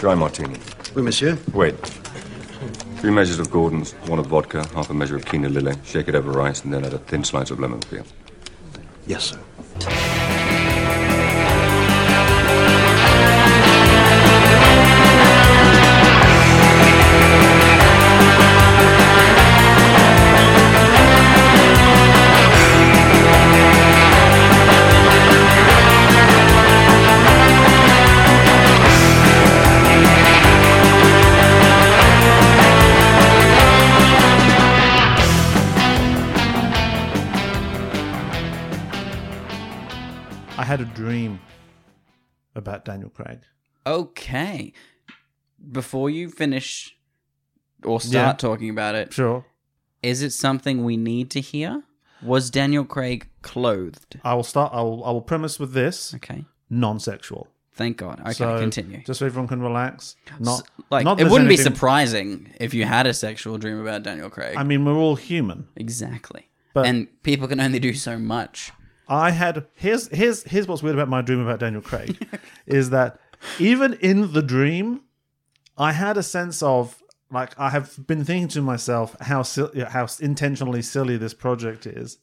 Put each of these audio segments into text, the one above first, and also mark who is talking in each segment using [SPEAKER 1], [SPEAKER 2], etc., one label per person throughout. [SPEAKER 1] Dry martini.
[SPEAKER 2] Oui, monsieur.
[SPEAKER 1] Wait. Three measures of Gordon's, one of vodka, half a measure of quinoa lily, shake it over rice, and then add a thin slice of lemon peel.
[SPEAKER 2] Yes, sir.
[SPEAKER 3] I had a dream about Daniel Craig.
[SPEAKER 4] Okay. Before you finish or start
[SPEAKER 3] Yeah.
[SPEAKER 4] talking about it,
[SPEAKER 3] Sure.
[SPEAKER 4] is it something we need to hear? Was Daniel Craig clothed?
[SPEAKER 3] I will start. I will. I will premise with this:
[SPEAKER 4] Okay.
[SPEAKER 3] non-sexual.
[SPEAKER 4] Thank God. Okay,
[SPEAKER 3] So,
[SPEAKER 4] continue.
[SPEAKER 3] Just so everyone can relax. Not
[SPEAKER 4] like
[SPEAKER 3] not
[SPEAKER 4] it
[SPEAKER 3] there's
[SPEAKER 4] wouldn't be
[SPEAKER 3] anything-
[SPEAKER 4] surprising if you had a sexual dream about Daniel Craig.
[SPEAKER 3] I mean, we're all human.
[SPEAKER 4] exactly.
[SPEAKER 3] But-
[SPEAKER 4] and people can only do so much.
[SPEAKER 3] I had here's here's here's what's weird about my dream about Daniel Craig is that even in the dream, I had a sense of like I have been thinking to myself how sil- how intentionally silly this project is,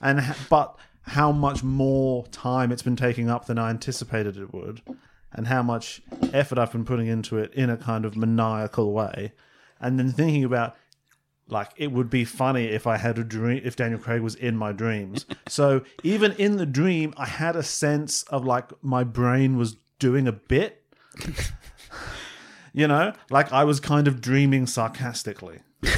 [SPEAKER 3] and h- but how much more time it's been taking up than I anticipated it would, and how much effort I've been putting into it in a kind of maniacal way, and then thinking about like it would be funny if I had a dream if Daniel Craig was in my dreams. so even in the dream, I had a sense of like my brain was doing a bit. you know, like I was kind of dreaming sarcastically. You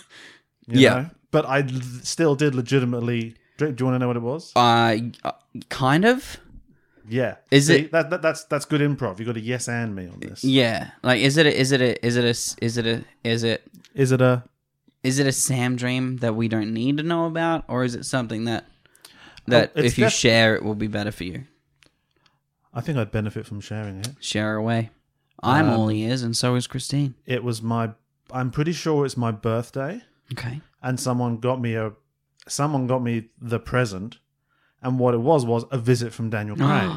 [SPEAKER 4] Yeah.
[SPEAKER 3] know? but I l- still did legitimately. dream. Do you want to know what it was?
[SPEAKER 4] Uh, uh, kind of.
[SPEAKER 3] yeah.
[SPEAKER 4] is
[SPEAKER 3] See,
[SPEAKER 4] it-
[SPEAKER 3] that, that that's that's good improv? You got a yes and me on this.
[SPEAKER 4] Yeah. Like, is it? A, is it? A, is it? A, s- is it? A, is it?
[SPEAKER 3] Is it a
[SPEAKER 4] Is it a Sam dream that we don't need to know about, or is it something that that
[SPEAKER 3] Oh, it's
[SPEAKER 4] if you
[SPEAKER 3] def-
[SPEAKER 4] share it will be better for you?
[SPEAKER 3] I think I'd benefit from sharing it.
[SPEAKER 4] Share away. I'm
[SPEAKER 3] Um,
[SPEAKER 4] all ears, and so is Christine.
[SPEAKER 3] It was my. I'm pretty sure it's my birthday.
[SPEAKER 4] Okay.
[SPEAKER 3] and someone got me a someone got me the present and what it was was a visit from daniel craig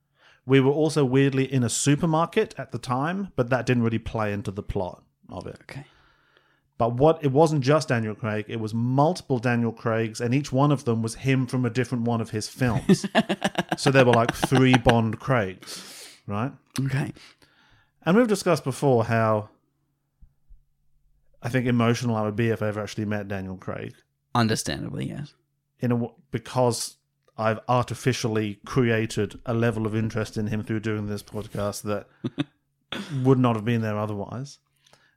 [SPEAKER 3] we were also weirdly in a supermarket at the time but that didn't really play into the plot of it
[SPEAKER 4] Okay.
[SPEAKER 3] but what it wasn't just daniel craig it was multiple daniel craigs and each one of them was him from a different one of his films so there were like three bond craigs right
[SPEAKER 4] Okay.
[SPEAKER 3] and we've discussed before how i think emotional i would be if i ever actually met daniel craig
[SPEAKER 4] Understandably, yes.
[SPEAKER 3] in a w because I've artificially created a level of interest in him through doing this podcast that would not have been there otherwise.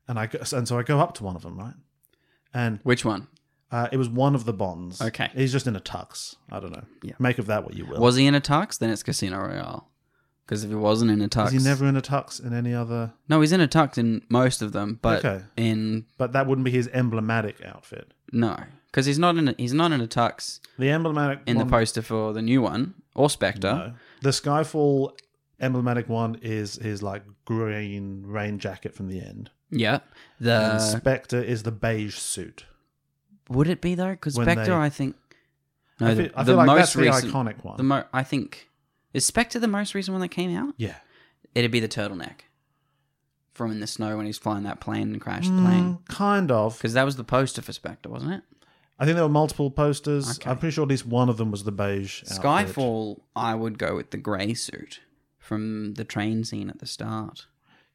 [SPEAKER 3] And I go, and so I go up to one of them, right? And
[SPEAKER 4] Which one?
[SPEAKER 3] uh, it was one of the bonds.
[SPEAKER 4] Okay.
[SPEAKER 3] he's just in a tux. I don't know.
[SPEAKER 4] Yeah.
[SPEAKER 3] make of that what you will.
[SPEAKER 4] Was he in a tux? Then it's Casino Royale. Because if he wasn't in a tux,
[SPEAKER 3] Is he never in a tux in any other?
[SPEAKER 4] No, he's in a tux in most of them, but
[SPEAKER 3] Okay.
[SPEAKER 4] in
[SPEAKER 3] But that wouldn't be his emblematic outfit.
[SPEAKER 4] no, because he's not in a, he's not in a tux
[SPEAKER 3] The emblematic
[SPEAKER 4] in
[SPEAKER 3] one,
[SPEAKER 4] the poster for the new one or Spectre.
[SPEAKER 3] no. the Skyfall emblematic one is his like green rain jacket from the end.
[SPEAKER 4] Yeah,
[SPEAKER 3] And
[SPEAKER 4] the
[SPEAKER 3] Spectre is the beige suit.
[SPEAKER 4] would it be though? Because
[SPEAKER 3] when
[SPEAKER 4] Spectre,
[SPEAKER 3] they-
[SPEAKER 4] I think. No,
[SPEAKER 3] I
[SPEAKER 4] the,
[SPEAKER 3] feel, I
[SPEAKER 4] the
[SPEAKER 3] feel like
[SPEAKER 4] most
[SPEAKER 3] that's the
[SPEAKER 4] recent,
[SPEAKER 3] iconic one.
[SPEAKER 4] The mo- I think is Spectre the most recent one that came out.
[SPEAKER 3] yeah.
[SPEAKER 4] It'd be the turtleneck from in the snow when he's flying that plane and crashed the plane.
[SPEAKER 3] Mm, kind of.
[SPEAKER 4] Because that was the poster for Spectre, wasn't it?
[SPEAKER 3] I think there were multiple posters.
[SPEAKER 4] Okay.
[SPEAKER 3] I'm pretty sure at least one of them was the beige. outfit.
[SPEAKER 4] Skyfall, I would go with the grey suit from the train scene at the start.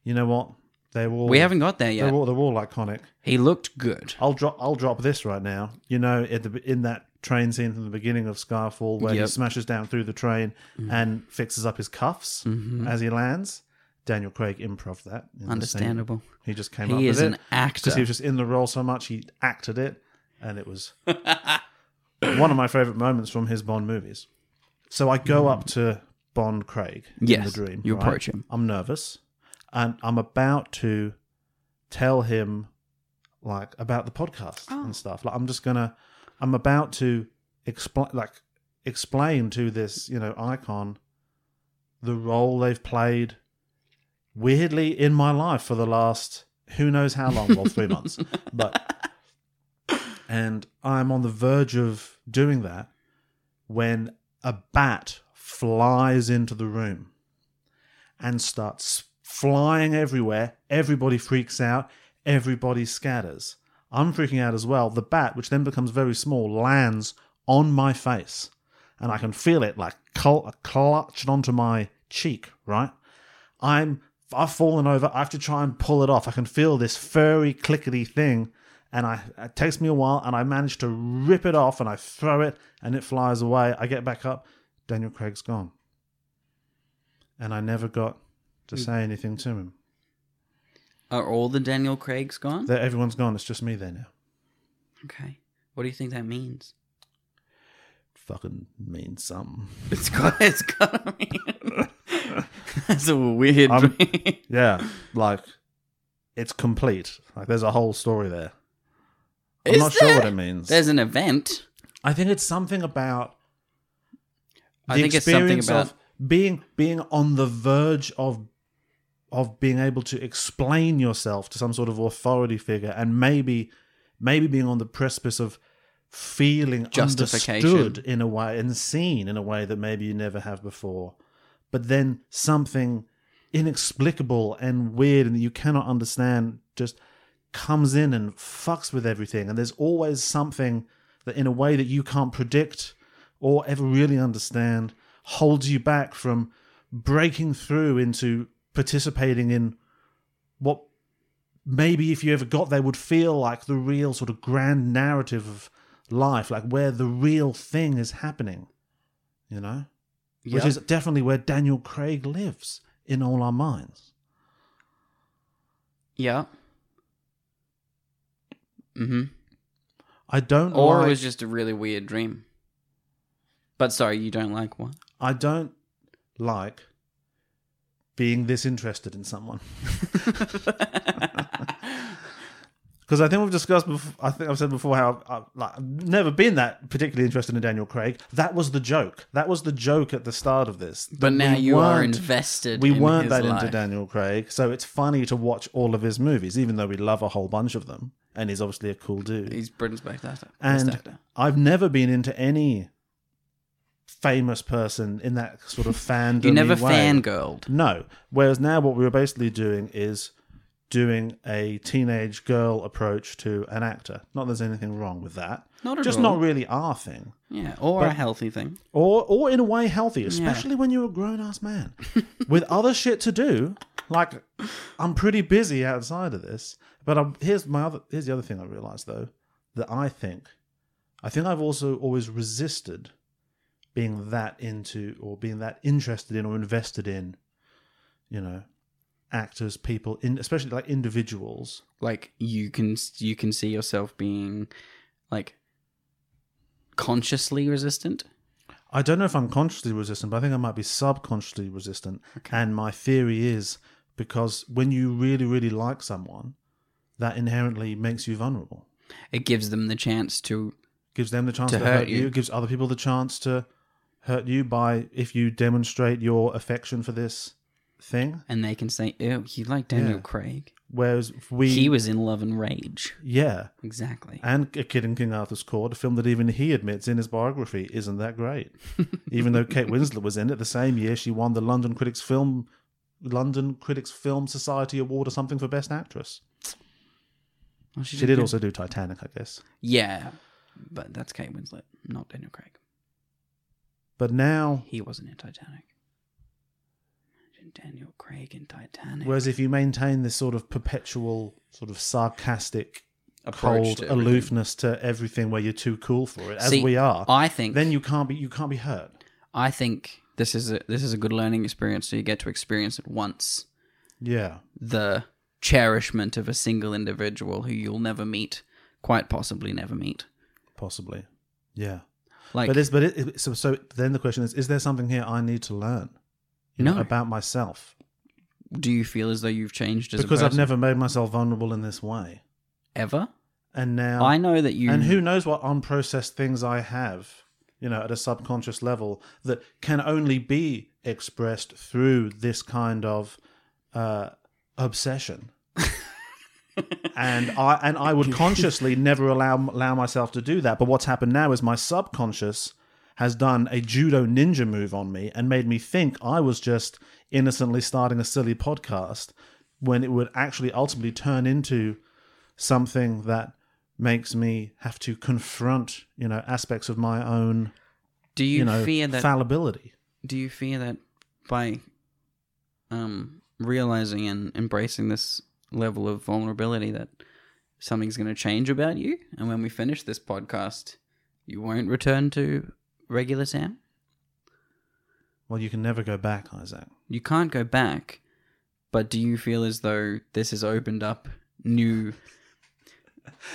[SPEAKER 3] You know what? They were all.
[SPEAKER 4] We haven't got there yet.
[SPEAKER 3] They're all, they're all iconic.
[SPEAKER 4] He looked good.
[SPEAKER 3] I'll drop. I'll drop this right now. You know, at the, in that train scene from the beginning of Skyfall, where he
[SPEAKER 4] Yep. Mm.
[SPEAKER 3] smashes down through the train and fixes up his cuffs
[SPEAKER 4] Mm-hmm.
[SPEAKER 3] as he lands. Daniel Craig improv that. in the scene.
[SPEAKER 4] Understandable.
[SPEAKER 3] He just came up
[SPEAKER 4] He is
[SPEAKER 3] with
[SPEAKER 4] an
[SPEAKER 3] it.
[SPEAKER 4] actor.
[SPEAKER 3] because he was just in the role so much he acted it and it was one of my favorite moments from his bond movies so i go up to bond craig
[SPEAKER 4] Yes,
[SPEAKER 3] in the dream
[SPEAKER 4] you
[SPEAKER 3] right?
[SPEAKER 4] approach him.
[SPEAKER 3] i'm nervous and i'm about to tell him like about the podcast and stuff like i'm just gonna i'm about to explain like explain to this you know icon the role they've played weirdly in my life for the last who knows how long well three months but and i'm on the verge of doing that when a bat flies into the room and starts flying everywhere. Everybody freaks out. Everybody scatters. I'm freaking out as well. The bat, which then becomes very small, lands on my face. And I can feel it like cl- clutched onto my cheek, right? I'm I've fallen over. I have to try and pull it off. I can feel this furry clickety thing, and I it takes me a while, and I manage to rip it off, and I throw it, and it flies away. I get back up. Daniel Craig's gone, and I never got to say anything to him.
[SPEAKER 4] Are all the Daniel Craig's gone?
[SPEAKER 3] That everyone's gone. It's just me there now.
[SPEAKER 4] okay. What do you think that means?
[SPEAKER 3] Fucking means something.
[SPEAKER 4] It's got. It's got to mean. That's a weird.
[SPEAKER 3] I'm-
[SPEAKER 4] mean.
[SPEAKER 3] Yeah, like it's complete. Like there's a whole story there. I'm
[SPEAKER 4] Is
[SPEAKER 3] not sure what
[SPEAKER 4] there?
[SPEAKER 3] it means.
[SPEAKER 4] There's an event.
[SPEAKER 3] I think it's something about
[SPEAKER 4] I
[SPEAKER 3] the
[SPEAKER 4] think it's something
[SPEAKER 3] experience
[SPEAKER 4] about.
[SPEAKER 3] of being being on the verge of of being able to explain yourself to some sort of authority figure and maybe maybe being on the precipice of feeling
[SPEAKER 4] Justification.
[SPEAKER 3] understood in a way and seen in a way that maybe you never have before but then something inexplicable and weird and that you cannot understand just comes in and fucks with everything and there's always something that in a way that you can't predict or ever really understand holds you back from breaking through into participating in what maybe if you ever got there would feel like the real sort of grand narrative of life like where the real thing is happening you know which
[SPEAKER 4] Yeah.
[SPEAKER 3] is definitely where Daniel Craig lives in all our minds.
[SPEAKER 4] Yeah. Mm-hmm.
[SPEAKER 3] I don't
[SPEAKER 4] Or
[SPEAKER 3] like,
[SPEAKER 4] it was just a really weird dream. But sorry, you don't like what?
[SPEAKER 3] I don't like being this interested in someone because I think we've discussed. Before, I think I've said before how I've, like, I've never been that particularly interested in Daniel Craig. That was the joke. That was the joke at the start of this.
[SPEAKER 4] But now
[SPEAKER 3] we
[SPEAKER 4] you are
[SPEAKER 3] weren't-
[SPEAKER 4] invested.
[SPEAKER 3] We
[SPEAKER 4] in
[SPEAKER 3] weren't
[SPEAKER 4] his
[SPEAKER 3] that
[SPEAKER 4] life.
[SPEAKER 3] into Daniel Craig, so it's funny to watch all of his movies, even though we love a whol bunch of them. And he's obviously a cool dude.
[SPEAKER 4] He's Britain's best actor. Best
[SPEAKER 3] and
[SPEAKER 4] actor.
[SPEAKER 3] I've never been into any famous person in that sort of fandom.
[SPEAKER 4] you never
[SPEAKER 3] way.
[SPEAKER 4] fangirled.
[SPEAKER 3] No. Whereas now, what we were basically doing is doing a teenage girl approach to an actor. Not that there's anything wrong with that.
[SPEAKER 4] Not at
[SPEAKER 3] Just
[SPEAKER 4] all.
[SPEAKER 3] not really our thing,
[SPEAKER 4] Yeah, or a
[SPEAKER 3] But-
[SPEAKER 4] healthy thing.
[SPEAKER 3] or or in a way healthy, especially when you're a grown ass man with other shit to do. Like, I'm pretty busy outside of this. But i here's my other here's the other thing I realized though that I think I think I've also always resisted being that into or being that interested in or invested in, you know, actors, people, in especially like individuals.
[SPEAKER 4] Like you can you can see yourself being like consciously resistant.
[SPEAKER 3] I don't know if I'm consciously resistant, but I think I might be subconsciously resistant. And my theory is because when you really, really like someone, that inherently makes you vulnerable.
[SPEAKER 4] It gives them the chance to
[SPEAKER 3] gives them the chance
[SPEAKER 4] To
[SPEAKER 3] to,
[SPEAKER 4] hurt
[SPEAKER 3] hurt, you.
[SPEAKER 4] you.
[SPEAKER 3] gives other people the chance to hurt you by if you demonstrate your affection for this thing.
[SPEAKER 4] and they can say, "Oh, you like Daniel
[SPEAKER 3] Yeah.
[SPEAKER 4] Craig?
[SPEAKER 3] Whereas we,
[SPEAKER 4] He was in Love and Rage."
[SPEAKER 3] yeah,
[SPEAKER 4] Exactly.
[SPEAKER 3] and A Kid in King Arthur's Court, a film that even he admits in his biography isn't that great. even though Kate Winslet was in it the same year, she won the London Critics Film London Critics Film Society Award or something for Best Actress.
[SPEAKER 4] Well,
[SPEAKER 3] She did
[SPEAKER 4] good.
[SPEAKER 3] also do Titanic, I guess.
[SPEAKER 4] Yeah, but that's Kate Winslet, not Daniel Craig.
[SPEAKER 3] But now,
[SPEAKER 4] He wasn't in Titanic. Imagine Daniel Craig in Titanic.
[SPEAKER 3] whereas if you maintain this sort of perpetual, sort of sarcastic
[SPEAKER 4] Approach
[SPEAKER 3] cold
[SPEAKER 4] to everything.
[SPEAKER 3] aloofness to everything where you're too cool for it as
[SPEAKER 4] See,
[SPEAKER 3] we are
[SPEAKER 4] I think
[SPEAKER 3] then you can't be you can't be hurt
[SPEAKER 4] I think this is a this is a good learning experience. So you get to experience it once
[SPEAKER 3] yeah
[SPEAKER 4] the cherishment of a single individual who you'll never meet, quite possibly never meet.
[SPEAKER 3] possibly yeah
[SPEAKER 4] Like
[SPEAKER 3] but this but it, it- so so then the question is is there something here i need to learn you know
[SPEAKER 4] No.
[SPEAKER 3] about myself
[SPEAKER 4] do you feel as though you've changed as
[SPEAKER 3] because
[SPEAKER 4] a
[SPEAKER 3] i've
[SPEAKER 4] person
[SPEAKER 3] never made myself vulnerable in this way
[SPEAKER 4] ever?
[SPEAKER 3] and now
[SPEAKER 4] I know that you
[SPEAKER 3] and who knows what unprocessed things i have you know at a subconscious level that can only be expressed through this kind of uh obsession and I and I would consciously never allow allow myself to do that. But what's happened now is my subconscious has done a judo ninja move on me and made me think I was just innocently starting a silly podcast when it would actually ultimately turn into something that makes me have to confront, you know, aspects of my own,
[SPEAKER 4] Do you,
[SPEAKER 3] you, know,
[SPEAKER 4] fear that?
[SPEAKER 3] fallibility.
[SPEAKER 4] do you fear that by um, realizing and embracing this level of vulnerability that something's going to change about you? And when we finish this podcast, you won't return to regular Sam?
[SPEAKER 3] Well, you can never go back, Isaac.
[SPEAKER 4] You can't go back, but do you feel as though this has opened up new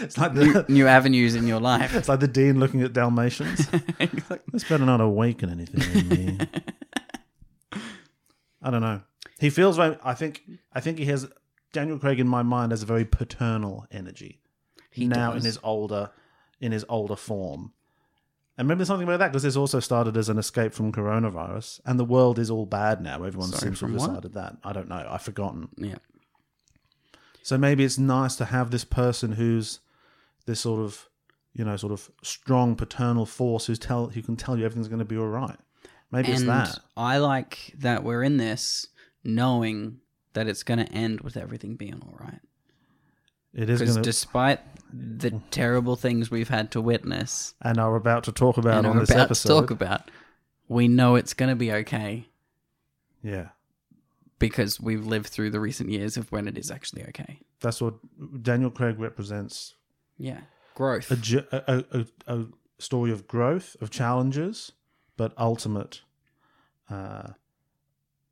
[SPEAKER 3] It's like
[SPEAKER 4] new,
[SPEAKER 3] the,
[SPEAKER 4] new avenues in your life?
[SPEAKER 3] it's like the dean looking at Dalmatians. This better not awaken anything in me. I don't know. He feels very. I think. I think he has Daniel Craig in my mind has a very paternal energy
[SPEAKER 4] He
[SPEAKER 3] now
[SPEAKER 4] does.
[SPEAKER 3] in his older, in his older form. And maybe there's something about that because this also started as an escape from coronavirus, and the world is all bad now. Everyone
[SPEAKER 4] Sorry,
[SPEAKER 3] seems to have
[SPEAKER 4] from what?
[SPEAKER 3] decided that. I don't know. I've forgotten.
[SPEAKER 4] yeah.
[SPEAKER 3] So maybe it's nice to have this person who's this sort of, you know, sort of strong paternal force who's tell who can tell you everything's going to be all right. Maybe it's
[SPEAKER 4] and
[SPEAKER 3] that.
[SPEAKER 4] I like that we're in this knowing that it's going to end with everything being all right.
[SPEAKER 3] It is
[SPEAKER 4] Because
[SPEAKER 3] going to,
[SPEAKER 4] despite the
[SPEAKER 3] Oh.
[SPEAKER 4] terrible things we've had to witness
[SPEAKER 3] and are about to talk about
[SPEAKER 4] and
[SPEAKER 3] on
[SPEAKER 4] are
[SPEAKER 3] this
[SPEAKER 4] about
[SPEAKER 3] episode.
[SPEAKER 4] to talk about, we know it's going to be okay
[SPEAKER 3] yeah,
[SPEAKER 4] because we've lived through the recent years of when it is actually okay.
[SPEAKER 3] that's what Daniel Craig represents:
[SPEAKER 4] Yeah. Growth.
[SPEAKER 3] a, ju- a, a, a, a story of growth, of challenges, but ultimate, uh,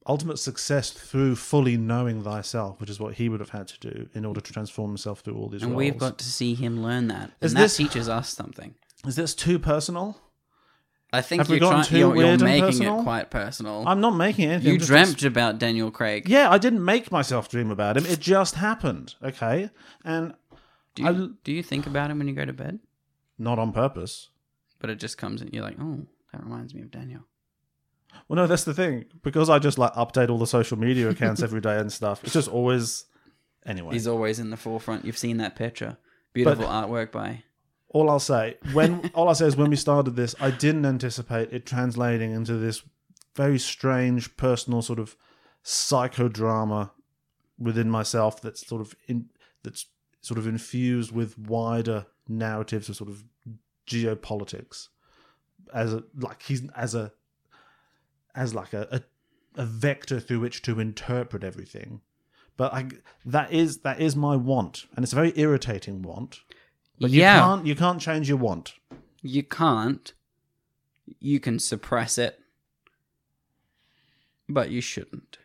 [SPEAKER 3] ultimate success through fully knowing thyself, which is what he would have had to do in order to transform himself through all these.
[SPEAKER 4] and
[SPEAKER 3] roles.
[SPEAKER 4] we've got to see him learn that.
[SPEAKER 3] Is
[SPEAKER 4] and that
[SPEAKER 3] this-
[SPEAKER 4] teaches us something.
[SPEAKER 3] Is this too personal?
[SPEAKER 4] I think
[SPEAKER 3] Have we
[SPEAKER 4] you're, trying,
[SPEAKER 3] gotten too
[SPEAKER 4] you're, you're
[SPEAKER 3] weird and
[SPEAKER 4] making it
[SPEAKER 3] personal?
[SPEAKER 4] quite personal.
[SPEAKER 3] I'm not making anything.
[SPEAKER 4] Oh. you
[SPEAKER 3] I'm just
[SPEAKER 4] dreamt
[SPEAKER 3] ex-
[SPEAKER 4] about Daniel Craig.
[SPEAKER 3] yeah, I didn't make myself dream about him. It just happened. Okay, and
[SPEAKER 4] Do you,
[SPEAKER 3] I-
[SPEAKER 4] do you think about him when you go to bed?
[SPEAKER 3] not on purpose.
[SPEAKER 4] But it just comes and you're like, oh, that reminds me of Daniel.
[SPEAKER 3] Well, no, that's the thing because I just like update all the social media accounts every day and stuff. It's just always anyway.
[SPEAKER 4] He's always in the forefront. You've seen that picture. Beautiful artwork by.
[SPEAKER 3] all I'll say when all I say is when we started this, I didn't anticipate it translating into this very strange personal sort of psychodrama within myself that's sort of in that's sort of infused with wider narratives of sort of geopolitics as a like he's as a as like a, a a vector through which to interpret everything but i that is that is my want and it's a very irritating want but you
[SPEAKER 4] yeah,
[SPEAKER 3] can't you can't change your want.
[SPEAKER 4] you can't. You can suppress it, but you shouldn't.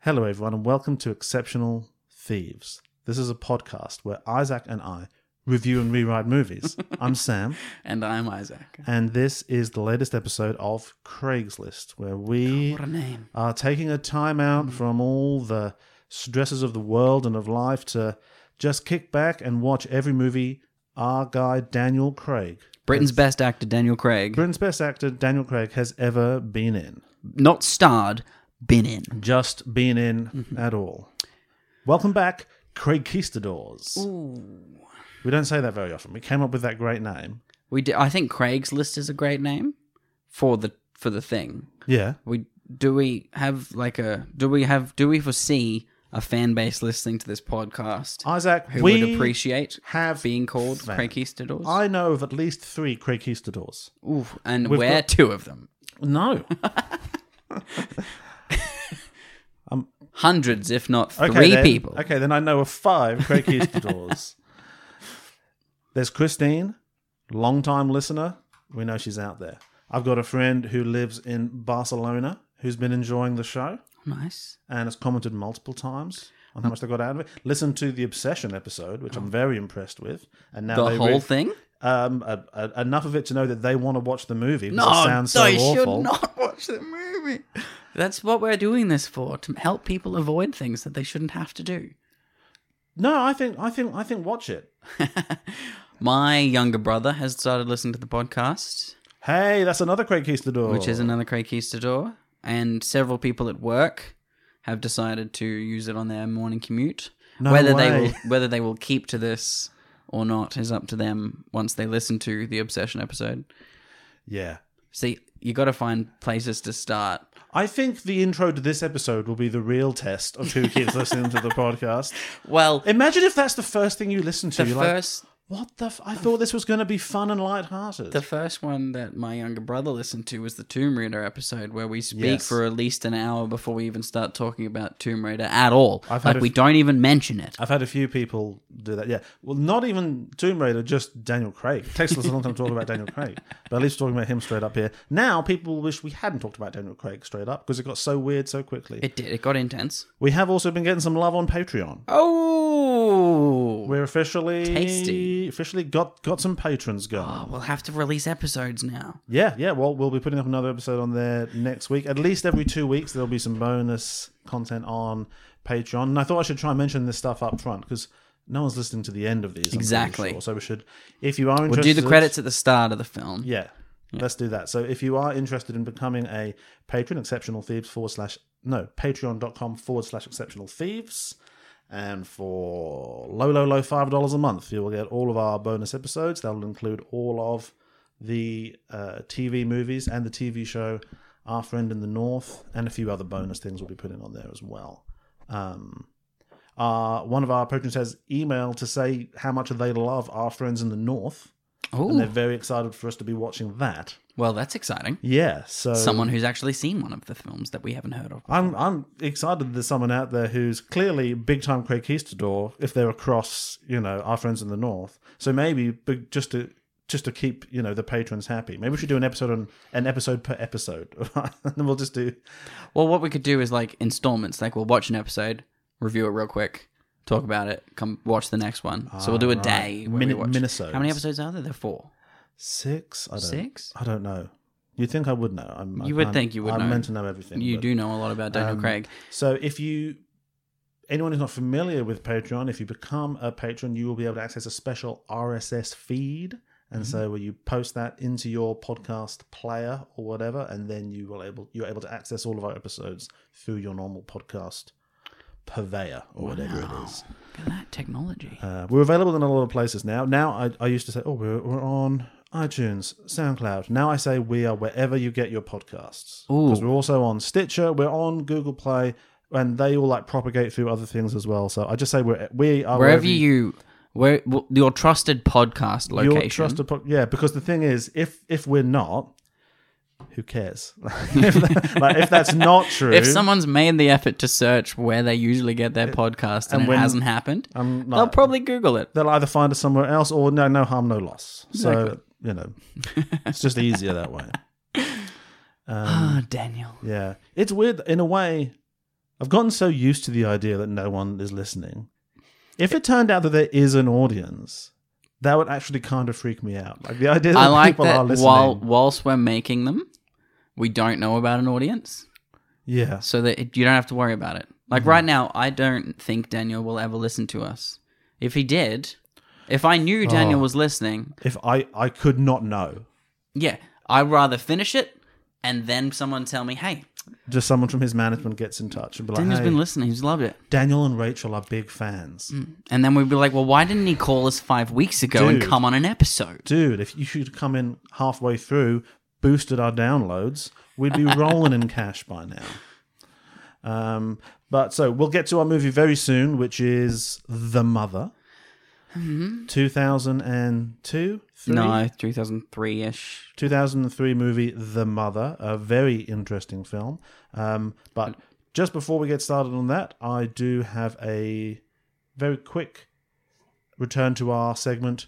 [SPEAKER 3] Hello everyone and welcome to Exceptional Thieves. This is a podcast where Isaac and I review and rewrite movies. I'm Sam
[SPEAKER 4] And I'm Isaac.
[SPEAKER 3] and this is the latest episode of Craigslist where we
[SPEAKER 4] What a name!
[SPEAKER 3] are taking a time out from all the stresses of the world and of life to just kick back and watch every movie our guy Daniel Craig,
[SPEAKER 4] Britain's best actor, Daniel Craig,
[SPEAKER 3] Britain's best actor Daniel Craig has ever been in.
[SPEAKER 4] not starred, been in.
[SPEAKER 3] just been in
[SPEAKER 4] Mm-hmm.
[SPEAKER 3] at all. Welcome back, Craig Keistadors. We don't say that very often. We came up with that great name.
[SPEAKER 4] We do, I think Craigslist is a great name for the for the thing.
[SPEAKER 3] Yeah.
[SPEAKER 4] We do we have like a do we have do we foresee a fan base listening to this podcast
[SPEAKER 3] Isaac,
[SPEAKER 4] who
[SPEAKER 3] we
[SPEAKER 4] would appreciate
[SPEAKER 3] have
[SPEAKER 4] being called
[SPEAKER 3] fan.
[SPEAKER 4] Craig Eastadors?
[SPEAKER 3] I know of at least three Craig Keistadors.
[SPEAKER 4] Ooh, and
[SPEAKER 3] We've
[SPEAKER 4] we're
[SPEAKER 3] got-
[SPEAKER 4] two of them.
[SPEAKER 3] No.
[SPEAKER 4] Hundreds, if not three
[SPEAKER 3] Okay, then,
[SPEAKER 4] people.
[SPEAKER 3] Okay, then I know of five Craig Keistadors. There's Christine, long-time listener. We know she's out there. I've got a friend who lives in Barcelona who's been enjoying the show.
[SPEAKER 4] Nice.
[SPEAKER 3] and has commented multiple times
[SPEAKER 4] Hmm.
[SPEAKER 3] on how much they got out of it. Listen to the obsession episode, which I'm very impressed with, and now
[SPEAKER 4] Oh. The
[SPEAKER 3] they
[SPEAKER 4] whole
[SPEAKER 3] re-
[SPEAKER 4] thing?
[SPEAKER 3] um a, a, enough of it to know that they want to watch the movie. because it sounds so
[SPEAKER 4] they
[SPEAKER 3] awful.
[SPEAKER 4] should not watch the movie. That's what we're doing this for, to help people avoid things that they shouldn't have to do.
[SPEAKER 3] No, I think I think I think watch it.
[SPEAKER 4] My younger brother has started listening to the podcast,
[SPEAKER 3] Hey, that's another Craig Keistador.
[SPEAKER 4] which is another Craig Eastador, and several people at work have decided to use it on their morning commute.
[SPEAKER 3] No
[SPEAKER 4] whether they
[SPEAKER 3] way.
[SPEAKER 4] will whether they will keep to this or not is up to them once they listen to the obsession episode.
[SPEAKER 3] Yeah.
[SPEAKER 4] See, you got to find places to start.
[SPEAKER 3] I think the intro to this episode will be the real test of who keeps listening to the podcast.
[SPEAKER 4] Well,
[SPEAKER 3] Imagine if that's the first thing you listen to.
[SPEAKER 4] the
[SPEAKER 3] You're
[SPEAKER 4] first
[SPEAKER 3] like, what the? F- I thought this was going to be fun and lighthearted.
[SPEAKER 4] the first one that my younger brother listened to was the Tomb Raider episode where we speak
[SPEAKER 3] Yes.
[SPEAKER 4] for at least an hour before we even start talking about Tomb Raider at all.
[SPEAKER 3] I've had
[SPEAKER 4] like
[SPEAKER 3] a-
[SPEAKER 4] we don't even mention it.
[SPEAKER 3] I've had a few people do that. Yeah. Well, not even Tomb Raider, just Daniel Craig. It takes us a long time to talk about Daniel Craig, but at least talking about him straight up here. Now, people wish we hadn't talked about Daniel Craig straight up because it got so weird so quickly.
[SPEAKER 4] It did. It got intense.
[SPEAKER 3] we have also been getting some love on Patreon.
[SPEAKER 4] Oh.
[SPEAKER 3] We're officially
[SPEAKER 4] Tasty.
[SPEAKER 3] Officially got got some patrons going.
[SPEAKER 4] Oh, we'll have to release episodes now.
[SPEAKER 3] Yeah, yeah. Well, we'll be putting up another episode on there next week. At least every two weeks, there'll be some bonus content on Patreon. And I thought I should try and mention this stuff up front because no one's listening to the end of these. I'm pretty
[SPEAKER 4] Exactly.
[SPEAKER 3] sure. So we should, if you are interested,
[SPEAKER 4] We'll do the credits at the start of the film.
[SPEAKER 3] Um, Yeah, let's do that. So if you are interested in becoming a patron, exceptional thieves forward slash no patreon.com forward slash exceptional thieves. And for low, low, low five dollars a month, you will get all of our bonus episodes. That will include all of the uh, TV movies and the TV show Our Friend in the North, and a few other bonus things we'll be putting on there as well. Um, uh, one of our patrons has emailed to say how much they love Our Friends in the North, and
[SPEAKER 4] Oh,
[SPEAKER 3] they're very excited for us to be watching that.
[SPEAKER 4] well, that's exciting.
[SPEAKER 3] Yeah, so
[SPEAKER 4] Someone who's actually seen one of the films that we haven't heard of.
[SPEAKER 3] I'm I'm excited there's someone out there who's clearly big time Craig Eastador if they're across, you know, our friends in the north. So maybe but just to just to keep, you know, the patrons happy. Maybe we should do an episode on an episode per episode. and we'll just do
[SPEAKER 4] Well, what we could do is like installments. Like we'll watch an episode, review it real quick, talk about it, come watch the next one. so we'll do
[SPEAKER 3] Ah,
[SPEAKER 4] a day. where we
[SPEAKER 3] Minute
[SPEAKER 4] watch-
[SPEAKER 3] minisodes.
[SPEAKER 4] How many episodes are there? There are four.
[SPEAKER 3] six, I don't
[SPEAKER 4] Six?
[SPEAKER 3] I don't know. You'd think I would know. I'm, I
[SPEAKER 4] You would
[SPEAKER 3] can't-
[SPEAKER 4] think you would
[SPEAKER 3] I'm
[SPEAKER 4] know.
[SPEAKER 3] meant to know everything.
[SPEAKER 4] You
[SPEAKER 3] but-
[SPEAKER 4] do know a lot about Daniel
[SPEAKER 3] Um,
[SPEAKER 4] Craig.
[SPEAKER 3] So if you anyone who's not familiar with Patreon, if you become a patron, you will be able to access a special RSS feed. And so where you post that into your podcast player or whatever, and then you will able you're able to access all of our episodes through your normal podcast purveyor or whatever it is.
[SPEAKER 4] Look at that technology.
[SPEAKER 3] Uh, we're available in a lot of places now. Now I, I used to say, oh, we're, we're on iTunes, SoundCloud. Now I say we are wherever you get your podcasts.
[SPEAKER 4] Ooh.
[SPEAKER 3] Because we're also on Stitcher, we're on Google Play, and they all like propagate through other things as well. So I just say we're, we are
[SPEAKER 4] Wherever you, where well, your trusted podcast location.
[SPEAKER 3] your trusted pod- yeah because the thing is if if we're not who cares if, that- like, if that's not true
[SPEAKER 4] if someone's made the effort to search where they usually get their podcast and,
[SPEAKER 3] and
[SPEAKER 4] it
[SPEAKER 3] when-
[SPEAKER 4] hasn't happened,
[SPEAKER 3] I'm
[SPEAKER 4] they'll
[SPEAKER 3] like,
[SPEAKER 4] probably Google it.
[SPEAKER 3] they'll either find us somewhere else or no no harm no loss so you know it's just easier that way
[SPEAKER 4] Ah, Daniel.
[SPEAKER 3] Yeah. It's weird in a way. I've gotten so used to the idea that no one is listening. If it turned out that there is an audience, that would actually kind of freak me out. Like the idea that
[SPEAKER 4] I like
[SPEAKER 3] people are
[SPEAKER 4] that
[SPEAKER 3] listening.
[SPEAKER 4] while whilst we're making them, we don't know about an audience,
[SPEAKER 3] yeah.
[SPEAKER 4] so that it, you don't have to worry about it.
[SPEAKER 3] Mm-hmm.
[SPEAKER 4] Like right now, I don't think Daniel will ever listen to us. If he did, if I knew Daniel
[SPEAKER 3] Oh.
[SPEAKER 4] was listening,
[SPEAKER 3] If I I could not know.
[SPEAKER 4] yeah, I'd rather finish it and then someone tell me, "Hey,
[SPEAKER 3] Just someone from his management gets in touch and be like,
[SPEAKER 4] Daniel's
[SPEAKER 3] hey,
[SPEAKER 4] been listening. He's loved it."
[SPEAKER 3] Daniel and Rachel are big fans.
[SPEAKER 4] And then we'd be like, "Well, why didn't he call us five weeks ago and
[SPEAKER 3] Dude.
[SPEAKER 4] come on an episode?"
[SPEAKER 3] Dude, if you should come in halfway through, boosted our downloads, we'd be rolling in cash by now. Um, but so we'll get to our movie very soon, which is The Mother, 2002, three?
[SPEAKER 4] No, two thousand three ish.
[SPEAKER 3] 2003 movie The Mother, a very interesting film. Um, but just before we get started on that, I do have a very quick return to our segment,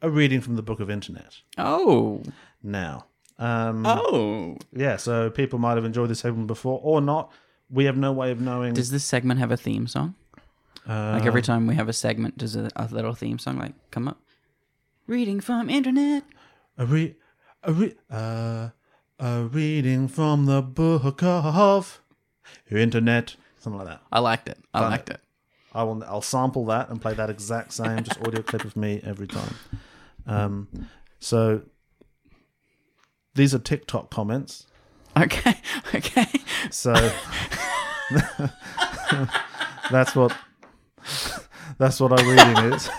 [SPEAKER 3] a reading from the Book of Internet
[SPEAKER 4] Oh,
[SPEAKER 3] now. Um,
[SPEAKER 4] oh.
[SPEAKER 3] Yeah, so people might have enjoyed this segment before or not. We have no way of knowing.
[SPEAKER 4] Does this segment have a theme song? like every
[SPEAKER 3] Uh,
[SPEAKER 4] time we have a segment, does a, a little theme song like come up? Reading from internet.
[SPEAKER 3] a, re- a, re- uh, a reading from the book of internet, something like that.
[SPEAKER 4] I liked it. I liked it.
[SPEAKER 3] I will. I'll sample that and play that exact same just audio clip of me every time. Um, so these are TikTok comments.
[SPEAKER 4] Okay, okay.
[SPEAKER 3] So that's what that's what our reading is.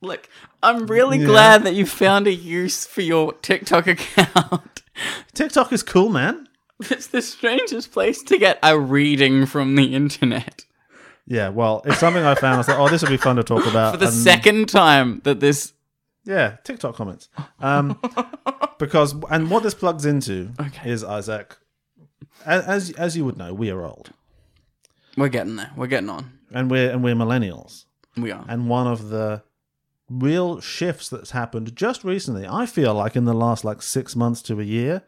[SPEAKER 4] Look, I'm really
[SPEAKER 3] Yeah.
[SPEAKER 4] glad that you found a use for your TikTok account.
[SPEAKER 3] TikTok is cool, man.
[SPEAKER 4] it's the strangest place to get a reading from the internet.
[SPEAKER 3] Yeah, well, it's something I found. I was like, oh, this would be fun to talk about.
[SPEAKER 4] For the
[SPEAKER 3] and-
[SPEAKER 4] second time that this.
[SPEAKER 3] Yeah, TikTok comments. Um, because and what this plugs into
[SPEAKER 4] Okay.
[SPEAKER 3] is Isaac. a- As as you would know, we are old,
[SPEAKER 4] We're getting there. We're getting on.
[SPEAKER 3] and we're and we're millennials.
[SPEAKER 4] We are.
[SPEAKER 3] And one of the real shifts that's happened just recently, I feel like in the last like six months to a year,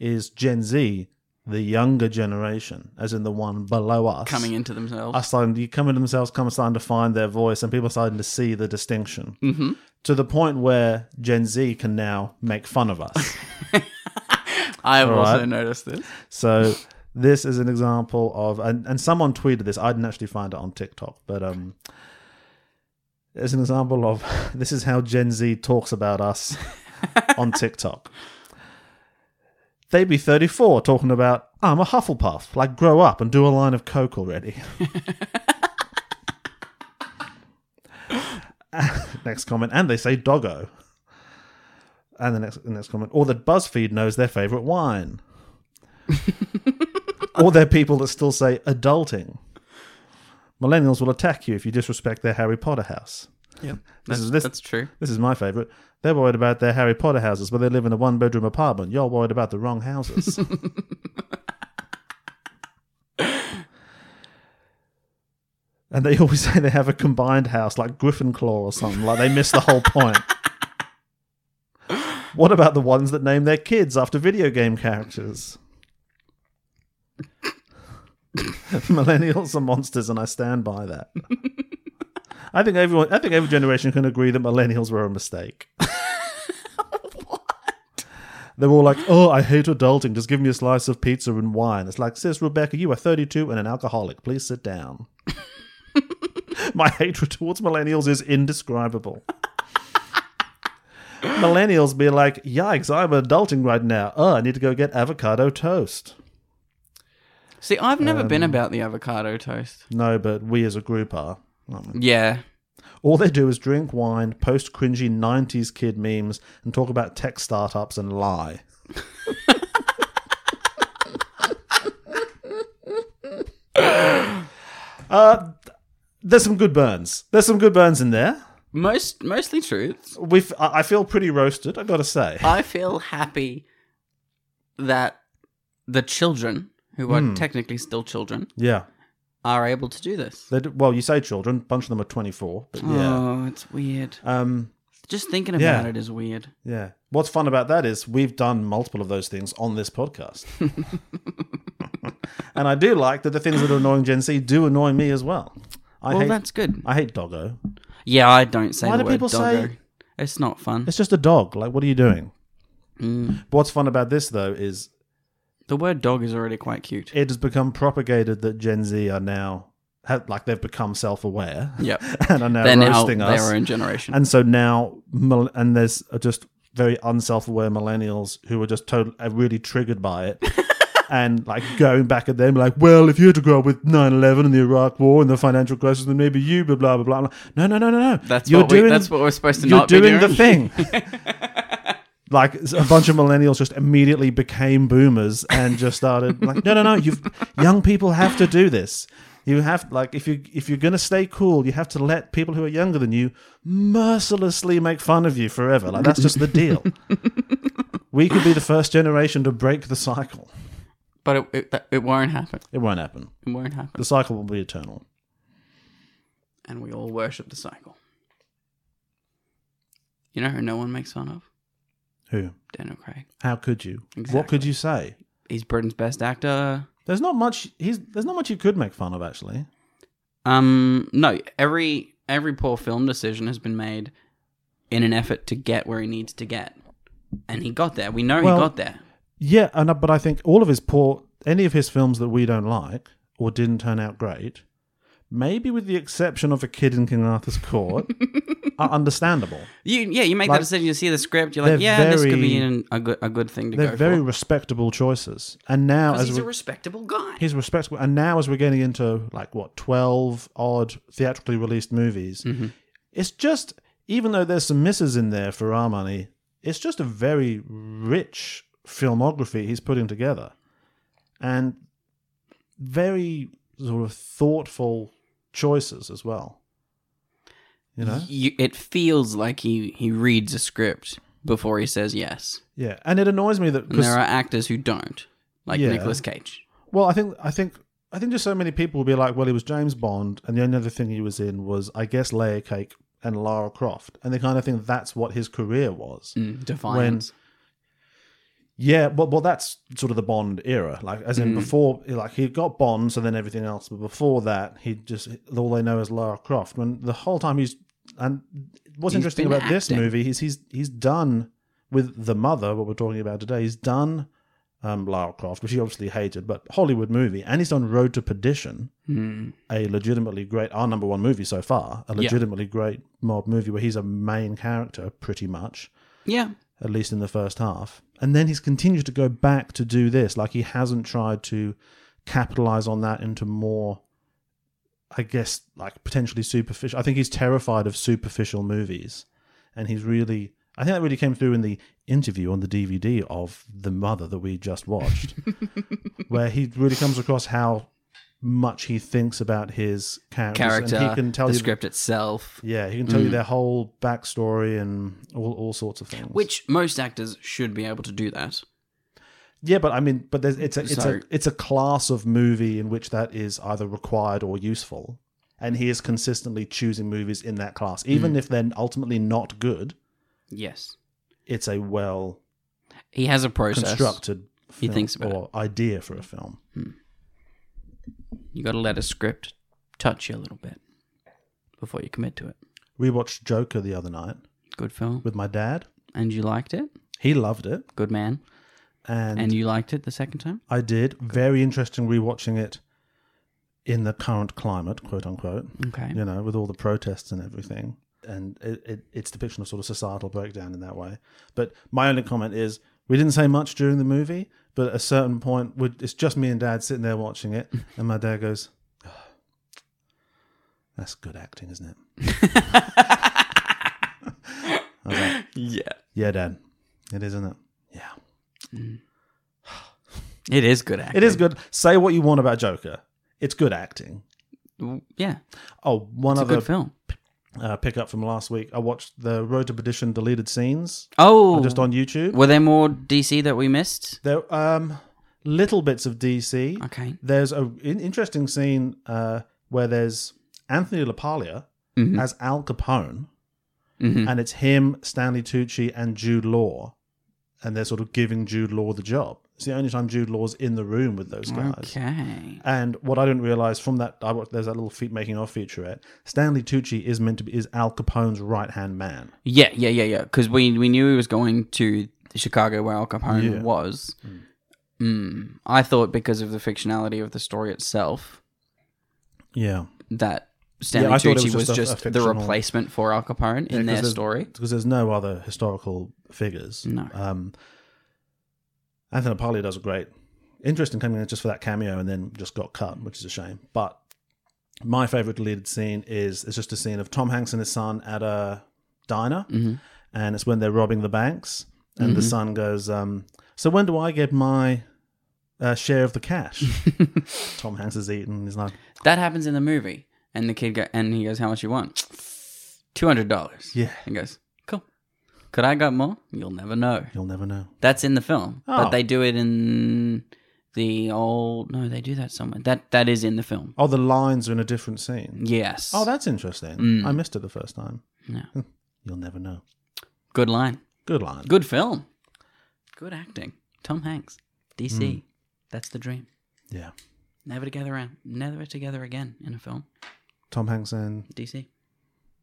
[SPEAKER 3] is Gen Z, the younger generation, as in the one below us,
[SPEAKER 4] Coming into themselves.
[SPEAKER 3] are starting to come into themselves, come starting to find their voice, and people are starting to see the distinction mm-hmm. to the point where Gen Z can now make fun of us.
[SPEAKER 4] I've also
[SPEAKER 3] right.
[SPEAKER 4] noticed this.
[SPEAKER 3] so this is an example of, and, and someone tweeted this. I didn't actually find it on TikTok, but um, it's an example of this is how Gen Z talks about us on TikTok. They'd be 34 talking about, I'm a Hufflepuff. Like, grow up and do a line of coke already. next comment. And they say doggo. And the next, the next comment. Or that BuzzFeed knows their favorite wine. or they're people that still say adulting. Millennials will attack you if you disrespect their Harry Potter house.
[SPEAKER 4] Yep.
[SPEAKER 3] This is this-
[SPEAKER 4] That's, that's true.
[SPEAKER 3] This is my favorite. They're worried about their Harry Potter houses, but they live in a one bedroom apartment. You're worried about the wrong houses. and they always say they have a combined house, like Gryffindor or something, like they miss the whole point. What about the ones that name their kids after video game characters? Millennials are monsters, and I stand by that. I think everyone. I think every generation can agree that millennials were a mistake. They're all like, "Oh, I hate adulting. Just give me a slice of pizza and wine." It's like, sis, Rebecca, you are 32 and an alcoholic. Please sit down. My hatred towards millennials is indescribable. millennials be like, "Yikes, I'm adulting right now. Oh, I need to go get avocado toast."
[SPEAKER 4] See, I've never been
[SPEAKER 3] Um,
[SPEAKER 4] about the avocado toast.
[SPEAKER 3] No, but we as a group are.
[SPEAKER 4] Yeah.
[SPEAKER 3] All they do is drink wine, post cringy 90s kid memes, and talk about tech startups and lie. uh, there's some good burns. There's some good burns in there.
[SPEAKER 4] Most mostly truths.
[SPEAKER 3] We've, I I feel pretty roasted, I gotta say.
[SPEAKER 4] I feel happy that the children, who
[SPEAKER 3] Hmm.
[SPEAKER 4] are technically still children,
[SPEAKER 3] Yeah.
[SPEAKER 4] are able to do this.
[SPEAKER 3] They do, well, you say children, a bunch of them are 24, but yeah.
[SPEAKER 4] Oh, it's weird.
[SPEAKER 3] Um,
[SPEAKER 4] Just thinking
[SPEAKER 3] Yeah.
[SPEAKER 4] about it is weird.
[SPEAKER 3] yeah. What's fun about that is we've done multiple of those things on this podcast. and I do like that the things that are annoying Gen Z do annoy me as well. I
[SPEAKER 4] well,
[SPEAKER 3] hate
[SPEAKER 4] that's good.
[SPEAKER 3] I hate doggo.
[SPEAKER 4] Yeah, I don't say
[SPEAKER 3] Why
[SPEAKER 4] the
[SPEAKER 3] do
[SPEAKER 4] word
[SPEAKER 3] people
[SPEAKER 4] doggo.
[SPEAKER 3] say-
[SPEAKER 4] It's not fun.
[SPEAKER 3] It's just a dog. Like, what are you doing?
[SPEAKER 4] Mm.
[SPEAKER 3] But what's fun about this though is
[SPEAKER 4] The word dog is already quite cute.
[SPEAKER 3] it has become propagated that Gen Z are now have, like they've become self-aware
[SPEAKER 4] Yep.
[SPEAKER 3] and are now
[SPEAKER 4] They're now
[SPEAKER 3] roasting us.
[SPEAKER 4] their own generation.
[SPEAKER 3] And so now, mil- and there's just very unself-aware millennials who are just totally are really triggered by it. And like going back at them, like, well, if you had to grow up with 9 11 and the Iraq War and the financial crisis, then maybe you, blah, blah, blah, blah. No, no, no, no, no.
[SPEAKER 4] that's what we, that's what we're supposed to
[SPEAKER 3] you're
[SPEAKER 4] not
[SPEAKER 3] doing,
[SPEAKER 4] be doing.
[SPEAKER 3] the thing. like a bunch of millennials just immediately became boomers and just started like, no, no, no. You young people have to do this. You have like if you if you're gonna stay cool, you have to let people who are younger than you mercilessly make fun of you forever. Like that's just the deal. we could be the first generation to break the cycle.
[SPEAKER 4] But it, it, that- it won't happen.
[SPEAKER 3] It won't happen.
[SPEAKER 4] It won't happen.
[SPEAKER 3] The cycle will be eternal.
[SPEAKER 4] And we all worship the cycle. You know who no one makes fun of?
[SPEAKER 3] Who?
[SPEAKER 4] Daniel Craig.
[SPEAKER 3] How could you? What
[SPEAKER 4] Exactly.
[SPEAKER 3] could you say?
[SPEAKER 4] He's Britain's best actor.
[SPEAKER 3] There's not much. He's there's not much you could make fun of actually.
[SPEAKER 4] Um, no, every every poor film decision has been made in an effort to get where he needs to get, and he got there. We know
[SPEAKER 3] Well-
[SPEAKER 4] he got there.
[SPEAKER 3] Yeah, and uh, but I think all of his poor, any of his films that we don't like or didn't turn out great, maybe with the exception of A Kid in King Arthur's Court, are understandable.
[SPEAKER 4] You yeah, you make
[SPEAKER 3] Like,
[SPEAKER 4] that decision. You see the script. You're
[SPEAKER 3] they're
[SPEAKER 4] like, yeah, this could be
[SPEAKER 3] very-
[SPEAKER 4] an, a good a good thing to
[SPEAKER 3] They're
[SPEAKER 4] go
[SPEAKER 3] very
[SPEAKER 4] for.
[SPEAKER 3] respectable choices, and now
[SPEAKER 4] Because
[SPEAKER 3] as
[SPEAKER 4] he's
[SPEAKER 3] we,
[SPEAKER 4] a respectable guy.
[SPEAKER 3] he's respectable, and now as we're getting into like what twelve odd theatrically released movies, it's just even though there's some misses in there for our money, it's just a very rich filmography he's putting together, and very sort of thoughtful choices as well. You know,
[SPEAKER 4] You, it feels like he, he reads a script before he says yes.
[SPEAKER 3] yeah, and it annoys me that
[SPEAKER 4] And there are actors who don't, like
[SPEAKER 3] Yeah.
[SPEAKER 4] Nicolas Cage.
[SPEAKER 3] Well, I think I think I think just so many people will be like, well, he was James Bond, and the only other thing he was in was, I guess, Layer Cake and Lara Croft, and they kind of think that's what his career was.
[SPEAKER 4] Mm, Defiance.
[SPEAKER 3] Yeah, well, well, that's sort of the Bond era, like as
[SPEAKER 4] Mm.
[SPEAKER 3] in before, like he got Bond, so then everything else, but before that, he just all they know is Lara Croft. When the whole time he's and what's
[SPEAKER 4] He's
[SPEAKER 3] interesting
[SPEAKER 4] been
[SPEAKER 3] about this
[SPEAKER 4] acting.
[SPEAKER 3] movie is he's he's done with the mother, what we're talking about today. He's done um, Lara Croft, which he obviously hated, but Hollywood movie, and he's done Road to Perdition,
[SPEAKER 4] Hmm.
[SPEAKER 3] a legitimately great, our number one movie so far, a legitimately great mob movie where he's a main character pretty much,
[SPEAKER 4] Yeah.
[SPEAKER 3] at least in the first half. And then he's continued to go back to do this, like he hasn't tried to capitalize on that into more. I guess like potentially superficial. I think he's terrified of superficial movies, and he's really. I think that really came through in the interview on the DVD of the mother that we just watched, where he really comes across how much he thinks about his characters,
[SPEAKER 4] Character,
[SPEAKER 3] and he can tell
[SPEAKER 4] the
[SPEAKER 3] you.
[SPEAKER 4] script Mm. itself.
[SPEAKER 3] Yeah, he can tell you their whole backstory and all, all sorts of things.
[SPEAKER 4] Which most actors should be able to do that.
[SPEAKER 3] Yeah, but I mean, but there's, it's a it's
[SPEAKER 4] Sorry.
[SPEAKER 3] a it's a class of movie in which that is either required or useful, and he is consistently choosing movies in that class,
[SPEAKER 4] Hmm.
[SPEAKER 3] even if they're ultimately not good.
[SPEAKER 4] Yes.
[SPEAKER 3] It's a well
[SPEAKER 4] He has a process.
[SPEAKER 3] constructed.
[SPEAKER 4] He
[SPEAKER 3] film
[SPEAKER 4] thinks about
[SPEAKER 3] or idea for a film.
[SPEAKER 4] You got to let a script touch you a little bit before you commit to it.
[SPEAKER 3] We watched Joker the other night
[SPEAKER 4] Good film.
[SPEAKER 3] with my dad.
[SPEAKER 4] And you liked it?
[SPEAKER 3] He loved it,
[SPEAKER 4] Good man.
[SPEAKER 3] and,
[SPEAKER 4] And you liked it the second time?
[SPEAKER 3] I did. Very interesting rewatching it in the current climate, quote unquote.
[SPEAKER 4] Okay.
[SPEAKER 3] you know, with all the protests and everything. And it, it, it's depiction of sort of societal breakdown in that way. But my only comment is we didn't say much during the movie, but at a certain point, we it's just me and dad sitting there watching it. And my dad goes, "Ah, That's good acting, isn't it? I was like,
[SPEAKER 4] Yeah.
[SPEAKER 3] yeah, dad. It is, isn't it? Yeah.
[SPEAKER 4] It is good acting.
[SPEAKER 3] It is good. Say what you want about Joker. It's good acting.
[SPEAKER 4] Ooh, Yeah.
[SPEAKER 3] Oh, one
[SPEAKER 4] It's a
[SPEAKER 3] other
[SPEAKER 4] good film.
[SPEAKER 3] uh, pickup from last week. I watched the Road to Perdition deleted scenes
[SPEAKER 4] Oh.
[SPEAKER 3] just on YouTube.
[SPEAKER 4] were there more DC that we missed?
[SPEAKER 3] There um little bits of DC.
[SPEAKER 4] Okay.
[SPEAKER 3] There's a in, interesting scene uh, where there's Anthony LaPaglia
[SPEAKER 4] Mm-hmm.
[SPEAKER 3] as Al Capone, and it's him, Stanley Tucci, and Jude Law, and they're sort of giving Jude Law the job. It's the only time Jude Law's in the room with those guys.
[SPEAKER 4] Okay.
[SPEAKER 3] And what I didn't realize from that, I watched, there's that little feat making of featurette. Stanley Tucci is meant to be is Al Capone's right hand man.
[SPEAKER 4] Yeah, yeah, yeah, yeah. Because we, we knew he was going to Chicago where Al Capone was. Mm. I thought because of the fictionality of the story itself
[SPEAKER 3] Yeah,
[SPEAKER 4] that Stanley
[SPEAKER 3] I thought it
[SPEAKER 4] Tucci
[SPEAKER 3] was just
[SPEAKER 4] was just,
[SPEAKER 3] a- a
[SPEAKER 4] the
[SPEAKER 3] fictional-
[SPEAKER 4] replacement for Al Capone in
[SPEAKER 3] 'cause
[SPEAKER 4] their
[SPEAKER 3] there's-
[SPEAKER 4] story.
[SPEAKER 3] because there's no other historical figures.
[SPEAKER 4] No.
[SPEAKER 3] Um, Anthony Paglia does a great, interesting coming in just for that cameo, and then just got cut, which is a shame. But my favorite deleted scene is it's just a scene of Tom Hanks and his son at a diner,
[SPEAKER 4] Mm-hmm.
[SPEAKER 3] and it's when they're robbing the banks, and the son goes, um, "So when do I get my uh, share of the cash?" Tom Hanks is eating. He's like,
[SPEAKER 4] That happens in the movie, and the kid go, and he goes, "How much you want?" Two hundred dollars.
[SPEAKER 3] Yeah.
[SPEAKER 4] and goes, "Cool." Could I got more? You'll never know.
[SPEAKER 3] "You'll never know."
[SPEAKER 4] That's in the film,
[SPEAKER 3] Oh.
[SPEAKER 4] but they do it in the old. No, they do that somewhere. That that is in the film.
[SPEAKER 3] Oh, the lines are in a different scene.
[SPEAKER 4] Yes. Mm.
[SPEAKER 3] Oh, that's interesting. I missed it the first time.
[SPEAKER 4] Yeah.
[SPEAKER 3] You'll never know.
[SPEAKER 4] good line.
[SPEAKER 3] Good line.
[SPEAKER 4] Good film. Good acting. Tom Hanks, DC.
[SPEAKER 3] Hmm.
[SPEAKER 4] That's the dream.
[SPEAKER 3] Yeah.
[SPEAKER 4] Never together, a- never together again in a film.
[SPEAKER 3] Tom Hanks and
[SPEAKER 4] DC.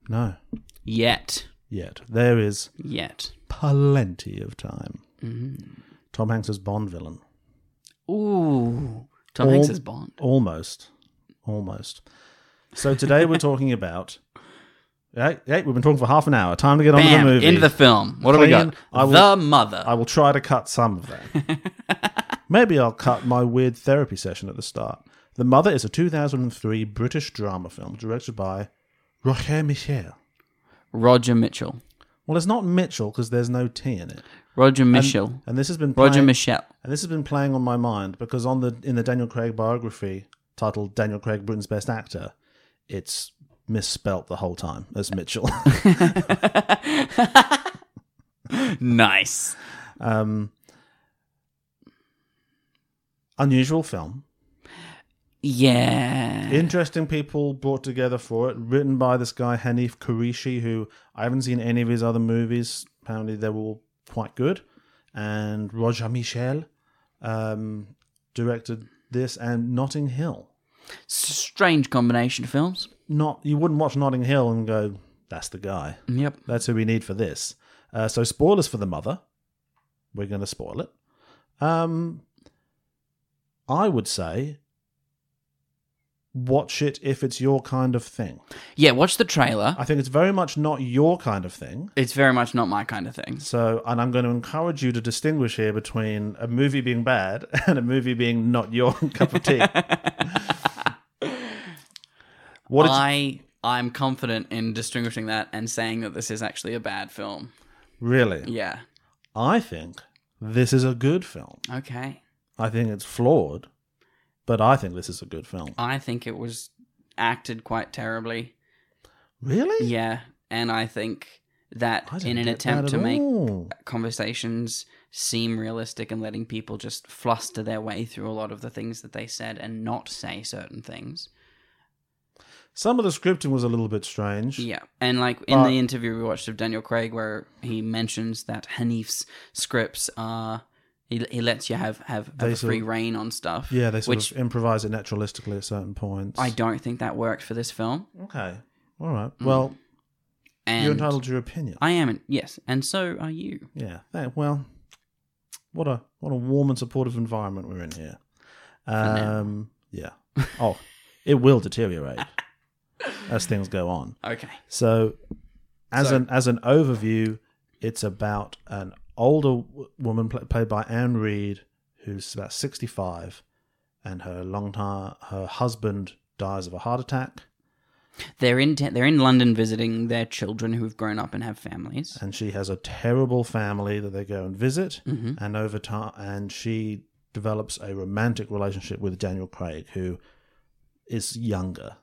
[SPEAKER 3] no.
[SPEAKER 4] Yet,
[SPEAKER 3] Yet there is
[SPEAKER 4] yet.
[SPEAKER 3] plenty of time.
[SPEAKER 4] Mm.
[SPEAKER 3] Tom Hanks as Bond villain.
[SPEAKER 4] Ooh, Tom Hanks
[SPEAKER 3] Al-
[SPEAKER 4] is Bond.
[SPEAKER 3] Almost. Almost. So today we're talking about. Hey, hey, we've been talking for half an hour. Time to get on to the
[SPEAKER 4] Bam!
[SPEAKER 3] movie.
[SPEAKER 4] Into the film. What do we
[SPEAKER 3] Clean.
[SPEAKER 4] got?
[SPEAKER 3] I will-
[SPEAKER 4] the mother.
[SPEAKER 3] I will try to cut some of that. Maybe I'll cut my weird therapy session at the start. The Mother is a 2003 British drama film directed by Roger Michel.
[SPEAKER 4] Roger Mitchell.
[SPEAKER 3] Well, it's not Mitchell because there's no T in it.
[SPEAKER 4] Roger Mitchell.
[SPEAKER 3] And this has been
[SPEAKER 4] Roger
[SPEAKER 3] playing-
[SPEAKER 4] Michelle.
[SPEAKER 3] And this has been playing on my mind because on the in the Daniel Craig biography titled Daniel Craig Britain's Best Actor, it's misspelt the whole time as Mitchell.
[SPEAKER 4] Nice.
[SPEAKER 3] um, unusual film.
[SPEAKER 4] Yeah.
[SPEAKER 3] Interesting people brought together for it. Written by this guy Hanif Qureshi, who I haven't seen any of his other movies. Apparently, they were all quite good. And Roger Michel um, directed this and Notting Hill.
[SPEAKER 4] Strange combination of films.
[SPEAKER 3] Not you wouldn't watch Notting Hill and go, "That's the guy.
[SPEAKER 4] Yep.
[SPEAKER 3] That's who we need for this." Uh, so, spoilers for the mother. We're going to spoil it. Um, I would say, watch it if it's your kind of thing.
[SPEAKER 4] Yeah, watch the trailer.
[SPEAKER 3] I think it's very much not your kind of thing.
[SPEAKER 4] It's very much not my kind of thing.
[SPEAKER 3] So, and I'm going to encourage you to distinguish here between a movie being bad and a movie being not your cup of tea. what did you-
[SPEAKER 4] I I'm confident in distinguishing that and saying that this is actually a bad film.
[SPEAKER 3] really?
[SPEAKER 4] Yeah.
[SPEAKER 3] I think this is a good film.
[SPEAKER 4] Okay.
[SPEAKER 3] I think it's flawed, but I think this is a good film.
[SPEAKER 4] I think it was acted quite terribly.
[SPEAKER 3] Really?
[SPEAKER 4] Yeah, and I think that
[SPEAKER 3] I didn't
[SPEAKER 4] in an
[SPEAKER 3] get
[SPEAKER 4] attempt
[SPEAKER 3] that at
[SPEAKER 4] to make
[SPEAKER 3] all.
[SPEAKER 4] conversations seem realistic and letting people just fluster their way through a lot of the things that they said and not say certain things.
[SPEAKER 3] Some of the scripting was a little bit strange.
[SPEAKER 4] Yeah, and like in
[SPEAKER 3] But-
[SPEAKER 4] the interview we watched of Daniel Craig, where he mentions that Hanif's scripts are he, he lets you have have,
[SPEAKER 3] They
[SPEAKER 4] have
[SPEAKER 3] sort
[SPEAKER 4] free
[SPEAKER 3] of-
[SPEAKER 4] reign on stuff.
[SPEAKER 3] Yeah, they sort
[SPEAKER 4] which
[SPEAKER 3] of improvise it naturalistically at certain points.
[SPEAKER 4] I don't think that worked for this film.
[SPEAKER 3] Okay. All right. Well,
[SPEAKER 4] Mm, And
[SPEAKER 3] you're entitled to your opinion.
[SPEAKER 4] I am, yes, and so are you.
[SPEAKER 3] Yeah. thank- well, what a what a warm and supportive environment we're in here. Um, yeah. Oh, it will deteriorate as things go on.
[SPEAKER 4] Okay,
[SPEAKER 3] So, as
[SPEAKER 4] So-
[SPEAKER 3] an as an overview, it's about an older w- woman pl- played by Anne Reed, who's about sixty five, and her long time her husband dies of a heart attack,
[SPEAKER 4] they're in te- they're in London visiting their children who have grown up and have families.
[SPEAKER 3] and she has a terrible family that they go and visit.
[SPEAKER 4] hmm
[SPEAKER 3] and over time and she develops a romantic relationship with Daniel Craig who is younger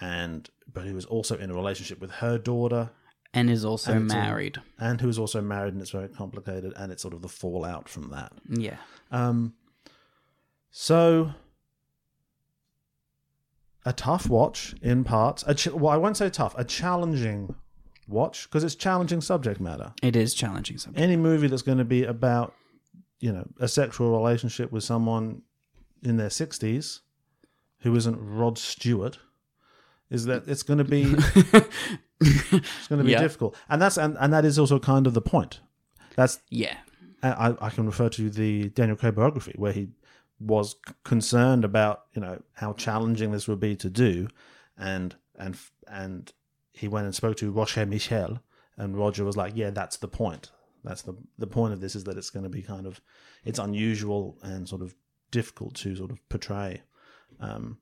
[SPEAKER 3] and but who is also in a relationship with her daughter
[SPEAKER 4] And is also
[SPEAKER 3] And it's all-
[SPEAKER 4] married.
[SPEAKER 3] and who is also married and it's very complicated and it's sort of the fallout from that
[SPEAKER 4] Yeah,
[SPEAKER 3] um so a tough watch in parts a ch- well I won't say tough a challenging watch because it's challenging subject matter
[SPEAKER 4] it is challenging. Sometimes.
[SPEAKER 3] any movie that's going to be about you know a sexual relationship with someone in their 60s who isn't Rod Stewart is that it's going to be it's going to be
[SPEAKER 4] Yeah.
[SPEAKER 3] difficult and that's and, and that is also kind of the point that's
[SPEAKER 4] yeah,
[SPEAKER 3] I, I can refer to the Daniel Craig biography where he was c- concerned about you know how challenging this would be to do, and and f- and he went and spoke to Roger Michel, and Roger was like, yeah, that's the point. That's the the point of this is that it's going to be kind of it's unusual and sort of difficult to sort of portray, um,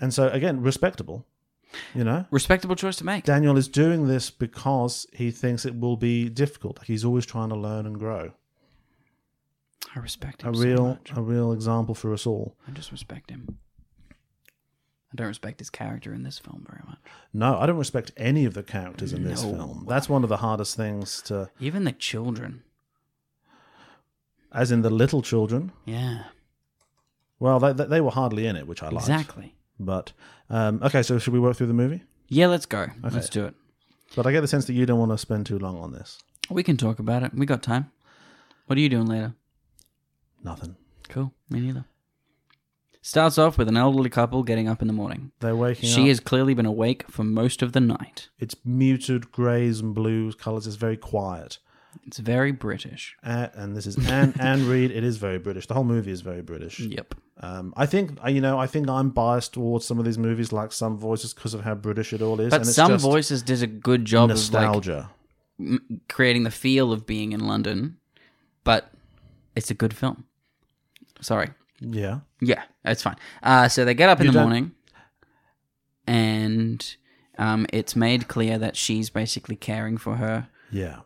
[SPEAKER 3] and so again respectable, you know.
[SPEAKER 4] respectable choice to make.
[SPEAKER 3] Daniel is doing this because he thinks it will be difficult. He's always trying to learn and grow.
[SPEAKER 4] I respect
[SPEAKER 3] A
[SPEAKER 4] him. so
[SPEAKER 3] real,
[SPEAKER 4] much.
[SPEAKER 3] a real example for us all.
[SPEAKER 4] I just respect him. I don't respect his character in this film very much.
[SPEAKER 3] No, I don't respect any of the characters in this
[SPEAKER 4] No.
[SPEAKER 3] film. That's one of the hardest things to,
[SPEAKER 4] Even the children.
[SPEAKER 3] as in the little children.
[SPEAKER 4] Yeah.
[SPEAKER 3] Well, they, they, they were hardly in it, which I liked.
[SPEAKER 4] Exactly.
[SPEAKER 3] But um, okay, so should we work through the movie?
[SPEAKER 4] Yeah, let's go. Let's do it.
[SPEAKER 3] But I get the sense that you don't want to spend too long on this.
[SPEAKER 4] We can talk about it. We got time. What are you doing later?
[SPEAKER 3] Nothing.
[SPEAKER 4] Cool. Me neither. Starts off with an elderly couple getting up in the morning.
[SPEAKER 3] They're waking
[SPEAKER 4] She
[SPEAKER 3] up.
[SPEAKER 4] has clearly been awake for most of the night.
[SPEAKER 3] It's muted greys and blues colors. It's very quiet.
[SPEAKER 4] It's very British.
[SPEAKER 3] Uh, and this is Anne, Anne Reed. It is very British. The whole movie is very British.
[SPEAKER 4] Yep.
[SPEAKER 3] Um, I think uh, you know. I think I'm biased towards some of these movies, like some voices, because of how British it all is.
[SPEAKER 4] But
[SPEAKER 3] and it's
[SPEAKER 4] some
[SPEAKER 3] just
[SPEAKER 4] voices did a good job of like
[SPEAKER 3] nostalgia.
[SPEAKER 4] m- creating the feel of being in London, but it's a good film. Sorry.
[SPEAKER 3] yeah,
[SPEAKER 4] Yeah, it's fine. Uh, so they get up in
[SPEAKER 3] You
[SPEAKER 4] the
[SPEAKER 3] don't-
[SPEAKER 4] morning, and um, it's made clear that she's basically caring for her
[SPEAKER 3] Yeah.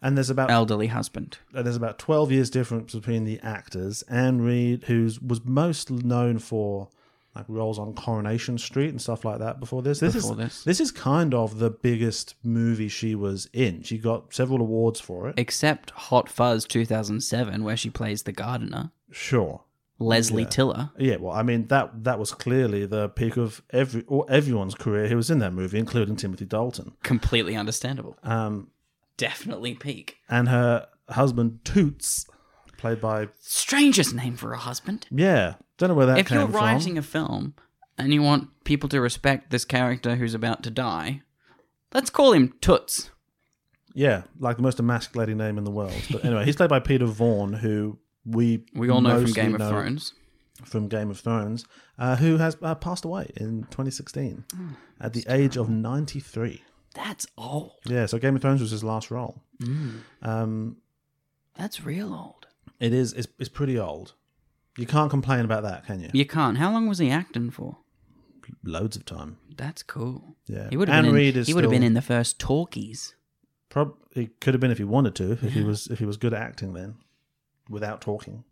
[SPEAKER 3] And there's about
[SPEAKER 4] elderly husband.
[SPEAKER 3] uh, there's about 12 years difference between the actors. Anne Reed, who was most known for like roles on Coronation Street and stuff like that before this. This
[SPEAKER 4] Before
[SPEAKER 3] is
[SPEAKER 4] this.
[SPEAKER 3] is kind of the biggest movie she was in. She got several awards for it.
[SPEAKER 4] Except Hot Fuzz 2007, where she plays the gardener,
[SPEAKER 3] Sure.
[SPEAKER 4] Leslie Tiller.
[SPEAKER 3] Yeah, well, I mean that that was clearly the peak of every or everyone's career who was in that movie, including Timothy Dalton.
[SPEAKER 4] Completely understandable.
[SPEAKER 3] Um,
[SPEAKER 4] Definitely peak.
[SPEAKER 3] and her husband Toots, played by
[SPEAKER 4] Strangest name for a husband.
[SPEAKER 3] yeah, don't know where that
[SPEAKER 4] if
[SPEAKER 3] came
[SPEAKER 4] you're
[SPEAKER 3] from.
[SPEAKER 4] writing a film and you want people to respect this character who's about to die, let's call him Toots.
[SPEAKER 3] Yeah, like the most emasculating name in the world. But anyway, he's played by Peter Vaughan, who we
[SPEAKER 4] We all know from
[SPEAKER 3] mostly
[SPEAKER 4] Game of
[SPEAKER 3] know
[SPEAKER 4] Thrones.
[SPEAKER 3] from Game of Thrones, uh, who has uh, passed away in 2016
[SPEAKER 4] Oh,
[SPEAKER 3] at the age of 93.
[SPEAKER 4] That's old.
[SPEAKER 3] Yeah, so Game of Thrones was his last role.
[SPEAKER 4] Mm.
[SPEAKER 3] Um,
[SPEAKER 4] That's real old.
[SPEAKER 3] it is it's, it's pretty old. You can't complain about that, can you?
[SPEAKER 4] You can't. How long was he acting for?
[SPEAKER 3] Loads of time.
[SPEAKER 4] That's cool.
[SPEAKER 3] Yeah.
[SPEAKER 4] He would have
[SPEAKER 3] Anne
[SPEAKER 4] been. In,
[SPEAKER 3] Reid is
[SPEAKER 4] he would have been
[SPEAKER 3] still-
[SPEAKER 4] in the first talkies.
[SPEAKER 3] Prob- it could have been if he wanted to, if he was if he was good at acting then, without talking.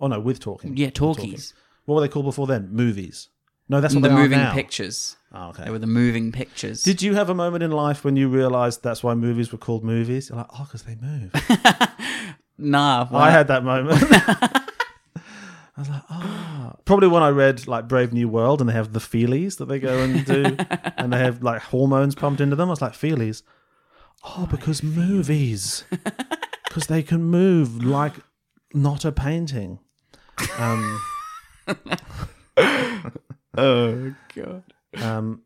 [SPEAKER 3] Oh no, with talking.
[SPEAKER 4] Yeah,
[SPEAKER 3] With talking.
[SPEAKER 4] talkies.
[SPEAKER 3] What were they called before then? Movies. No, that's what
[SPEAKER 4] the
[SPEAKER 3] they
[SPEAKER 4] moving
[SPEAKER 3] are now.
[SPEAKER 4] pictures.
[SPEAKER 3] Oh, okay.
[SPEAKER 4] They were the moving pictures.
[SPEAKER 3] Did you have a moment in life when you realized that's why movies were called movies? You're like, oh, because they move.
[SPEAKER 4] nah.
[SPEAKER 3] I had that moment. I was like, oh. Probably when I read like Brave New World and they have the feelies that they go and do and they have like hormones pumped into them. I was like, feelies? Oh, because movies. Because they can move like not a painting. Um,
[SPEAKER 4] Oh god.
[SPEAKER 3] um,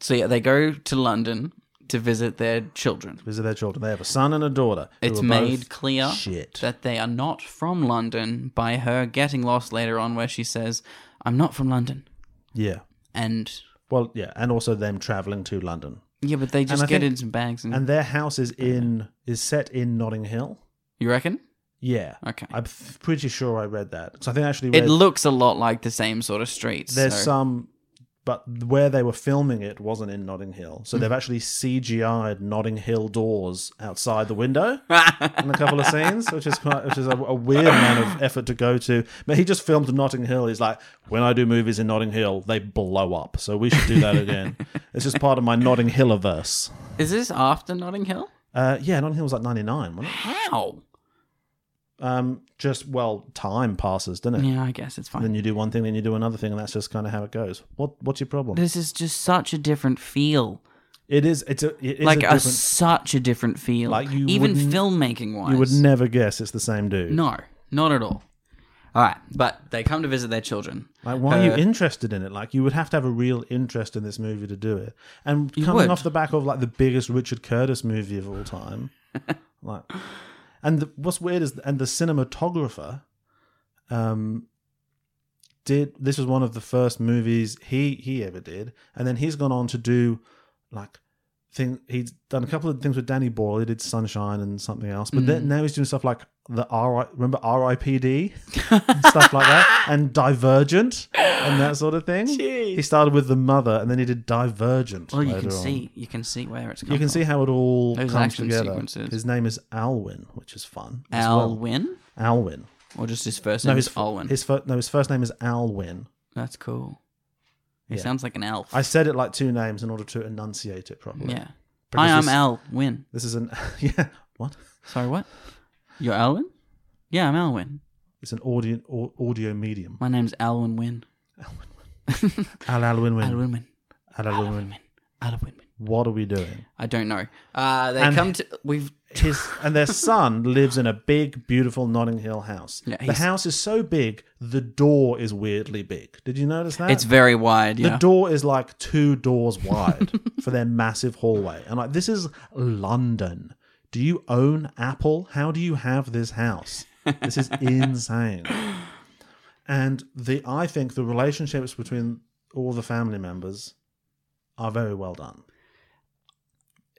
[SPEAKER 4] So yeah, they go to London to visit their children.
[SPEAKER 3] visit their children. They have a son and a daughter. who
[SPEAKER 4] It's
[SPEAKER 3] are both
[SPEAKER 4] made clear
[SPEAKER 3] shit.
[SPEAKER 4] that they are not from London by her getting lost later on, where she says, "I'm not from London,"
[SPEAKER 3] yeah.
[SPEAKER 4] and
[SPEAKER 3] Well, yeah, and also them traveling to London.
[SPEAKER 4] yeah, but they just
[SPEAKER 3] I
[SPEAKER 4] get
[SPEAKER 3] think-
[SPEAKER 4] in some bags and,
[SPEAKER 3] And their house is in is set in Notting Hill.
[SPEAKER 4] you reckon?
[SPEAKER 3] Yeah.
[SPEAKER 4] Okay.
[SPEAKER 3] I'm f- pretty sure I read that. So I think I actually
[SPEAKER 4] It
[SPEAKER 3] read
[SPEAKER 4] looks a lot like the same sort of streets.
[SPEAKER 3] there's
[SPEAKER 4] so-
[SPEAKER 3] some but where they were filming it wasn't in Notting Hill.
[SPEAKER 4] Hmm.
[SPEAKER 3] So they've actually CGI'd Notting Hill doors outside the window in a couple of scenes, which is quite which is a, a weird amount of effort to go to. But he just filmed Notting Hill. He's like, when I do movies in Notting Hill, they blow up. So we should do that again. it's just part of my Notting Hilliverse.
[SPEAKER 4] Is this after Notting Hill?
[SPEAKER 3] Uh, yeah, Notting Hill was like 99, wasn't it?
[SPEAKER 4] How?
[SPEAKER 3] Um, just well, time passes, doesn't it?
[SPEAKER 4] Yeah, I guess it's fine.
[SPEAKER 3] Then you do one thing, then you do another thing, and that's just kind of how it goes. What What's your problem?
[SPEAKER 4] This is just such a different feel.
[SPEAKER 3] it is. It's a. It is
[SPEAKER 4] like
[SPEAKER 3] a
[SPEAKER 4] a,
[SPEAKER 3] different.
[SPEAKER 4] such a different feel.
[SPEAKER 3] Like, you
[SPEAKER 4] even
[SPEAKER 3] wouldn't-
[SPEAKER 4] filmmaking wise.
[SPEAKER 3] you would never guess it's the same dude.
[SPEAKER 4] no, not at all. All right, but they come to visit their children.
[SPEAKER 3] Like, why are you
[SPEAKER 4] Uh,
[SPEAKER 3] interested in it? Like, you would have to have a real interest in this movie to do it. And coming
[SPEAKER 4] would.
[SPEAKER 3] off the back of like the biggest Richard Curtis movie of all time, like, and the, what's weird is, and the cinematographer, um, did this was one of the first movies he he ever did, and then he's gone on to do like thing he's done a couple of things with Danny Boyle. He did Sunshine and something else, but
[SPEAKER 4] Mm.
[SPEAKER 3] then now he's doing stuff like the R remember R.I.P.D. and stuff like that, and Divergent and that sort of thing. He started with the mother, and then he did Divergent.
[SPEAKER 4] Well, Oh, you
[SPEAKER 3] later
[SPEAKER 4] can
[SPEAKER 3] on.
[SPEAKER 4] see you can see where it's coming.
[SPEAKER 3] You can see how it all
[SPEAKER 4] Those
[SPEAKER 3] comes
[SPEAKER 4] action
[SPEAKER 3] together.
[SPEAKER 4] sequences.
[SPEAKER 3] His name is Alwyn, which is fun. as well.
[SPEAKER 4] Alwyn
[SPEAKER 3] Alwyn.
[SPEAKER 4] or just his first
[SPEAKER 3] No,
[SPEAKER 4] name
[SPEAKER 3] his
[SPEAKER 4] is Alwyn.
[SPEAKER 3] His fir- no, his first name is Alwyn.
[SPEAKER 4] That's cool. He
[SPEAKER 3] Yeah.
[SPEAKER 4] sounds like an elf.
[SPEAKER 3] I said it like two names in order to enunciate it properly.
[SPEAKER 4] yeah.
[SPEAKER 3] Because
[SPEAKER 4] Hi, I'm
[SPEAKER 3] this-
[SPEAKER 4] Alwyn.
[SPEAKER 3] This is an yeah. What?
[SPEAKER 4] Sorry, what? You're Alwyn? Yeah, I'm Alwyn.
[SPEAKER 3] It's an audio au- audio medium.
[SPEAKER 4] My name's Alwyn Wynn.
[SPEAKER 3] Al Alwyn Wynn.
[SPEAKER 4] Alwyn Wynn.
[SPEAKER 3] Al Alwyn Wynn.
[SPEAKER 4] Alwyn Wynn.
[SPEAKER 3] What are we doing?
[SPEAKER 4] I don't know. Uh, they
[SPEAKER 3] And-
[SPEAKER 4] come to we've
[SPEAKER 3] His and their son lives in a big, beautiful Notting Hill house.
[SPEAKER 4] Yeah,
[SPEAKER 3] the
[SPEAKER 4] he's-
[SPEAKER 3] house is so big, the door is weirdly big. Did you notice that?
[SPEAKER 4] it's very wide.
[SPEAKER 3] Ah. The
[SPEAKER 4] Yeah.
[SPEAKER 3] door is like two doors wide for their massive hallway. And like, this is London. Do you own Apple? How do you have this house? This is insane. And the I think the relationships between all the family members are very well done.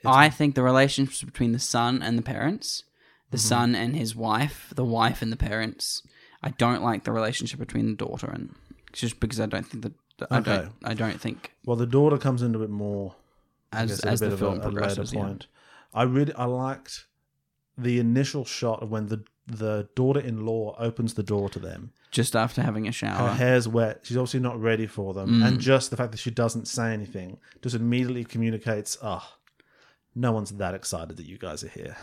[SPEAKER 4] I think the relationships between the son and the parents, the
[SPEAKER 3] Mm-hmm.
[SPEAKER 4] son and his wife, the wife and the parents. I don't like the relationship between the daughter and it's just because I don't think that I
[SPEAKER 3] Okay.
[SPEAKER 4] don't I don't think
[SPEAKER 3] Well, the daughter comes into it more
[SPEAKER 4] as
[SPEAKER 3] guess, at
[SPEAKER 4] as
[SPEAKER 3] a bit
[SPEAKER 4] the
[SPEAKER 3] of
[SPEAKER 4] film
[SPEAKER 3] a, a later
[SPEAKER 4] progresses. yeah.
[SPEAKER 3] point. I really I liked the initial shot of when the the daughter-in-law opens the door to them.
[SPEAKER 4] Just after having a
[SPEAKER 3] Her
[SPEAKER 4] shower,
[SPEAKER 3] hair's wet. She's obviously not ready for them,
[SPEAKER 4] Mm.
[SPEAKER 3] and just the fact that she doesn't say anything just immediately communicates, "Ah, no one's that excited that you guys are here."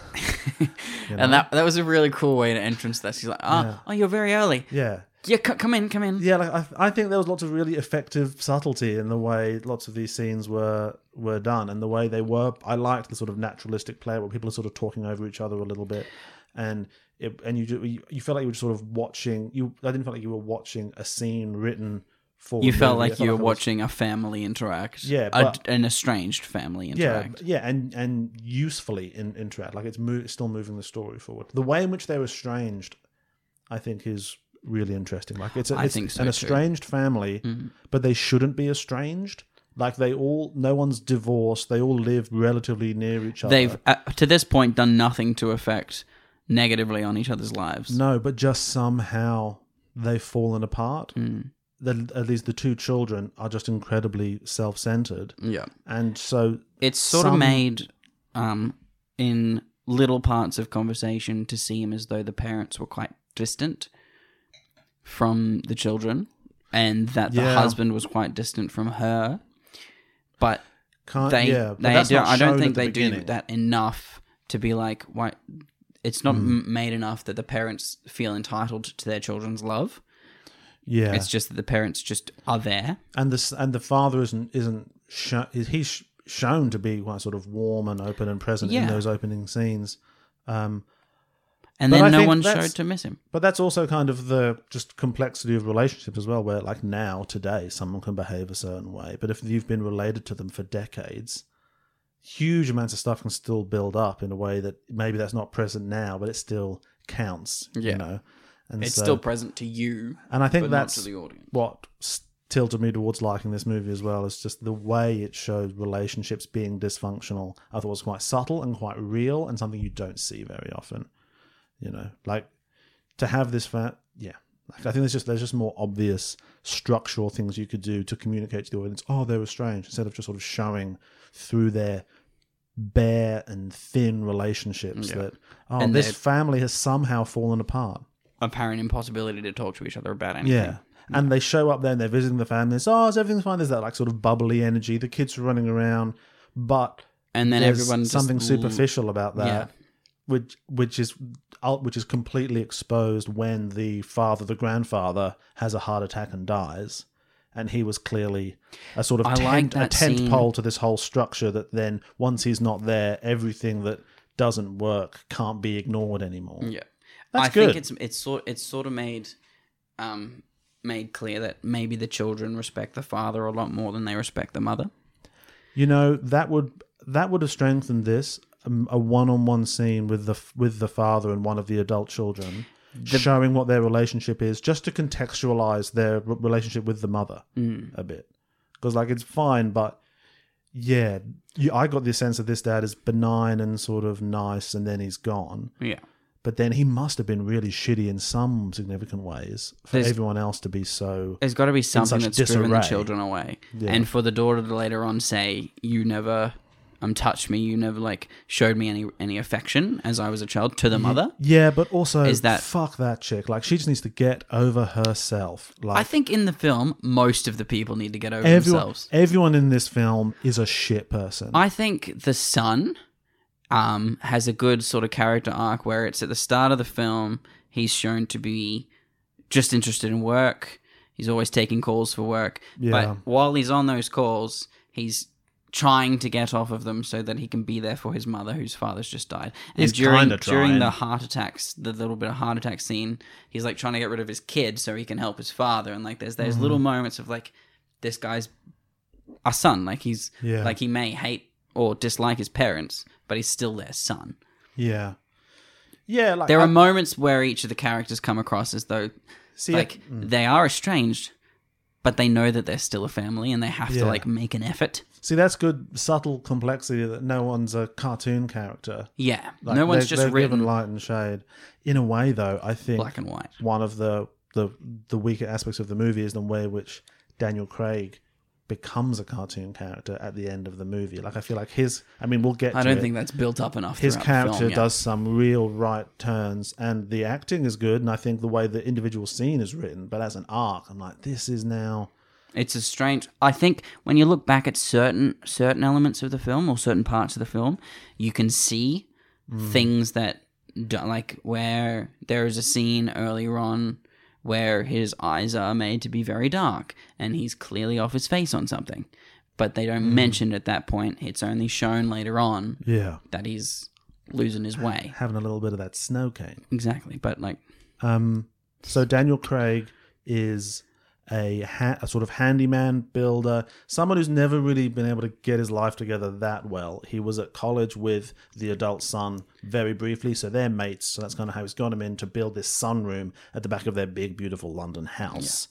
[SPEAKER 4] and that that was a really cool way to entrance that. She's like, "Ah, oh, you're very early.
[SPEAKER 3] Yeah,
[SPEAKER 4] Yeah, c- come in, come in."
[SPEAKER 3] yeah. Like I, I think there was lots of really effective subtlety in the way lots of these scenes were were done, and the way they were. I liked the sort of naturalistic play where people are sort of talking over each other a little bit, and. It, and you, ju- you you felt like you were sort of watching you I didn't feel like you were watching a scene written for
[SPEAKER 4] You
[SPEAKER 3] the
[SPEAKER 4] felt
[SPEAKER 3] movie. I
[SPEAKER 4] like you were
[SPEAKER 3] I was-
[SPEAKER 4] watching a family interact.
[SPEAKER 3] Yeah,
[SPEAKER 4] A-
[SPEAKER 3] but-
[SPEAKER 4] an estranged family
[SPEAKER 3] yeah
[SPEAKER 4] interact.
[SPEAKER 3] yeah and and usefully in, interact like it's, mo- it's still moving the story forward the way in which they're estranged i think is really interesting like it's, a,
[SPEAKER 4] I
[SPEAKER 3] it's
[SPEAKER 4] think
[SPEAKER 3] an
[SPEAKER 4] so too. Mm-hmm.
[SPEAKER 3] estranged family but they shouldn't be estranged like they all no one's divorced they all live relatively near each other
[SPEAKER 4] They've uh, to this point done nothing to affect negatively on each other's lives.
[SPEAKER 3] no but just somehow they've fallen apart
[SPEAKER 4] Mm.
[SPEAKER 3] the, at least the two children are just incredibly self-centered
[SPEAKER 4] Yeah.
[SPEAKER 3] and so
[SPEAKER 4] It's sort
[SPEAKER 3] Some-
[SPEAKER 4] of made um, in little parts of conversation to seem as though the parents were quite distant from the children and that the
[SPEAKER 3] Yeah.
[SPEAKER 4] husband was quite distant from her. But
[SPEAKER 3] can't
[SPEAKER 4] they,
[SPEAKER 3] Uh, yeah but
[SPEAKER 4] they
[SPEAKER 3] that's
[SPEAKER 4] do,
[SPEAKER 3] not
[SPEAKER 4] I don't
[SPEAKER 3] shown
[SPEAKER 4] think
[SPEAKER 3] at the
[SPEAKER 4] they do
[SPEAKER 3] beginning.
[SPEAKER 4] that enough to be like, why? It's not
[SPEAKER 3] Hmm.
[SPEAKER 4] m made enough that the parents feel entitled to their children's love.
[SPEAKER 3] yeah
[SPEAKER 4] It's just that the parents just are there.
[SPEAKER 3] and the s- and the father isn't isn't sho- is he's sh- shown to be quite sort of warm and open and present in
[SPEAKER 4] Yeah.
[SPEAKER 3] those opening scenes
[SPEAKER 4] And
[SPEAKER 3] But
[SPEAKER 4] then
[SPEAKER 3] I
[SPEAKER 4] no
[SPEAKER 3] think
[SPEAKER 4] one
[SPEAKER 3] that's-
[SPEAKER 4] showed to miss him.
[SPEAKER 3] but that's also kind of the just complexity of relationships as well where like now today someone can behave a certain way but if you've been related to them for decades huge amounts of stuff can still build up in a way that maybe that's not present now but it still counts
[SPEAKER 4] Yeah.
[SPEAKER 3] you know and
[SPEAKER 4] It's
[SPEAKER 3] so-
[SPEAKER 4] still present to you,
[SPEAKER 3] and i think
[SPEAKER 4] but not
[SPEAKER 3] that's
[SPEAKER 4] to the audience.
[SPEAKER 3] what s- tilted me towards liking this movie as well is just the way it showed relationships being dysfunctional. I thought it was quite subtle and quite real and something you don't see very often. You know, like to have this fa yeah. Like I think there's just there's just more obvious structural things you could do to communicate to the audience. Oh, they were strange instead of just sort of showing through their bare and thin relationships that oh
[SPEAKER 4] And
[SPEAKER 3] this
[SPEAKER 4] they're-
[SPEAKER 3] family has somehow fallen apart.
[SPEAKER 4] apparent impossibility to talk to each other about anything.
[SPEAKER 3] Yeah. And they show up there and they're visiting the family. It's, oh, is everything's fine. There's that like sort of bubbly energy. The kids are running around, but
[SPEAKER 4] And then
[SPEAKER 3] there's
[SPEAKER 4] everyone just
[SPEAKER 3] something
[SPEAKER 4] l-
[SPEAKER 3] superficial about that,
[SPEAKER 4] Yeah.
[SPEAKER 3] which which is out- which is completely exposed when the father, the grandfather, has a heart attack and dies, and he was clearly a sort of
[SPEAKER 4] I
[SPEAKER 3] tent,
[SPEAKER 4] like
[SPEAKER 3] a
[SPEAKER 4] that
[SPEAKER 3] tent
[SPEAKER 4] scene.
[SPEAKER 3] pole to this whole structure. That then once he's not there, everything that doesn't work can't be ignored anymore.
[SPEAKER 4] Yeah.
[SPEAKER 3] That's
[SPEAKER 4] I
[SPEAKER 3] good.
[SPEAKER 4] think it's it's sort it's sort of made um made clear that maybe the children respect the father a lot more than they respect the mother.
[SPEAKER 3] You know that would that would have strengthened this um, a one-on-one scene with the with the father and one of the adult children, showing what their relationship is, just to contextualize their r- relationship with the mother a bit, because like it's fine, but yeah, you, I got the sense that this dad is benign and sort of nice, and then he's gone.
[SPEAKER 4] Yeah.
[SPEAKER 3] But then he must have been really shitty in some significant ways for
[SPEAKER 4] There's-
[SPEAKER 3] everyone else to be so.
[SPEAKER 4] There's got to be something
[SPEAKER 3] such
[SPEAKER 4] that's driven the
[SPEAKER 3] disarray.
[SPEAKER 4] children away. And for the daughter to later on say, "You never um touched me. You never like showed me any any affection as I was a child to the
[SPEAKER 3] Mm-hmm.
[SPEAKER 4] mother."
[SPEAKER 3] Yeah, but also
[SPEAKER 4] Is that-
[SPEAKER 3] fuck that chick? Like she just needs to get over herself. Like
[SPEAKER 4] I think in the film, most of the people need to get over
[SPEAKER 3] everyone,
[SPEAKER 4] themselves.
[SPEAKER 3] everyone in this film is a shit person.
[SPEAKER 4] I think the son um, has a good sort of character arc where it's at the start of the film he's shown to be just interested in work. He's always taking calls for work,
[SPEAKER 3] Yeah.
[SPEAKER 4] but while he's on those calls, he's trying to get off of them so that he can be there for his mother, whose father's just died. And
[SPEAKER 3] He's
[SPEAKER 4] during
[SPEAKER 3] kinda
[SPEAKER 4] during the
[SPEAKER 3] trying.
[SPEAKER 4] heart attacks, the little bit of heart attack scene, he's like trying to get rid of his kid so he can help his father. And like there's those
[SPEAKER 3] Mm-hmm.
[SPEAKER 4] little moments of like this guy's a son. Like he's
[SPEAKER 3] Yeah.
[SPEAKER 4] like he may hate or dislike his parents, but he's still their son.
[SPEAKER 3] yeah, yeah. Like
[SPEAKER 4] There
[SPEAKER 3] I-
[SPEAKER 4] are moments where each of the characters come across as though
[SPEAKER 3] see,
[SPEAKER 4] like
[SPEAKER 3] Mm.
[SPEAKER 4] they are estranged, but they know that they're still a family and they have
[SPEAKER 3] Yeah.
[SPEAKER 4] to like make an effort.
[SPEAKER 3] see, that's good subtle complexity that no one's a cartoon character.
[SPEAKER 4] Yeah.
[SPEAKER 3] Like,
[SPEAKER 4] no one's
[SPEAKER 3] they're-
[SPEAKER 4] just
[SPEAKER 3] they're
[SPEAKER 4] written
[SPEAKER 3] given light and shade. In a way, though, I think
[SPEAKER 4] black and white.
[SPEAKER 3] one of the the the weaker aspects of the movie is the way which Daniel Craig becomes a cartoon character at the end of the movie. Like I feel like his. I mean, we'll get.
[SPEAKER 4] I
[SPEAKER 3] to
[SPEAKER 4] don't
[SPEAKER 3] it.
[SPEAKER 4] think that's built up enough.
[SPEAKER 3] his
[SPEAKER 4] throughout the film
[SPEAKER 3] character
[SPEAKER 4] yet.
[SPEAKER 3] does some real right turns, and the acting is good. And I think the way the individual scene is written, but as an arc, I'm like, this is now.
[SPEAKER 4] It's a strange. I think when you look back at certain certain elements of the film or certain parts of the film, you can see things that do, like where there is a scene earlier on where his eyes are made to be very dark and he's clearly off his face on something, but they don't mention it at that point. It's only shown later on
[SPEAKER 3] Yeah,
[SPEAKER 4] that he's losing his way.
[SPEAKER 3] having a little bit of that snow cane.
[SPEAKER 4] Exactly, but like
[SPEAKER 3] Um, so Daniel Craig is a, ha- a sort of handyman builder, someone who's never really been able to get his life together that well. He was at college with the adult son very briefly, so they're mates. So that's kind of how he's got him in to build this sunroom at the back of their big, beautiful London house.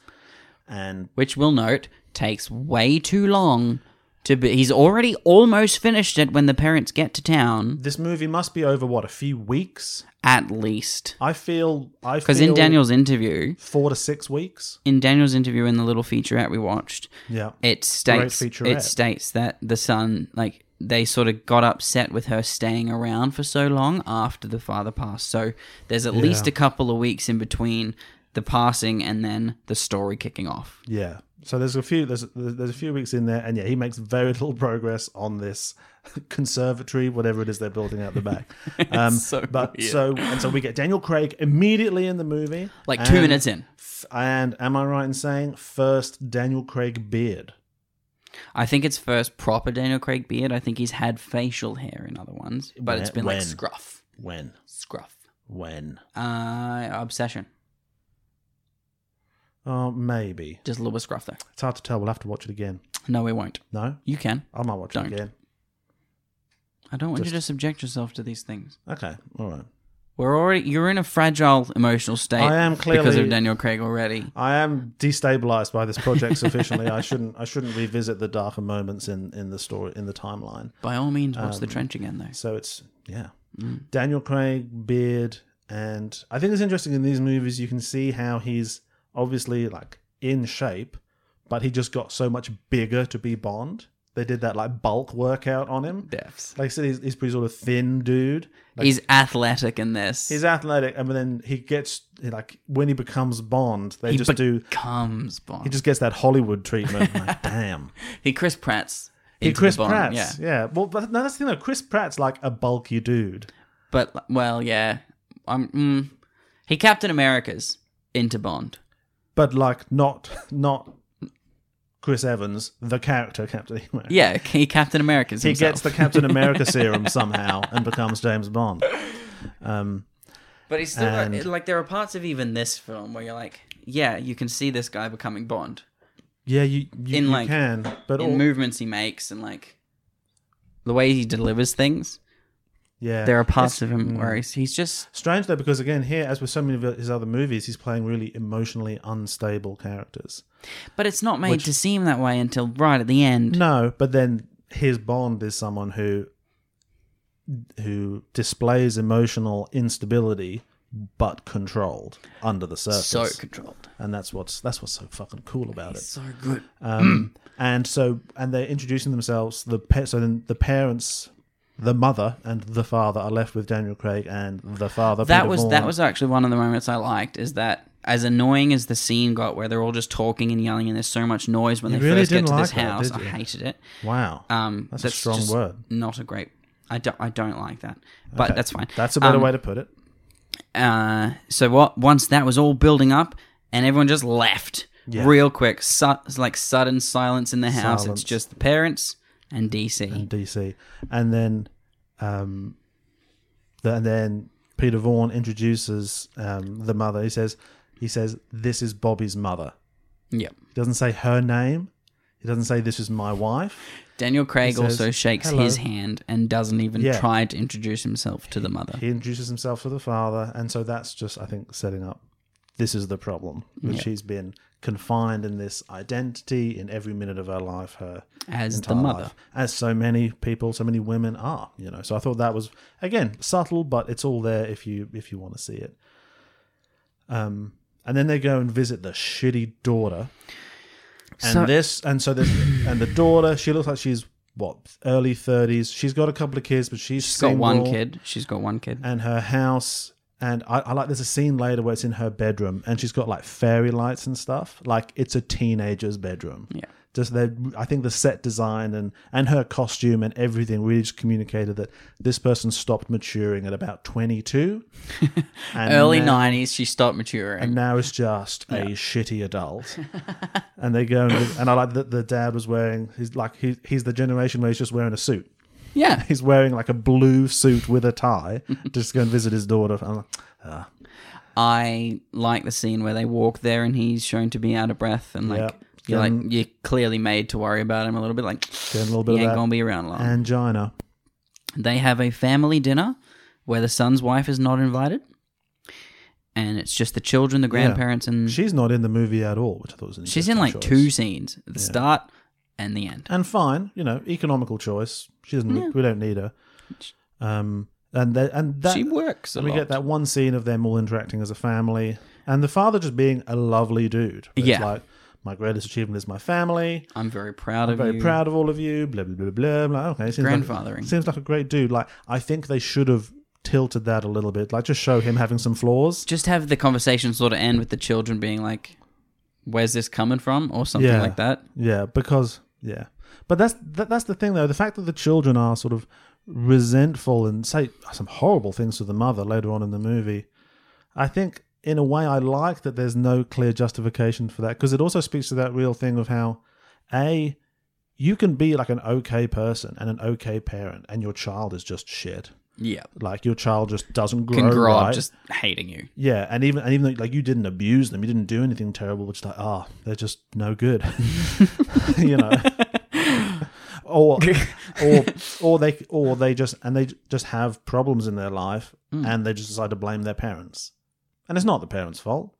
[SPEAKER 3] And
[SPEAKER 4] which we'll note takes way too long to be. He's already almost finished it when the parents get to town,
[SPEAKER 3] this movie must be over what a few weeks.
[SPEAKER 4] at least.
[SPEAKER 3] I feel I
[SPEAKER 4] Because in Daniel's interview,
[SPEAKER 3] four to six weeks.
[SPEAKER 4] in Daniel's interview in the little featurette we watched,
[SPEAKER 3] Yeah,
[SPEAKER 4] it states
[SPEAKER 3] featurette.
[SPEAKER 4] it states that the son like they sort of got upset with her staying around for so long after the father passed. So there's at least a couple of weeks in between the passing and then the story kicking off.
[SPEAKER 3] Yeah. So there's a few there's there's a few weeks in there, and yeah, he makes very little progress on this conservatory, whatever it is they're building out the back. Um,
[SPEAKER 4] so
[SPEAKER 3] but
[SPEAKER 4] weird.
[SPEAKER 3] so and so we get Daniel Craig immediately in the movie,
[SPEAKER 4] Like two
[SPEAKER 3] and-
[SPEAKER 4] minutes in.
[SPEAKER 3] f- And am I right in saying first Daniel Craig beard?
[SPEAKER 4] I think it's first proper Daniel Craig beard. I think he's had facial hair in other ones, but it's been like
[SPEAKER 3] When?
[SPEAKER 4] scruff,
[SPEAKER 3] When
[SPEAKER 4] scruff.
[SPEAKER 3] when?
[SPEAKER 4] Uh, obsession.
[SPEAKER 3] Oh, maybe
[SPEAKER 4] Just a little bit of scruff though.
[SPEAKER 3] it's hard to tell. We'll have to watch it again.
[SPEAKER 4] No, we won't.
[SPEAKER 3] No,
[SPEAKER 4] You can.
[SPEAKER 3] I might watch
[SPEAKER 4] Don't.
[SPEAKER 3] it again.
[SPEAKER 4] I don't want you to subject yourself to these things.
[SPEAKER 3] Okay, all right.
[SPEAKER 4] We're already. You're in a fragile emotional state.
[SPEAKER 3] I am
[SPEAKER 4] because of
[SPEAKER 3] clearly-
[SPEAKER 4] Daniel Craig already.
[SPEAKER 3] I am destabilized by this project sufficiently. I shouldn't. I shouldn't revisit the darker moments in in the story in the timeline.
[SPEAKER 4] By all means, watch
[SPEAKER 3] Um,
[SPEAKER 4] the trench again though.
[SPEAKER 3] So it's yeah, Daniel Craig, Beard, and I think it's interesting in these movies you can see how he's obviously like in shape, but he just got so much bigger to be Bond. They did that like bulk workout on him.
[SPEAKER 4] Deaths.
[SPEAKER 3] Like I said, he's, he's pretty sort of thin dude. Like,
[SPEAKER 4] he's athletic in this.
[SPEAKER 3] he's athletic, and then he gets like when he becomes Bond, they
[SPEAKER 4] he
[SPEAKER 3] just do.
[SPEAKER 4] becomes Bond.
[SPEAKER 3] He
[SPEAKER 4] He,
[SPEAKER 3] just gets that Hollywood treatment. like, damn.
[SPEAKER 4] Chris Pratt's.
[SPEAKER 3] He
[SPEAKER 4] into the
[SPEAKER 3] Chris
[SPEAKER 4] Bond,
[SPEAKER 3] Pratt's.
[SPEAKER 4] Yeah.
[SPEAKER 3] yeah. Well, but no, that's the thing though. Chris Pratt's like a bulky dude.
[SPEAKER 4] But well, yeah. I'm. Mm, he Captain America's into Bond.
[SPEAKER 3] but like not not Chris Evans, the character Captain America.
[SPEAKER 4] Yeah, he Captain America's.
[SPEAKER 3] he
[SPEAKER 4] himself.
[SPEAKER 3] gets the Captain America serum somehow and becomes James Bond. Um,
[SPEAKER 4] But he's still
[SPEAKER 3] and-
[SPEAKER 4] like there are parts of even this film where you're like, yeah, you can see this guy becoming Bond
[SPEAKER 3] yeah, you you,
[SPEAKER 4] In,
[SPEAKER 3] you
[SPEAKER 4] like-
[SPEAKER 3] can, but all,
[SPEAKER 4] in movements he makes and like the way he delivers things.
[SPEAKER 3] yeah, mm.
[SPEAKER 4] There are parts of him where he's, he's just
[SPEAKER 3] strange though because again here, as with so many of his other movies, he's playing really emotionally unstable characters.
[SPEAKER 4] But it's not made to seem that way until right at the end.
[SPEAKER 3] No, but then his Bond is someone who who displays emotional instability but controlled under the surface.
[SPEAKER 4] so controlled.
[SPEAKER 3] and that's what's that's what's so fucking cool about it.
[SPEAKER 4] So good.
[SPEAKER 3] Um, and so and they're introducing themselves. The pa- so then the parents, the mother and the father are left with Daniel Craig and the father.
[SPEAKER 4] That
[SPEAKER 3] Peter
[SPEAKER 4] was that
[SPEAKER 3] Vaughan.
[SPEAKER 4] was actually one of the moments I liked is that as annoying as the scene got where they're all just talking and yelling and there's so much noise when
[SPEAKER 3] You
[SPEAKER 4] they
[SPEAKER 3] really
[SPEAKER 4] first get
[SPEAKER 3] didn't
[SPEAKER 4] to this
[SPEAKER 3] like that,
[SPEAKER 4] house.
[SPEAKER 3] did
[SPEAKER 4] I
[SPEAKER 3] you?
[SPEAKER 4] hated it.
[SPEAKER 3] wow.
[SPEAKER 4] Um,
[SPEAKER 3] That's a strong
[SPEAKER 4] just
[SPEAKER 3] word.
[SPEAKER 4] Not a great. I don't. I don't like that. But that's fine.
[SPEAKER 3] that's a better
[SPEAKER 4] Um,
[SPEAKER 3] way to put it.
[SPEAKER 4] Uh, so what? Once that was all building up, and everyone just left real quick. Su- like sudden silence in the house.
[SPEAKER 3] Silence.
[SPEAKER 4] It's just the parents and DC.
[SPEAKER 3] in DC, and then, um, the, and then Peter Vaughan introduces um, the mother. He says, he says, "This is Bobby's mother."
[SPEAKER 4] yep.
[SPEAKER 3] He doesn't say her name. He doesn't say, "This is my wife."
[SPEAKER 4] Daniel Craig
[SPEAKER 3] says,
[SPEAKER 4] also shakes
[SPEAKER 3] "Hello."
[SPEAKER 4] his hand and doesn't even
[SPEAKER 3] Yeah.
[SPEAKER 4] try to introduce himself to the mother.
[SPEAKER 3] he introduces himself to the father and so that's just i think setting up this is the problem that she's been confined in this identity in every minute of her life her
[SPEAKER 4] As the
[SPEAKER 3] entire
[SPEAKER 4] mother.
[SPEAKER 3] life, as so many people so many women are you know so i thought that was again subtle but it's all there if you if you want to see it um and then they go and visit the shitty daughter and
[SPEAKER 4] So-
[SPEAKER 3] this and so this and the daughter she looks like she's what early 30s she's got a couple of kids but she's
[SPEAKER 4] She's got one
[SPEAKER 3] single
[SPEAKER 4] kid. She's got one kid.
[SPEAKER 3] and her house and I, I like there's a scene later where it's in her bedroom and she's got like fairy lights and stuff like it's a teenager's bedroom
[SPEAKER 4] Yeah.
[SPEAKER 3] just they i think the set design and and her costume and everything really just communicated that this person stopped maturing at about 22 and
[SPEAKER 4] Early
[SPEAKER 3] now-
[SPEAKER 4] 90s, she stopped maturing.
[SPEAKER 3] and now is just a shitty adult. and they go and, and I like that the dad was wearing he's like he, he's the generation where he's just wearing a suit.
[SPEAKER 4] yeah.
[SPEAKER 3] He's wearing like a blue suit with a tie just to go and visit his daughter. I'm like,
[SPEAKER 4] I like the scene where they walk there and he's shown to be out of breath and like
[SPEAKER 3] Yeah.
[SPEAKER 4] you're like you're clearly made to worry about him a little bit like
[SPEAKER 3] getting a little
[SPEAKER 4] he
[SPEAKER 3] bit
[SPEAKER 4] ain't
[SPEAKER 3] of that
[SPEAKER 4] gonna be around long.
[SPEAKER 3] angina.
[SPEAKER 4] they have a family dinner where the son's wife is not invited. And it's just the children, the grandparents, and
[SPEAKER 3] She's not in the movie at all, which I thought was an
[SPEAKER 4] she's in like
[SPEAKER 3] interesting choice.
[SPEAKER 4] two scenes at the start and the end.
[SPEAKER 3] and fine, you know, economical choice. She doesn't. We don't need her. Um, and they, and that
[SPEAKER 4] she works a
[SPEAKER 3] And we
[SPEAKER 4] lot.
[SPEAKER 3] get that one scene of them all interacting as a family, and the father just being a lovely dude. It's
[SPEAKER 4] Yeah.
[SPEAKER 3] like my greatest achievement is my family.
[SPEAKER 4] I'm very proud of
[SPEAKER 3] Very
[SPEAKER 4] you.
[SPEAKER 3] proud of all of you. Blah blah blah blah. I'm like, okay, seems Like,
[SPEAKER 4] Grandfathering.
[SPEAKER 3] seems like a great dude. Like I think they should have tilted that a little bit. Like just show him having some flaws.
[SPEAKER 4] Just have the conversation sort of end with the children being like, "Where's this coming from?" or something
[SPEAKER 3] Yeah.
[SPEAKER 4] like that.
[SPEAKER 3] Yeah, because yeah, but that's that, that's the thing though. The fact that the children are sort of resentful and say some horrible things to the mother later on in the movie, I think in a way I like that there's no clear justification for that because it also speaks to that real thing of how a you can be like an okay person and an okay parent, and your child is just shit.
[SPEAKER 4] Yeah,
[SPEAKER 3] Like your child just doesn't grow,
[SPEAKER 4] can grow
[SPEAKER 3] right.
[SPEAKER 4] up just hating you.
[SPEAKER 3] Yeah, and even and even though, like you didn't abuse them, you didn't do anything terrible. Which like, ah, they're just no good, you know. or or or they or they just and they just have problems in their life,
[SPEAKER 4] Hmm.
[SPEAKER 3] and they just decide to blame their parents, and it's not the parents' fault,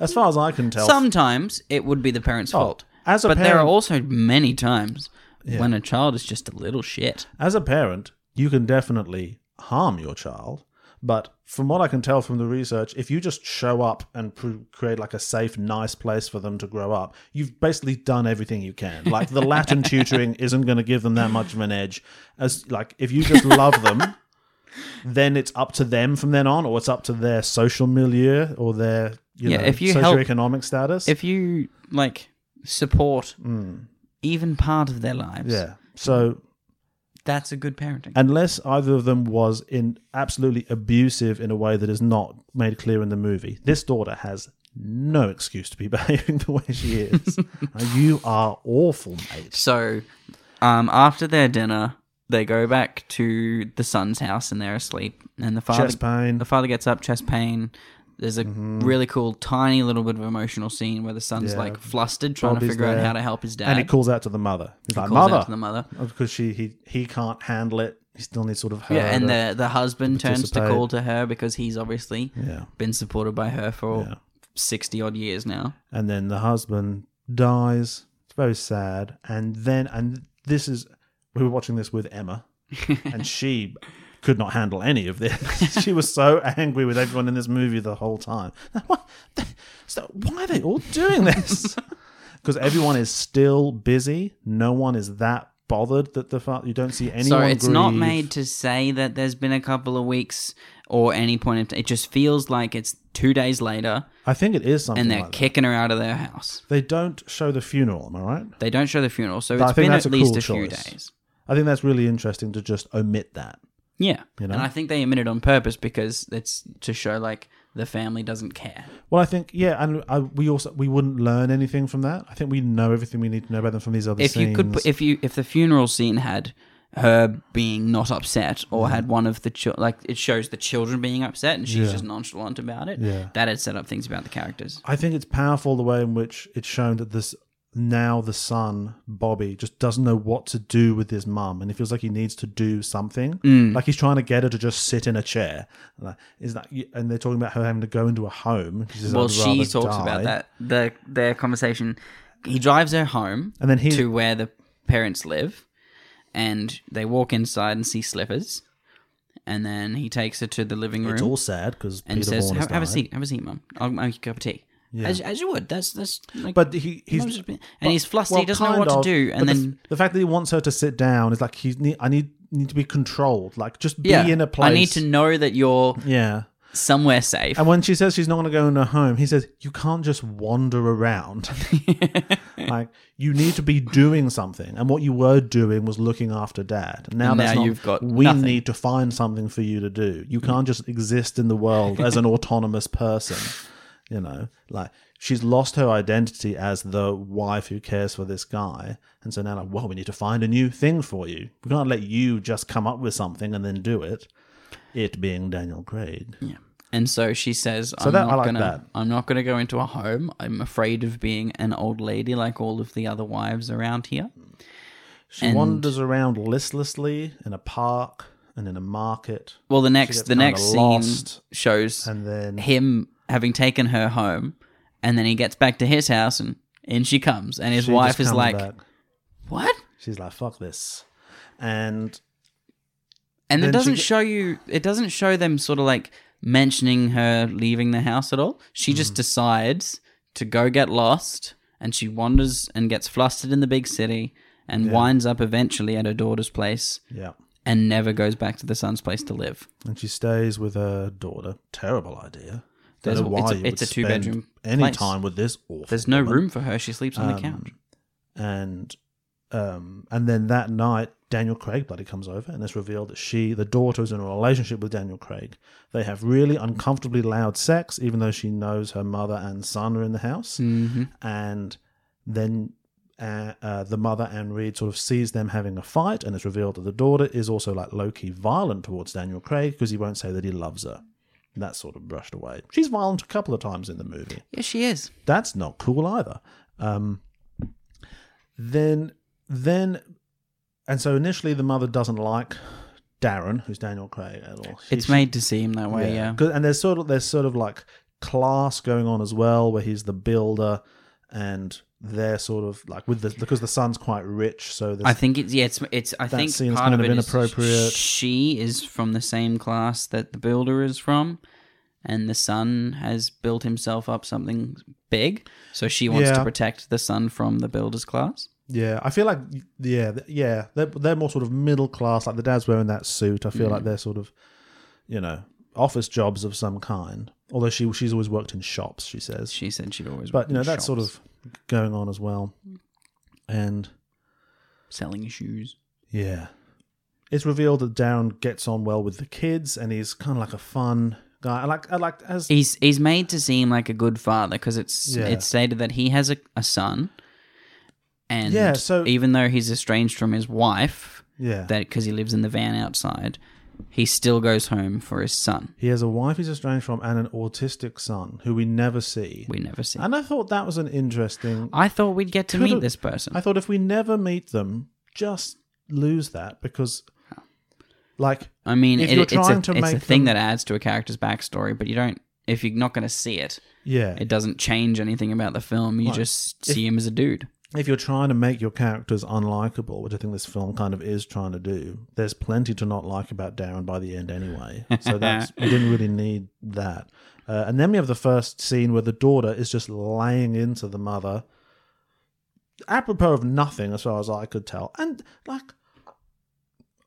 [SPEAKER 3] as far as I can tell.
[SPEAKER 4] Sometimes it would be the parents'
[SPEAKER 3] Oh,
[SPEAKER 4] fault,
[SPEAKER 3] as a
[SPEAKER 4] but there are
[SPEAKER 3] parent-
[SPEAKER 4] also many times when a child is just a little shit.
[SPEAKER 3] as a parent, you can definitely harm your child. But from what I can tell from the research, if you just show up and pr- create like a safe, nice place for them to grow up, you've basically done everything you can. Like the Latin tutoring isn't going to give them that much of an edge. As like if you just love them, then it's up to them from then on, or it's up to their social milieu or their you
[SPEAKER 4] Yeah,
[SPEAKER 3] know
[SPEAKER 4] if you help-
[SPEAKER 3] socioeconomic status.
[SPEAKER 4] If you like support even part of their lives,
[SPEAKER 3] Hmm. yeah, so
[SPEAKER 4] that's a good parenting.
[SPEAKER 3] unless either of them was in absolutely abusive in a way that is not made clear in the movie. This daughter has no excuse to be behaving the way she is. Now, you are awful, mate.
[SPEAKER 4] So, um, after their dinner, they go back to the son's house and they're asleep. And the father,
[SPEAKER 3] Chest pain. Mm-hmm.
[SPEAKER 4] the father gets up, chest pain. There's a really cool, tiny little bit of emotional scene where the son's
[SPEAKER 3] Yeah.
[SPEAKER 4] like flustered, trying
[SPEAKER 3] Bobby's
[SPEAKER 4] to figure out
[SPEAKER 3] there.
[SPEAKER 4] how to help his dad.
[SPEAKER 3] And he calls out to the mother. He's like,
[SPEAKER 4] Calls out
[SPEAKER 3] "Mother,"
[SPEAKER 4] to the mother.
[SPEAKER 3] because she he he can't handle it. He still needs sort of her.
[SPEAKER 4] Yeah, and
[SPEAKER 3] to-
[SPEAKER 4] the the husband turns to
[SPEAKER 3] uh, participate.
[SPEAKER 4] call to her because he's obviously
[SPEAKER 3] yeah,
[SPEAKER 4] been supported by her
[SPEAKER 3] Yeah.
[SPEAKER 4] for sixty odd years now.
[SPEAKER 3] and then the husband dies. It's very sad. And then and this is we were watching this with Emma, and she could not handle any of this. she was so angry with everyone in this movie the whole time. What? So why are they all doing this? Because everyone is still busy. No one is that bothered that the fa- you don't see anyone.
[SPEAKER 4] So it's not
[SPEAKER 3] grieve.
[SPEAKER 4] made to say that there's been a couple of weeks or any point of t- it just feels like it's two days later
[SPEAKER 3] I think it is something.
[SPEAKER 4] and they're
[SPEAKER 3] like that.
[SPEAKER 4] kicking her out of their house.
[SPEAKER 3] They don't show the funeral. Am I right?
[SPEAKER 4] They don't show the funeral, so
[SPEAKER 3] But I
[SPEAKER 4] it's
[SPEAKER 3] think
[SPEAKER 4] been at
[SPEAKER 3] that's a
[SPEAKER 4] least
[SPEAKER 3] cool
[SPEAKER 4] a few
[SPEAKER 3] choice.
[SPEAKER 4] days.
[SPEAKER 3] I think that's really interesting to just omit that.
[SPEAKER 4] Yeah,
[SPEAKER 3] You know?
[SPEAKER 4] and I think they admit it on purpose because it's to show like the family doesn't care.
[SPEAKER 3] Well, I think yeah, and I, we also we wouldn't learn anything from that. I think we know everything we need to know about them from these other.
[SPEAKER 4] if you could,
[SPEAKER 3] scenes.
[SPEAKER 4] put, if you, if the funeral scene had her being not upset or had one of the chil- like it shows the children being upset and she's
[SPEAKER 3] Yeah.
[SPEAKER 4] just nonchalant about it.
[SPEAKER 3] Yeah.
[SPEAKER 4] that had set up things about the characters.
[SPEAKER 3] I think it's powerful the way in which it's shown that this now the son Bobby just doesn't know what to do with his mum, and he feels like he needs to do something.
[SPEAKER 4] Mm.
[SPEAKER 3] Like he's trying to get her to just sit in a chair. Like, Is that? And they're talking about her having to go into a home. She says,
[SPEAKER 4] Well,
[SPEAKER 3] "I'd
[SPEAKER 4] she
[SPEAKER 3] rather
[SPEAKER 4] talks about
[SPEAKER 3] die."
[SPEAKER 4] that. The their conversation. He drives her home
[SPEAKER 3] And then he-
[SPEAKER 4] to where the parents live, and they walk inside and see slippers, and then he takes her to the living room
[SPEAKER 3] It's all sad because
[SPEAKER 4] and
[SPEAKER 3] Peter
[SPEAKER 4] says,
[SPEAKER 3] Vaughan
[SPEAKER 4] have,
[SPEAKER 3] has
[SPEAKER 4] "Have a
[SPEAKER 3] died.
[SPEAKER 4] seat, have a seat, mum. I'll make you a cup of tea."
[SPEAKER 3] Yeah.
[SPEAKER 4] As, as you would. That's that's. Like,
[SPEAKER 3] but he he's
[SPEAKER 4] Sometimes it's been- and
[SPEAKER 3] but-
[SPEAKER 4] he's flustered. he
[SPEAKER 3] well,
[SPEAKER 4] doesn't know
[SPEAKER 3] kind
[SPEAKER 4] what
[SPEAKER 3] of,
[SPEAKER 4] to do, and
[SPEAKER 3] but the f-
[SPEAKER 4] then
[SPEAKER 3] the, fact that he wants her to sit down is like he's need, I need need to be controlled. Like just be
[SPEAKER 4] yeah,
[SPEAKER 3] in a place.
[SPEAKER 4] I need to know that you're
[SPEAKER 3] Yeah.
[SPEAKER 4] somewhere safe.
[SPEAKER 3] And when she says she's not going to go in her home, he says, You can't just wander around. like, you need to be doing something. And what you were doing was looking after dad. Now,
[SPEAKER 4] And
[SPEAKER 3] that's
[SPEAKER 4] now
[SPEAKER 3] not-
[SPEAKER 4] you've got
[SPEAKER 3] We
[SPEAKER 4] nothing. Mm.
[SPEAKER 3] need to find something for you to do. You can't just exist in the world as an autonomous person. You know, like, she's lost her identity as the wife who cares for this guy. And so now, like, well, we need to find a new thing for you. We can't let you just come up with something and then do it. It being Daniel Craig.
[SPEAKER 4] Yeah. And so she says, I'm,
[SPEAKER 3] that- I
[SPEAKER 4] not
[SPEAKER 3] like
[SPEAKER 4] gonna,
[SPEAKER 3] that.
[SPEAKER 4] I'm not going to go into a home. I'm afraid of being an old lady like all of the other wives around here.
[SPEAKER 3] She
[SPEAKER 4] And-
[SPEAKER 3] wanders around listlessly in a park and in a market,
[SPEAKER 4] Well, the next
[SPEAKER 3] gets
[SPEAKER 4] the next
[SPEAKER 3] kinda
[SPEAKER 4] scene
[SPEAKER 3] lost,
[SPEAKER 4] shows
[SPEAKER 3] and then
[SPEAKER 4] him having taken her home, and then he gets back to his house, and in she comes, and his
[SPEAKER 3] she
[SPEAKER 4] wife
[SPEAKER 3] just
[SPEAKER 4] is
[SPEAKER 3] comes
[SPEAKER 4] like,
[SPEAKER 3] back.
[SPEAKER 4] "What?"
[SPEAKER 3] she's like, "Fuck this," and
[SPEAKER 4] And
[SPEAKER 3] Then
[SPEAKER 4] it
[SPEAKER 3] she
[SPEAKER 4] doesn't
[SPEAKER 3] ge-
[SPEAKER 4] show you. It doesn't show them sort of like mentioning her leaving the house at all. She just
[SPEAKER 3] Mm.
[SPEAKER 4] decides to go get lost, and she wanders and gets flustered in the big city, and winds up eventually at her daughter's place,
[SPEAKER 3] yeah,
[SPEAKER 4] and never goes back to the son's place to live.
[SPEAKER 3] and she stays with her daughter. Terrible idea. Don't
[SPEAKER 4] There's-
[SPEAKER 3] know why
[SPEAKER 4] it's a-
[SPEAKER 3] you
[SPEAKER 4] it's
[SPEAKER 3] would
[SPEAKER 4] a two-bedroom
[SPEAKER 3] spend any
[SPEAKER 4] place.
[SPEAKER 3] time with this awful.
[SPEAKER 4] There's no
[SPEAKER 3] woman.
[SPEAKER 4] room for her. She sleeps
[SPEAKER 3] um,
[SPEAKER 4] on the couch.
[SPEAKER 3] and um, and then that night, Daniel Craig bloody comes over, and it's revealed that she, the daughter, is in a relationship with Daniel Craig. They have really uncomfortably loud sex, even though she knows her mother and son are in the house.
[SPEAKER 4] Mm-hmm.
[SPEAKER 3] And then uh, uh, the mother and Reed sort of sees them having a fight, and it's revealed that the daughter is also like low key violent towards Daniel Craig because he won't say that he loves her. That's sort of brushed away. She's violent a couple of times in the movie
[SPEAKER 4] Yeah, she is.
[SPEAKER 3] that's not cool either. Um, then, then, and so initially the mother doesn't like Darren, who's Daniel Craig at all. She-
[SPEAKER 4] It's made to seem that way. Yeah.
[SPEAKER 3] 'Cause- And there's sort of there's sort of like class going on as well, where he's the builder, and they're sort of like with the because the son's quite rich, so there's
[SPEAKER 4] I think it's yeah, it's it's. I
[SPEAKER 3] That
[SPEAKER 4] think
[SPEAKER 3] seems
[SPEAKER 4] part
[SPEAKER 3] kind
[SPEAKER 4] of,
[SPEAKER 3] of
[SPEAKER 4] it is
[SPEAKER 3] inappropriate.
[SPEAKER 4] she is from the same class that the builder is from, and the son has built himself up something big, so she wants
[SPEAKER 3] Yeah.
[SPEAKER 4] to protect the son from the builder's class.
[SPEAKER 3] Yeah, I feel like yeah, th- yeah, they're they're more sort of middle class. Like the dad's wearing that suit. I feel
[SPEAKER 4] Mm.
[SPEAKER 3] like they're sort of, you know, office jobs of some kind. Although she she's always worked in shops. She says,
[SPEAKER 4] She said she'd always
[SPEAKER 3] but
[SPEAKER 4] worked
[SPEAKER 3] you know
[SPEAKER 4] in
[SPEAKER 3] that's sort
[SPEAKER 4] shops, Mm.
[SPEAKER 3] of going on as well. And
[SPEAKER 4] selling shoes.
[SPEAKER 3] yeah, it's revealed that Darren gets on well with the kids, and he's kind of like a fun guy. I like I like as
[SPEAKER 4] He's he's made to seem like a good father because it's
[SPEAKER 3] Yeah.
[SPEAKER 4] it's stated that he has a, a son, and
[SPEAKER 3] Yeah, so-
[SPEAKER 4] even though he's estranged from his wife,
[SPEAKER 3] yeah.
[SPEAKER 4] that because he lives in the van outside, he still goes home for his son.
[SPEAKER 3] he has a wife he's estranged from and an autistic son who we never see.
[SPEAKER 4] We never see.
[SPEAKER 3] And I thought that was an interesting.
[SPEAKER 4] I thought we'd get to
[SPEAKER 3] Could've-
[SPEAKER 4] meet this person.
[SPEAKER 3] I thought if we never meet them, just lose that because, like,
[SPEAKER 4] I mean,
[SPEAKER 3] if
[SPEAKER 4] it,
[SPEAKER 3] you're
[SPEAKER 4] it's a,
[SPEAKER 3] trying to
[SPEAKER 4] it's a
[SPEAKER 3] make
[SPEAKER 4] thing
[SPEAKER 3] them-
[SPEAKER 4] that adds to a character's backstory, but you don't. If you're not going to see it,
[SPEAKER 3] yeah,
[SPEAKER 4] it doesn't change anything about the film. You just see him as a dude.
[SPEAKER 3] if you're trying to make your characters unlikable, which I think this film kind of is trying to do, there's plenty to not like about Darren by the end anyway. So that's we didn't really need that. Uh, and then we have the first scene where the daughter is just laying into the mother, apropos of nothing, as far as I could tell. And like,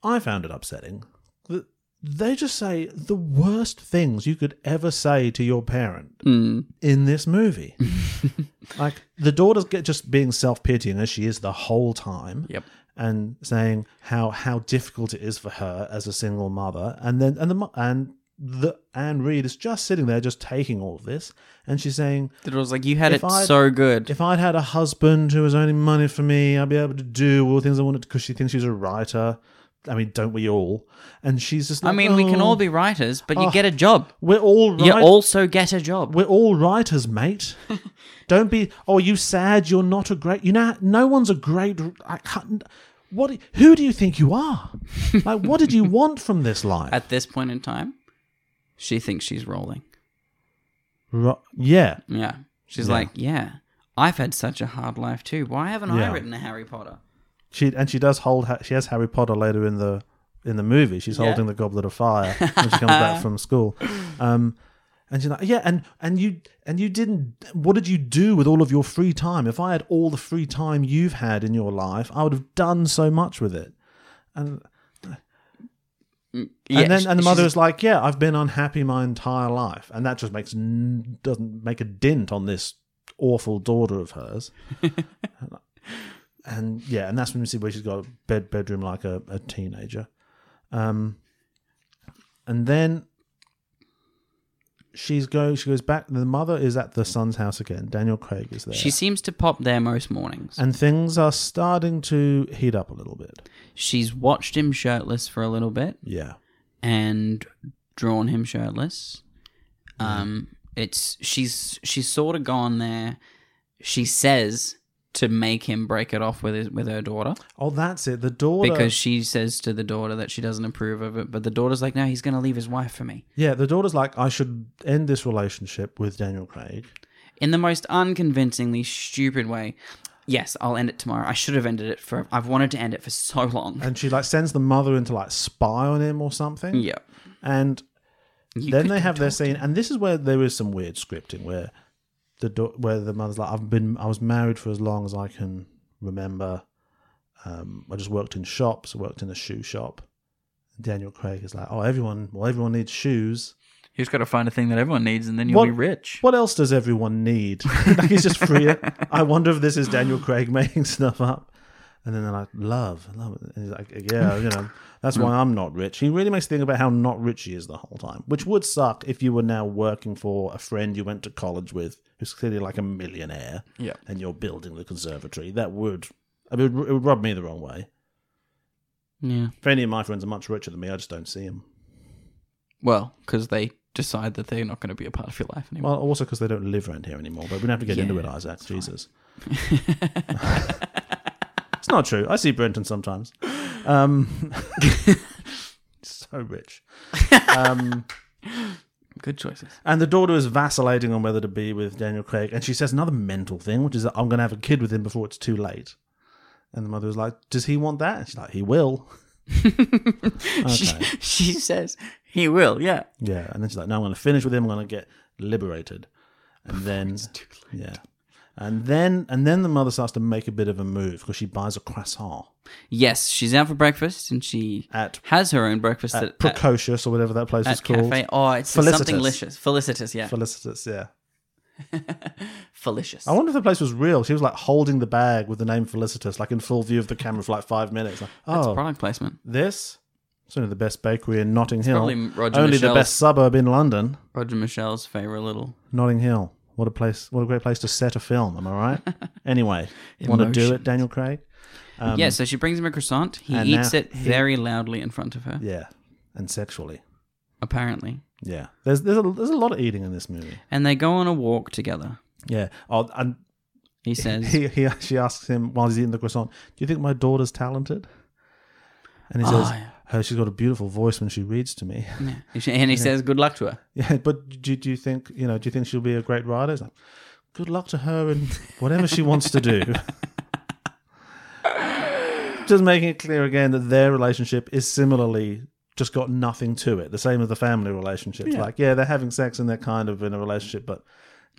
[SPEAKER 3] I found it upsetting. that They just say the worst things you could ever say to your parent
[SPEAKER 4] Mm.
[SPEAKER 3] in this movie. like the daughter's get just being self pitying as she is the whole time.
[SPEAKER 4] Yep.
[SPEAKER 3] And saying how how difficult it is for her as a single mother, and then and the mo- and the Anne Reed is just sitting there, just taking all of this, and she's saying,
[SPEAKER 4] It was like you had
[SPEAKER 3] If
[SPEAKER 4] it
[SPEAKER 3] I'd-
[SPEAKER 4] so good.
[SPEAKER 3] "If I'd had a husband who was earning money for me, I'd be able to do all the things I wanted." Because she thinks she's a writer. I mean, don't we all? And she's just.
[SPEAKER 4] I
[SPEAKER 3] Like,
[SPEAKER 4] mean, we can
[SPEAKER 3] "Oh,
[SPEAKER 4] all be writers, but you
[SPEAKER 3] Oh.
[SPEAKER 4] get a job.
[SPEAKER 3] We're all
[SPEAKER 4] You
[SPEAKER 3] writers.
[SPEAKER 4] also get a job.
[SPEAKER 3] We're all writers, mate. Don't be. Oh, are you sad? You're not a great. You know, no one's a great. I can't. What? Who do you think you are? Like, what did you want from this life?
[SPEAKER 4] At this point in time, she thinks she's rolling.
[SPEAKER 3] Ro- yeah,
[SPEAKER 4] Yeah. She's
[SPEAKER 3] Yeah.
[SPEAKER 4] like, yeah, I've had such a hard life too. Why haven't
[SPEAKER 3] Yeah.
[SPEAKER 4] I written a Harry Potter?
[SPEAKER 3] she and she does hold. Ha- she has Harry Potter later in the in the movie. She's
[SPEAKER 4] Yeah.
[SPEAKER 3] holding the Goblet of Fire when she comes back from school. Um, And you're like, yeah, and and you and you didn't. What did you do with all of your free time? If I had all the free time you've had in your life, I would have done so much with it. And
[SPEAKER 4] Yeah,
[SPEAKER 3] and then
[SPEAKER 4] sh-
[SPEAKER 3] and the
[SPEAKER 4] she's-
[SPEAKER 3] mother is like, yeah, I've been unhappy my entire life, and that just makes n- doesn't make a dent on this awful daughter of hers. and yeah, and that's when we see where she's got a bed bedroom like a, a teenager. Um, and then she's go she goes back. The mother is at the son's house again. Daniel Craig is there.
[SPEAKER 4] She seems to pop there most mornings.
[SPEAKER 3] and things are starting to heat up a little bit.
[SPEAKER 4] She's watched him shirtless for a little bit
[SPEAKER 3] Yeah.
[SPEAKER 4] and drawn him shirtless. Um, it's she's she's sort of gone there. She says to make him break it off with his, with her daughter
[SPEAKER 3] Oh, that's it. The daughter
[SPEAKER 4] because she says to the daughter that she doesn't approve of it. But the daughter's like, "No, he's going to leave his wife for me."
[SPEAKER 3] Yeah, the daughter's like, I should end this relationship with Daniel Craig.
[SPEAKER 4] in the most unconvincingly stupid way. Yes, I'll end it tomorrow. I should have ended it for. I've wanted to end it for so long.
[SPEAKER 3] And she like sends the mother in to like spy on him or something.
[SPEAKER 4] yeah.
[SPEAKER 3] And
[SPEAKER 4] You
[SPEAKER 3] then
[SPEAKER 4] could
[SPEAKER 3] they
[SPEAKER 4] go
[SPEAKER 3] have their
[SPEAKER 4] talk
[SPEAKER 3] scene, and this is where there is some weird scripting where the do- where the mother's like, I've been I was married for as long as I can remember. Um, I just worked in shops, worked in a shoe shop. Daniel Craig is like, oh, everyone, well, everyone needs shoes.
[SPEAKER 5] You just got to find a thing that everyone needs, and then you'll
[SPEAKER 3] What-
[SPEAKER 5] be rich.
[SPEAKER 3] What else does everyone need? like he's just free. I wonder if this is Daniel Craig making stuff up. And then they're like, love, love. And he's like, yeah, you know, that's why I'm not rich. He really makes the thing about how not rich he is the whole time, which would suck if you were now working for a friend you went to college with who's clearly like a millionaire
[SPEAKER 5] Yeah.
[SPEAKER 3] and you're building the conservatory. That would, I mean, it would- it would rub me the wrong way.
[SPEAKER 4] Yeah.
[SPEAKER 3] If any of my friends are much richer than me, I just don't see them.
[SPEAKER 5] Well, because they decide that they're not going to be a part of your life anymore.
[SPEAKER 3] Well, also because they don't live around here anymore, but we don't have to get into
[SPEAKER 4] Yeah,
[SPEAKER 3] it, Isaac. Jesus. it's not true. I see Brenton sometimes. Um, so rich. Um,
[SPEAKER 5] Good choices.
[SPEAKER 3] and the daughter is vacillating on whether to be with Daniel Craig, and she says another mental thing, which is that I'm going to have a kid with him before it's too late. And the mother was like, Does he want that? And she's like, He will.
[SPEAKER 4] She, she says he will. Yeah.
[SPEAKER 3] Yeah, and then she's like, "No, I'm going to finish with him. I'm going to get liberated." And then, yeah, and then and then the mother starts to make a bit of a move because she buys a croissant
[SPEAKER 4] Yes, she's out for breakfast and she
[SPEAKER 3] at,
[SPEAKER 4] has her own breakfast at,
[SPEAKER 3] at
[SPEAKER 4] at, at,
[SPEAKER 3] Precocious or whatever that place is called.
[SPEAKER 4] cafe. Oh, it's something
[SPEAKER 3] Felicitous.
[SPEAKER 4] delicious. Felicitous. Yeah.
[SPEAKER 3] Felicitous, yeah.
[SPEAKER 4] Felicious.
[SPEAKER 3] I wonder if the place was real. She was like holding the bag with the name Felicitous, like in full view of the camera for like five minutes. Like,
[SPEAKER 4] That's
[SPEAKER 3] oh,
[SPEAKER 4] product placement.
[SPEAKER 3] this. It's only the best bakery in Notting Hill.
[SPEAKER 4] probably Roger
[SPEAKER 3] only the
[SPEAKER 4] Michelle's-
[SPEAKER 3] best suburb in London.
[SPEAKER 4] Roger Michelle's favorite little.
[SPEAKER 3] Notting Hill. What a place! What a great place to set a film. Am I right? anyway, want to do it,
[SPEAKER 4] Emotions.
[SPEAKER 3] Daniel Craig? Um,
[SPEAKER 4] yeah. So she brings him a croissant. He
[SPEAKER 3] and
[SPEAKER 4] eats
[SPEAKER 3] now
[SPEAKER 4] it very loudly in front of her.
[SPEAKER 3] Yeah, and sexually.
[SPEAKER 4] Apparently.
[SPEAKER 3] Yeah, there's there's a there's a lot of eating in this movie.
[SPEAKER 4] And they go on a walk together.
[SPEAKER 3] Yeah. Oh, and
[SPEAKER 4] He says,
[SPEAKER 3] he he she asks him while he's eating the croissant, "Do you think my daughter's talented?" And he
[SPEAKER 4] Oh,
[SPEAKER 3] says,
[SPEAKER 4] yeah.
[SPEAKER 3] "Her, she's got a beautiful voice when she reads to me."
[SPEAKER 4] And she- and he says, "Good luck to her."
[SPEAKER 3] yeah, but do do you think you know? Do you think she'll be a great writer? He's like, Good luck to her in whatever she wants to do. just making it clear again that their relationship is similarly just got nothing to it. The same as the family relationship. Like, yeah, they're having sex and they're kind of in a relationship, but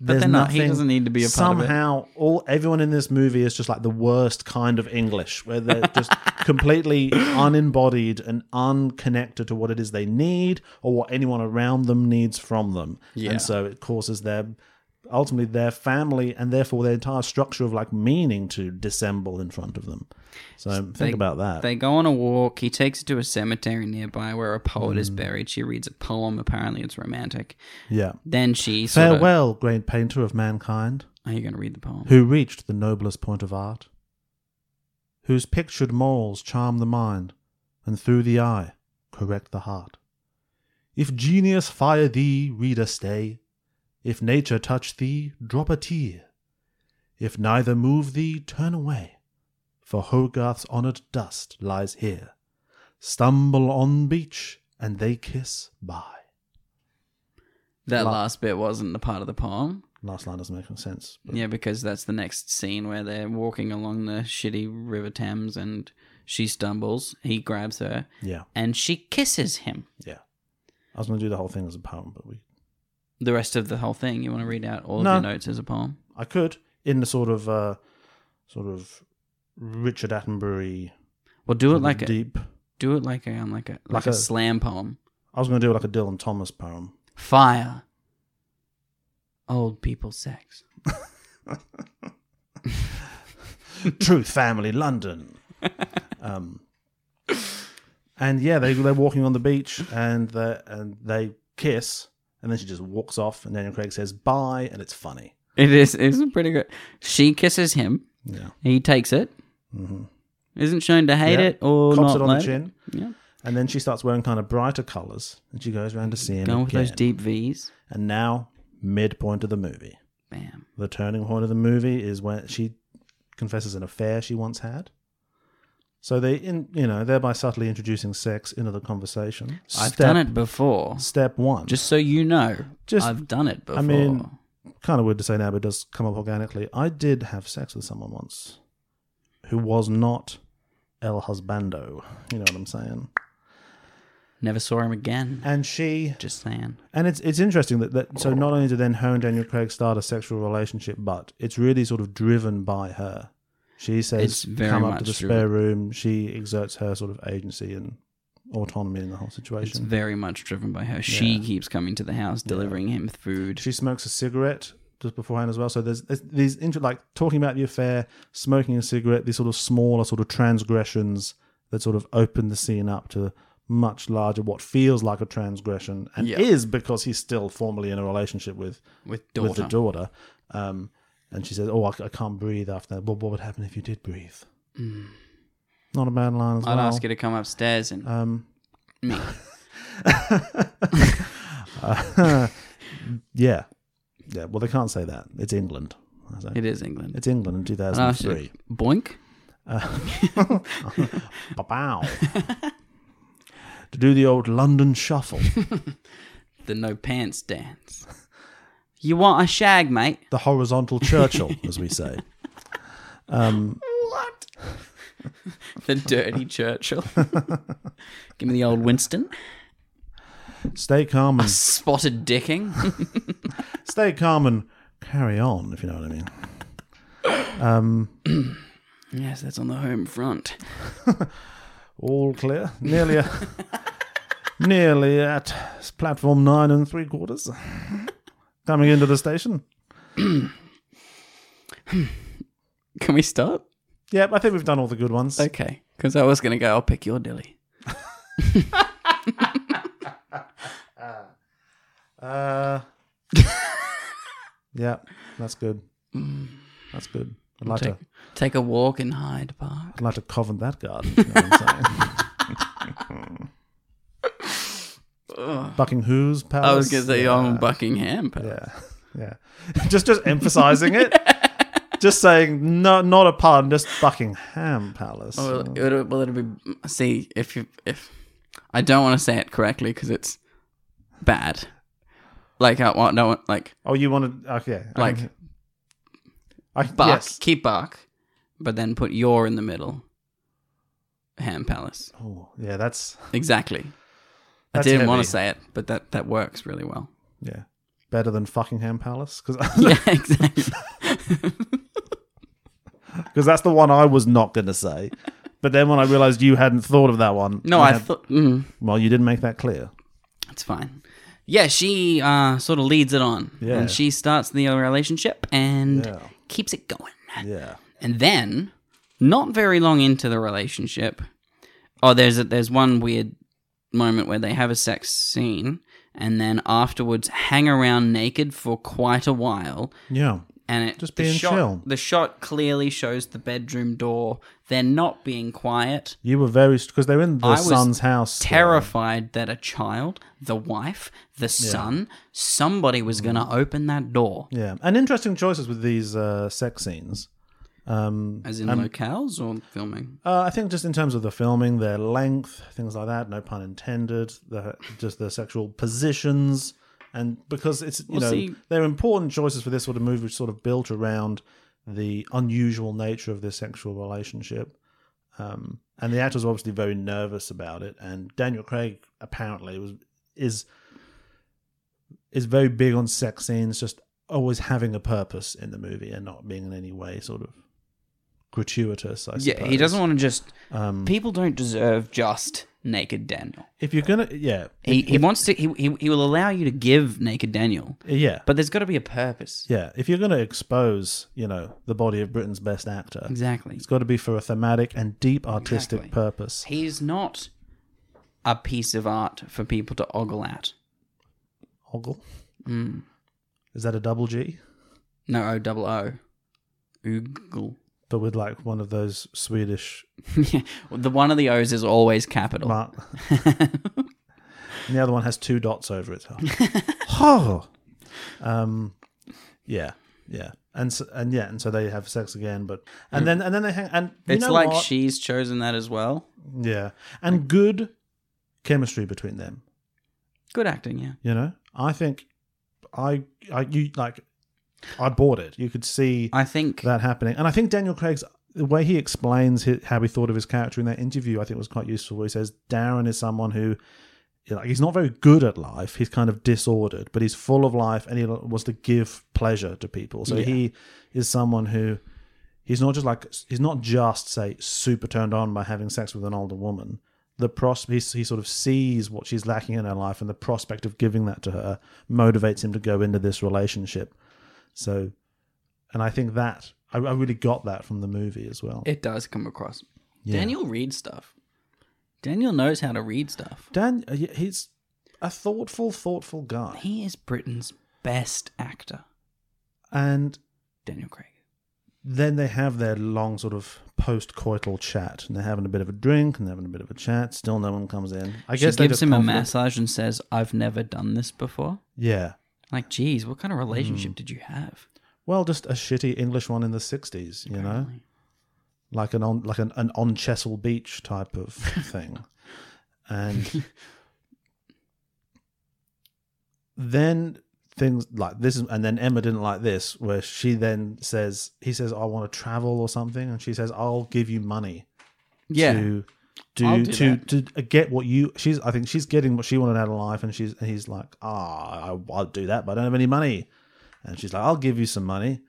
[SPEAKER 3] there's
[SPEAKER 4] they're not. He
[SPEAKER 3] nothing-
[SPEAKER 4] doesn't need to be a part of it.
[SPEAKER 3] Somehow, all everyone in this movie is just like the worst kind of English, where they're just completely unembodied and unconnected to what it is they need or what anyone around them needs from them.
[SPEAKER 4] Yeah.
[SPEAKER 3] And so it causes their ultimately their family and therefore their entire structure of like meaning to dissemble in front of them. So think about that.
[SPEAKER 4] They go on a walk. He takes her to a cemetery nearby where a poet
[SPEAKER 3] Hmm.
[SPEAKER 4] is buried. She reads a poem. Apparently, it's romantic.
[SPEAKER 3] yeah.
[SPEAKER 4] Then she sort of,
[SPEAKER 3] Farewell, great painter of mankind.
[SPEAKER 4] Are you going to read the poem?
[SPEAKER 3] who reached the noblest point of art, whose pictured morals charm the mind, and through the eye correct the heart. If genius fire thee, reader, stay. If nature touch thee, drop a tear. If neither move thee, turn away, for Hogarth's honored dust lies here. Stumble on beach, and they kiss bye.
[SPEAKER 4] That
[SPEAKER 3] La-
[SPEAKER 4] last bit wasn't the part of the poem.
[SPEAKER 3] Last line doesn't make any sense. but-
[SPEAKER 4] Yeah, because that's the next scene where they're walking along the shitty River Thames and she stumbles. He grabs her
[SPEAKER 3] yeah,
[SPEAKER 4] and she kisses him.
[SPEAKER 3] yeah. I was going to do the whole thing as a poem, but we
[SPEAKER 4] the rest of the whole thing. You want to read out all
[SPEAKER 3] No.
[SPEAKER 4] of your notes as a poem?
[SPEAKER 3] I could in the sort of uh, sort of Richard Attenborough
[SPEAKER 4] Well, do it like a
[SPEAKER 3] deep.
[SPEAKER 4] do it like a um, like a like,
[SPEAKER 3] Like
[SPEAKER 4] a,
[SPEAKER 3] a-
[SPEAKER 4] slam poem.
[SPEAKER 3] I was going to do like a Dylan Thomas poem.
[SPEAKER 4] Fire. Old people sex.
[SPEAKER 3] Truth, family, London. um, and yeah, they they're walking on the beach and they and they kiss, and then she just walks off, and Daniel Craig says bye, and it's funny.
[SPEAKER 4] It is. It's pretty good. She kisses him.
[SPEAKER 3] Yeah.
[SPEAKER 4] He takes it. Isn't shown to hate
[SPEAKER 3] Mm-hmm. Yeah.
[SPEAKER 4] it or
[SPEAKER 3] Cops
[SPEAKER 4] not.
[SPEAKER 3] it on
[SPEAKER 4] like
[SPEAKER 3] the chin,
[SPEAKER 4] Yeah.
[SPEAKER 3] and then she starts wearing kind of brighter colours, and she goes around to see him
[SPEAKER 4] Going with those
[SPEAKER 3] again.
[SPEAKER 4] deep V's.
[SPEAKER 3] And now, midpoint of the movie.
[SPEAKER 4] Bam.
[SPEAKER 3] The turning point of the movie is when she confesses an affair she once had. So they, in you know, thereby subtly introducing sex into the conversation.
[SPEAKER 4] I've
[SPEAKER 3] step,
[SPEAKER 4] done it before.
[SPEAKER 3] Step one.
[SPEAKER 4] Just so you know,
[SPEAKER 3] Just-
[SPEAKER 4] I've done it before.
[SPEAKER 3] I mean, kind of weird to say now, but it does come up organically. I did have sex with someone once, who was not El Husbando. You know what I'm saying?
[SPEAKER 4] never saw him again.
[SPEAKER 3] And she
[SPEAKER 4] Just saying.
[SPEAKER 3] And it's it's interesting that, that so not only do then her and Daniel Craig start a sexual relationship, but it's really sort of driven by her. She
[SPEAKER 4] It's
[SPEAKER 3] says,
[SPEAKER 4] very
[SPEAKER 3] "Come up to
[SPEAKER 4] much
[SPEAKER 3] the
[SPEAKER 4] driven.
[SPEAKER 3] spare room." She exerts her sort of agency and autonomy in the whole
[SPEAKER 4] It's
[SPEAKER 3] situation.
[SPEAKER 4] very much driven by her. She keeps coming to the house, delivering him food.
[SPEAKER 3] she smokes a cigarette just beforehand as well. So there's, there's these inter- like talking about the affair, smoking a cigarette, these sort of smaller sort of transgressions that sort of open the scene up to much larger what feels like a transgression and
[SPEAKER 5] Yeah.
[SPEAKER 3] is because he's still formally in a relationship with
[SPEAKER 4] With
[SPEAKER 3] with the daughter. Um, and she says, "Oh, I, I can't breathe after that. What, what would happen if you did breathe?" Not a bad line as
[SPEAKER 4] Hmm. I'd
[SPEAKER 3] well.
[SPEAKER 4] ask you to come upstairs and
[SPEAKER 3] Um,
[SPEAKER 4] me.
[SPEAKER 3] yeah, yeah. Well, they can't say that. It's England. I say.
[SPEAKER 4] It is England.
[SPEAKER 3] It's England in two
[SPEAKER 4] I'd
[SPEAKER 3] thousand
[SPEAKER 4] ask you to-
[SPEAKER 3] three.
[SPEAKER 4] boink.
[SPEAKER 3] Bow. to do the old London shuffle,
[SPEAKER 4] The no pants dance. You want a shag, mate?
[SPEAKER 3] the horizontal Churchill, as we say.
[SPEAKER 4] What? the dirty Churchill. Give me the old Winston.
[SPEAKER 3] Stay calm and
[SPEAKER 4] Spotted dicking.
[SPEAKER 3] stay calm and carry on, if you know what I mean.
[SPEAKER 4] yes, that's on the home front.
[SPEAKER 3] All clear. Nearly a, nearly at platform nine and three quarters. Coming into the station.
[SPEAKER 4] Can we start?
[SPEAKER 3] Yep, I think we've done all the good ones.
[SPEAKER 4] Okay, because I was gonna go. I'll pick your dilly.
[SPEAKER 3] Uh, yeah, that's good. That's good. I'd like to.
[SPEAKER 4] Take a walk in Hyde Park.
[SPEAKER 3] I'd like to covent that garden. if You know what I'm saying? Bucking who's palace.
[SPEAKER 4] I was gonna say uh,
[SPEAKER 3] yeah,
[SPEAKER 4] on Buckingham. Palace.
[SPEAKER 3] yeah, yeah. just just emphasizing it. just saying, no, not a pun. Just Buckingham Palace.
[SPEAKER 4] Well, it would, well, it'll be see if you if I don't want to say it correctly because it's bad. Like I want no one like
[SPEAKER 3] oh, you wanted okay. I
[SPEAKER 4] Like,
[SPEAKER 3] can- I,
[SPEAKER 4] bark
[SPEAKER 3] yes.
[SPEAKER 4] keep bark, but then put your in the middle. Ham palace
[SPEAKER 3] Oh, yeah, that's
[SPEAKER 4] exactly.
[SPEAKER 3] That's
[SPEAKER 4] I didn't want
[SPEAKER 3] heavy.
[SPEAKER 4] to say it, but that that works really well.
[SPEAKER 3] yeah better than Buckingham Palace because
[SPEAKER 4] yeah, exactly.
[SPEAKER 3] that's the one I was not going to say. But then when I realized you hadn't thought of that one,
[SPEAKER 4] No, I
[SPEAKER 3] had-
[SPEAKER 4] thought. Mm,
[SPEAKER 3] well, you didn't make that clear.
[SPEAKER 4] It's fine. Yeah, she uh, sort of leads it on.
[SPEAKER 3] Yeah.
[SPEAKER 4] And she starts the relationship and
[SPEAKER 3] Yeah.
[SPEAKER 4] keeps it going.
[SPEAKER 3] Yeah,
[SPEAKER 4] And then, not very long into the relationship, oh, there's a, there's one weird moment where they have a sex scene and then afterwards hang around naked for quite a while
[SPEAKER 3] yeah.
[SPEAKER 4] and it
[SPEAKER 3] Just
[SPEAKER 4] the
[SPEAKER 3] being
[SPEAKER 4] shot,
[SPEAKER 3] chill.
[SPEAKER 4] the shot clearly shows the bedroom door they're not being quiet
[SPEAKER 3] You were very because they're in the
[SPEAKER 4] I was
[SPEAKER 3] son's house. still.
[SPEAKER 4] terrified that a child, the wife, the son, somebody was going to open that door.
[SPEAKER 3] Yeah, and interesting choices with these uh, sex scenes. Um,
[SPEAKER 4] As in locales or filming?
[SPEAKER 3] uh, I think just in terms of the filming, their length, things like that. No pun intended. The just the sexual positions, and because it's you know
[SPEAKER 4] see-
[SPEAKER 3] they're important choices for this sort of movie, which sort of built around the unusual nature of this sexual relationship. Um, and the actors were obviously very nervous about it, and Daniel Craig apparently was is is very big on sex scenes, just always having a purpose in the movie and not being in any way sort of gratuitous. I
[SPEAKER 4] Yeah, he
[SPEAKER 3] suppose.
[SPEAKER 4] doesn't want to just.
[SPEAKER 3] Um,
[SPEAKER 4] People don't deserve just naked Daniel.
[SPEAKER 3] If you're gonna, yeah,
[SPEAKER 4] He, he wants to. He, he, he will allow you to give naked Daniel,
[SPEAKER 3] yeah,
[SPEAKER 4] but there's got to be a purpose.
[SPEAKER 3] yeah. If you're gonna expose, you know, the body of Britain's best actor,
[SPEAKER 4] Exactly.
[SPEAKER 3] it's got to be for a thematic and deep artistic
[SPEAKER 4] Exactly.
[SPEAKER 3] purpose.
[SPEAKER 4] He's not a piece of art for people to ogle at.
[SPEAKER 3] Ogle.
[SPEAKER 4] Mm.
[SPEAKER 3] Is that a double G?
[SPEAKER 4] No, O double O. Oogle.
[SPEAKER 3] But with like one of those Swedish
[SPEAKER 4] yeah, the one of the O's is always capital.
[SPEAKER 3] mark. and the other one has two dots over its heart. oh. Um, yeah, yeah, and so, and yeah, and so they have sex again, but and then and then they hang and you
[SPEAKER 4] Mm. it's
[SPEAKER 3] know
[SPEAKER 4] like
[SPEAKER 3] what?
[SPEAKER 4] she's chosen that as well.
[SPEAKER 3] yeah, and good chemistry between them.
[SPEAKER 4] Good acting, yeah.
[SPEAKER 3] You know, I think I I you like I bought it. You could see
[SPEAKER 4] I think
[SPEAKER 3] that happening. And I think Daniel Craig's the way he explains his, how he thought of his character in that interview, I think was quite useful. Where he says Darren is someone who, you know, like, he's not very good at life. He's kind of disordered, but he's full of life, and he lo- wants to give pleasure to people. So he is someone who. He's not just like he's not just say super turned on by having sex with an older woman. The prospect he, he sort of sees what she's lacking in her life, and the prospect of giving that to her motivates him to go into this relationship. So and I think that I, I really got that from the movie as well.
[SPEAKER 4] it does come across. Daniel reads stuff. Daniel knows how to read stuff.
[SPEAKER 3] Dan, uh, yeah, he's a thoughtful, thoughtful guy,
[SPEAKER 4] He is Britain's best actor,
[SPEAKER 3] and
[SPEAKER 4] Daniel Craig.
[SPEAKER 3] then they have their long sort of post-coital chat, and they're having a bit of a drink and they're having a bit of a chat. Still, no one comes in. I
[SPEAKER 4] she
[SPEAKER 3] guess they
[SPEAKER 4] gives
[SPEAKER 3] just
[SPEAKER 4] him a
[SPEAKER 3] confident-
[SPEAKER 4] massage and says, "I've never done this before."
[SPEAKER 3] Yeah,
[SPEAKER 4] Like, geez, what kind of
[SPEAKER 3] Mm.
[SPEAKER 4] relationship did you have?
[SPEAKER 3] well, just a shitty English one in the '60s, you know, like an on like an, an on Chesil Beach type of thing, and then things like this is, and then Emma didn't like this where she then says he says I want to travel or something and she says I'll give you money
[SPEAKER 4] Yeah,
[SPEAKER 3] to
[SPEAKER 4] I'll
[SPEAKER 3] do,
[SPEAKER 4] do
[SPEAKER 3] to to uh, get what you she's I think she's getting what she wanted out of life and she's and he's like ah I, I'll do that but I don't have any money and she's like I'll give you some money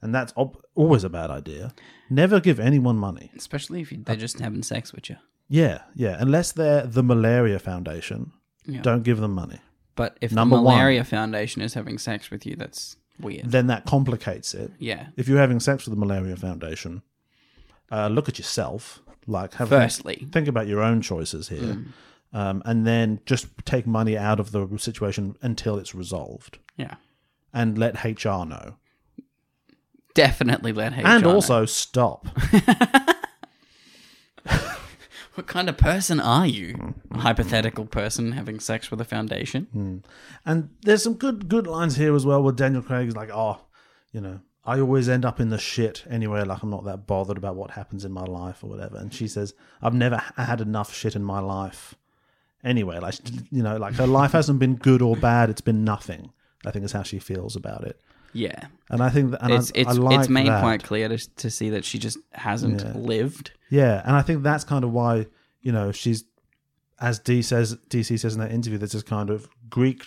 [SPEAKER 3] and that's ob- always a bad idea never give anyone money
[SPEAKER 4] especially if you,
[SPEAKER 3] Uh,
[SPEAKER 4] they're just having sex with you.
[SPEAKER 3] yeah yeah unless they're the malaria foundation
[SPEAKER 4] Yeah.
[SPEAKER 3] don't give them money
[SPEAKER 4] But if
[SPEAKER 3] Number
[SPEAKER 4] the
[SPEAKER 3] one.
[SPEAKER 4] Malaria Foundation is having sex with you, that's weird.
[SPEAKER 3] then that complicates it
[SPEAKER 4] yeah.
[SPEAKER 3] if you're having sex with the Malaria Foundation, uh, look at yourself. Like, have a think-
[SPEAKER 4] Firstly,
[SPEAKER 3] think about your own choices here,
[SPEAKER 4] Mm.
[SPEAKER 3] um, and then just take money out of the situation until it's resolved,
[SPEAKER 4] yeah,
[SPEAKER 3] and let HR know.
[SPEAKER 4] definitely let HR.
[SPEAKER 3] and
[SPEAKER 4] know.
[SPEAKER 3] also stop.
[SPEAKER 4] what kind of person are you? A hypothetical person having sex with a foundation?
[SPEAKER 3] Mm. and there's some good good lines here as well, where Daniel Craig's like, "Oh, you know." I always end up in the shit anyway, like I'm not that bothered about what happens in my life or whatever. And she says, I've never h- had enough shit in my life. anyway. Like you know, like her life hasn't been good or bad. It's been nothing. I think is how she feels about it.
[SPEAKER 4] Yeah,
[SPEAKER 3] And I think that, and
[SPEAKER 4] it's
[SPEAKER 3] I,
[SPEAKER 4] it's
[SPEAKER 3] I like
[SPEAKER 4] it's made
[SPEAKER 3] that.
[SPEAKER 4] quite clear to, to see that she just hasn't lived.
[SPEAKER 3] yeah. And I think that's kind of why you know she's as D says DC says in that interview. There's this kind of Greek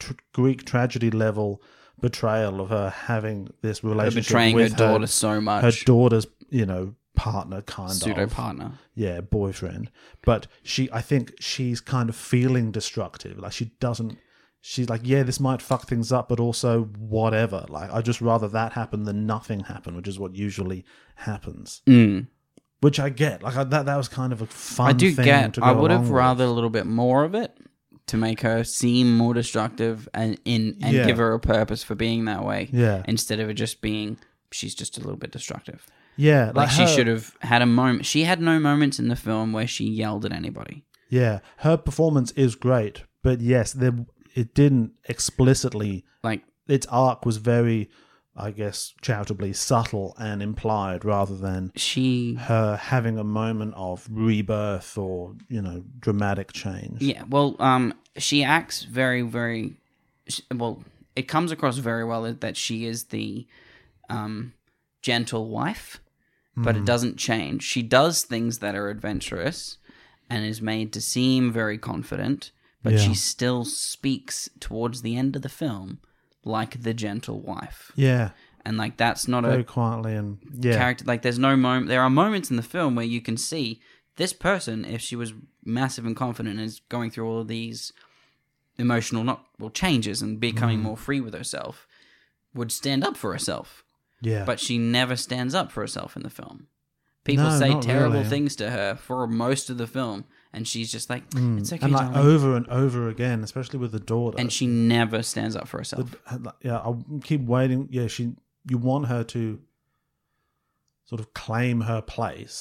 [SPEAKER 3] tr- Greek tragedy level betrayal of her having this
[SPEAKER 4] They're
[SPEAKER 3] relationship
[SPEAKER 4] betraying her
[SPEAKER 3] with
[SPEAKER 4] daughter so much.
[SPEAKER 3] her daughter's you know partner kind
[SPEAKER 4] pseudo
[SPEAKER 3] of
[SPEAKER 4] partner.
[SPEAKER 3] yeah boyfriend but she i think she's kind of feeling destructive like she doesn't she's like yeah this might fuck things up but also whatever like i just rather that happen than nothing happen which is what usually happens
[SPEAKER 4] Mm.
[SPEAKER 3] which i get like I, that that was kind of a fun
[SPEAKER 4] I do
[SPEAKER 3] thing
[SPEAKER 4] get.
[SPEAKER 3] to
[SPEAKER 4] I
[SPEAKER 3] go
[SPEAKER 4] would have
[SPEAKER 3] along with.
[SPEAKER 4] rather a little bit more of it to make her seem more destructive and in and
[SPEAKER 3] Yeah.
[SPEAKER 4] give her a purpose for being that way.
[SPEAKER 3] Yeah.
[SPEAKER 4] Instead of it just being she's just a little bit destructive.
[SPEAKER 3] yeah
[SPEAKER 4] Like, she
[SPEAKER 3] her-
[SPEAKER 4] should have had a moment. She had no moments in the film where she yelled at anybody.
[SPEAKER 3] yeah her performance is great but yes there it didn't explicitly
[SPEAKER 4] Like
[SPEAKER 3] its arc was very i guess charitably subtle and implied rather than
[SPEAKER 4] she
[SPEAKER 3] her having a moment of rebirth or you know dramatic change.
[SPEAKER 4] Yeah, well, um, she acts very, very sh- well. It comes across very well that she is the um, gentle wife, but it doesn't change. She does things that are adventurous and is made to seem very confident, but
[SPEAKER 3] Yeah.
[SPEAKER 4] she still speaks towards the end of the film like the gentle wife,
[SPEAKER 3] Yeah.
[SPEAKER 4] and like that's not
[SPEAKER 3] Very
[SPEAKER 4] a
[SPEAKER 3] quietly and yeah.
[SPEAKER 4] character. Like there's no moment. There are moments in the film where you can see this person, if she was massive and confident, is going through all of these emotional not well changes and
[SPEAKER 3] Mm.
[SPEAKER 4] becoming more free with herself, would stand up for herself
[SPEAKER 3] yeah.
[SPEAKER 4] but she never stands up for herself in the film. People
[SPEAKER 3] No,
[SPEAKER 4] say
[SPEAKER 3] not
[SPEAKER 4] terrible
[SPEAKER 3] really.
[SPEAKER 4] things to her for most of the film, and she's just like, "It's okay,
[SPEAKER 3] Mm. and
[SPEAKER 4] and,
[SPEAKER 3] like over and over again, especially with the daughter.
[SPEAKER 4] and she never stands up for herself.
[SPEAKER 3] yeah, I keep waiting. Yeah, she. You want her to sort of claim her place,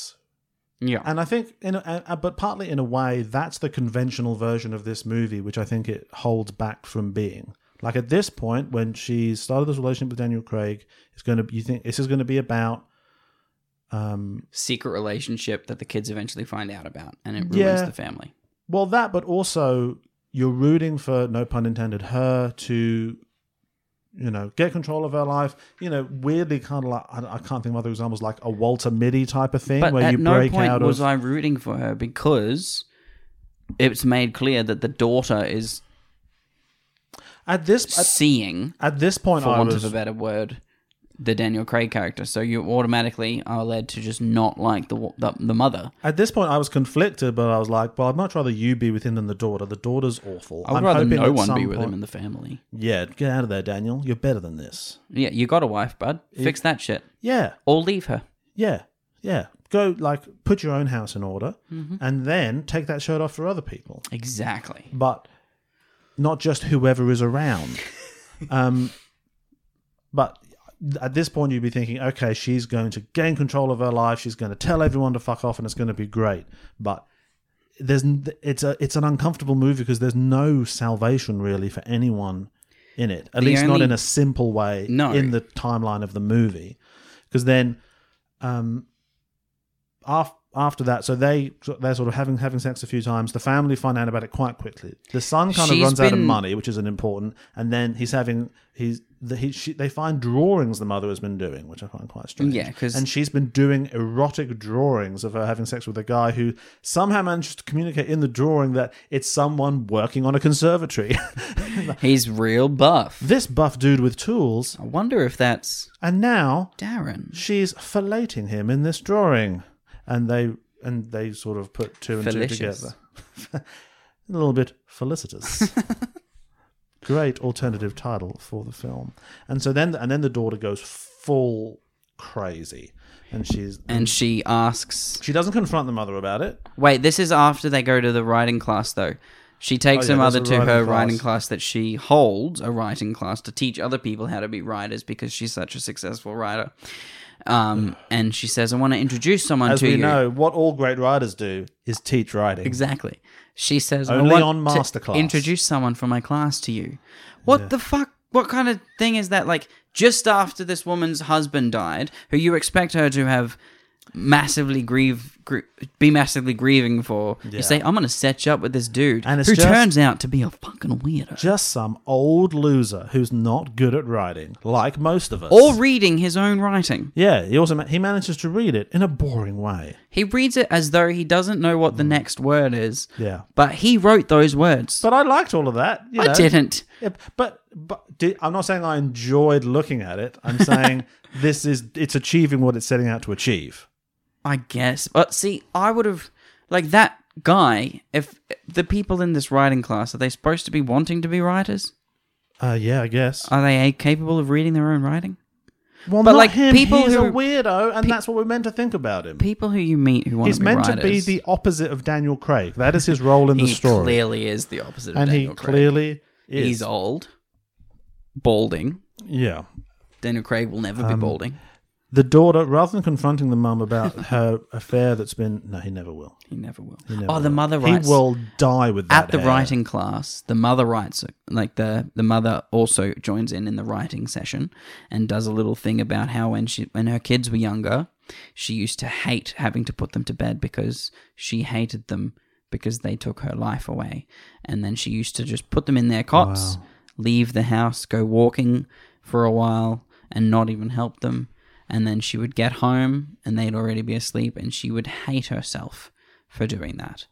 [SPEAKER 4] yeah,
[SPEAKER 3] and I think, in a, uh, but partly in a way, that's the conventional version of this movie, which I think it holds back from being. Like at this point, when she started this relationship with Daniel Craig, it's going to. You think this is going to be about. Um,
[SPEAKER 4] secret relationship that the kids eventually find out about, and it ruins
[SPEAKER 3] Yeah.
[SPEAKER 4] the family.
[SPEAKER 3] Well, that, but also you're rooting for, no pun intended, her to, you know, get control of her life. You know, weirdly, kind of like I, I can't think of other examples, like a Walter Mitty type of thing,
[SPEAKER 4] But
[SPEAKER 3] where
[SPEAKER 4] at
[SPEAKER 3] you
[SPEAKER 4] no
[SPEAKER 3] break
[SPEAKER 4] point
[SPEAKER 3] out
[SPEAKER 4] was
[SPEAKER 3] of.
[SPEAKER 4] I rooting for her because it's made clear that the daughter is
[SPEAKER 3] at this at,
[SPEAKER 4] seeing,
[SPEAKER 3] at this point,
[SPEAKER 4] for
[SPEAKER 3] I
[SPEAKER 4] want
[SPEAKER 3] was
[SPEAKER 4] of a better word, the Daniel Craig character. So you automatically are led to just not like the wa- the, the mother.
[SPEAKER 3] at this point I was conflicted, but I was like, well, I'd much rather you be with him than the daughter. The daughter's awful.
[SPEAKER 4] I would rather
[SPEAKER 3] hoping
[SPEAKER 4] no
[SPEAKER 3] at
[SPEAKER 4] one
[SPEAKER 3] some
[SPEAKER 4] be with
[SPEAKER 3] point-
[SPEAKER 4] him in the family.
[SPEAKER 3] yeah, get out of there, Daniel. You're better than this.
[SPEAKER 4] Yeah, you got a wife, bud. Fix that shit.
[SPEAKER 3] Yeah.
[SPEAKER 4] Or leave her.
[SPEAKER 3] Yeah, yeah. Go like put your own house in order,
[SPEAKER 4] Mm-hmm.
[SPEAKER 3] and then take that shirt off for other people,
[SPEAKER 4] Exactly.
[SPEAKER 3] but not just whoever is around. um, but at this point, you'd be thinking, okay, she's going to gain control of her life. She's going to tell everyone to fuck off, and it's going to be great. But there's n- it's a it's an uncomfortable movie because there's no salvation really for anyone in it. At
[SPEAKER 4] The
[SPEAKER 3] least not
[SPEAKER 4] only-
[SPEAKER 3] in a simple way
[SPEAKER 4] No.
[SPEAKER 3] in the timeline of the movie. Because then, um, af- after that, so they they're sort of having having sex a few times. The family find out about it quite quickly. The son kind of
[SPEAKER 4] She's
[SPEAKER 3] runs out of
[SPEAKER 4] been-
[SPEAKER 3] money, which isn't important, and then he's having he's the, he she, they find drawings the mother has been doing, which I find quite strange.
[SPEAKER 4] Yeah, 'cause-
[SPEAKER 3] and she's been doing erotic drawings of her having sex with a guy who somehow managed to communicate in the drawing that it's someone working on a conservatory.
[SPEAKER 4] He's real buff.
[SPEAKER 3] this buff dude with tools,
[SPEAKER 4] I wonder if that's
[SPEAKER 3] and now
[SPEAKER 4] Darren.
[SPEAKER 3] she's fellating him in this drawing, and they and they sort of put two and two
[SPEAKER 4] Felicious.
[SPEAKER 3] together. a little bit felicitous. Great alternative title for the film. And so then and then the daughter goes full crazy, and she's
[SPEAKER 4] And she asks.
[SPEAKER 3] she doesn't confront the mother about it.
[SPEAKER 4] Wait, this is after they go to the writing class, though. She takes
[SPEAKER 3] Oh, yeah,
[SPEAKER 4] her
[SPEAKER 3] there's
[SPEAKER 4] mother
[SPEAKER 3] a
[SPEAKER 4] to
[SPEAKER 3] writing
[SPEAKER 4] her
[SPEAKER 3] class.
[SPEAKER 4] writing class that she holds, a writing class to teach other people how to be writers because she's such a successful writer. Um, and she says, I want to introduce someone
[SPEAKER 3] As
[SPEAKER 4] to
[SPEAKER 3] we
[SPEAKER 4] you.
[SPEAKER 3] know, what all great writers do is teach writing.
[SPEAKER 4] Exactly. She says I
[SPEAKER 3] Only
[SPEAKER 4] want
[SPEAKER 3] on
[SPEAKER 4] to
[SPEAKER 3] Masterclass.
[SPEAKER 4] Introduce someone from my class to you. What the fuck? What kind of thing is that? Like just after this woman's husband died, who you expect her to have massively grieve, gr- be massively grieving for,
[SPEAKER 3] Yeah.
[SPEAKER 4] you say I'm gonna set you up with this dude,
[SPEAKER 3] And it's
[SPEAKER 4] who
[SPEAKER 3] just-
[SPEAKER 4] turns out to be a fucking weirdo.
[SPEAKER 3] Just some old loser who's not good at writing, like most of us.
[SPEAKER 4] or reading his own writing.
[SPEAKER 3] yeah, he also ma- he manages to read it in a boring way.
[SPEAKER 4] He reads it as though he doesn't know what the next word is.
[SPEAKER 3] Mm. Yeah.
[SPEAKER 4] But he wrote those words.
[SPEAKER 3] But I liked all of that. You
[SPEAKER 4] I
[SPEAKER 3] know.
[SPEAKER 4] didn't.
[SPEAKER 3] Yeah, but but did, I'm not saying I enjoyed looking at it. I'm saying this is it's achieving what it's setting out to achieve.
[SPEAKER 4] I guess. But see, I would have like that guy. If the people in this writing class are they supposed to be wanting to be writers?
[SPEAKER 3] Uh, yeah, I guess.
[SPEAKER 4] Are they capable of reading their own writing?
[SPEAKER 3] well,
[SPEAKER 4] but
[SPEAKER 3] not
[SPEAKER 4] like,
[SPEAKER 3] him.
[SPEAKER 4] people
[SPEAKER 3] He's
[SPEAKER 4] who-
[SPEAKER 3] a weirdo, and that's what we're meant to think about him.
[SPEAKER 4] People who you meet who want
[SPEAKER 3] He's
[SPEAKER 4] to be
[SPEAKER 3] meant
[SPEAKER 4] writers.
[SPEAKER 3] to be the opposite of Daniel Craig. That is his role in the
[SPEAKER 4] he
[SPEAKER 3] story,
[SPEAKER 4] clearly is the opposite. Of
[SPEAKER 3] and he
[SPEAKER 4] Daniel Craig.
[SPEAKER 3] clearly is.
[SPEAKER 4] he's old, balding.
[SPEAKER 3] yeah.
[SPEAKER 4] Daniel Craig will never
[SPEAKER 3] Um,
[SPEAKER 4] be balding.
[SPEAKER 3] The daughter, rather than confronting the mum about her affair, that's been no, he never will.
[SPEAKER 4] He never will.
[SPEAKER 3] Never
[SPEAKER 4] oh, the
[SPEAKER 3] will.
[SPEAKER 4] mother
[SPEAKER 3] He
[SPEAKER 4] writes
[SPEAKER 3] will die with that
[SPEAKER 4] at the
[SPEAKER 3] hair.
[SPEAKER 4] writing class. The mother writes like the the mother also joins in in the writing session and does a little thing about how when she when her kids were younger, she used to hate having to put them to bed because she hated them because they took her life away, and then she used to just put them in their cots, leave the house, go walking for a while, and not even help them. And then she would get home and they'd already be asleep, and she would hate herself for doing that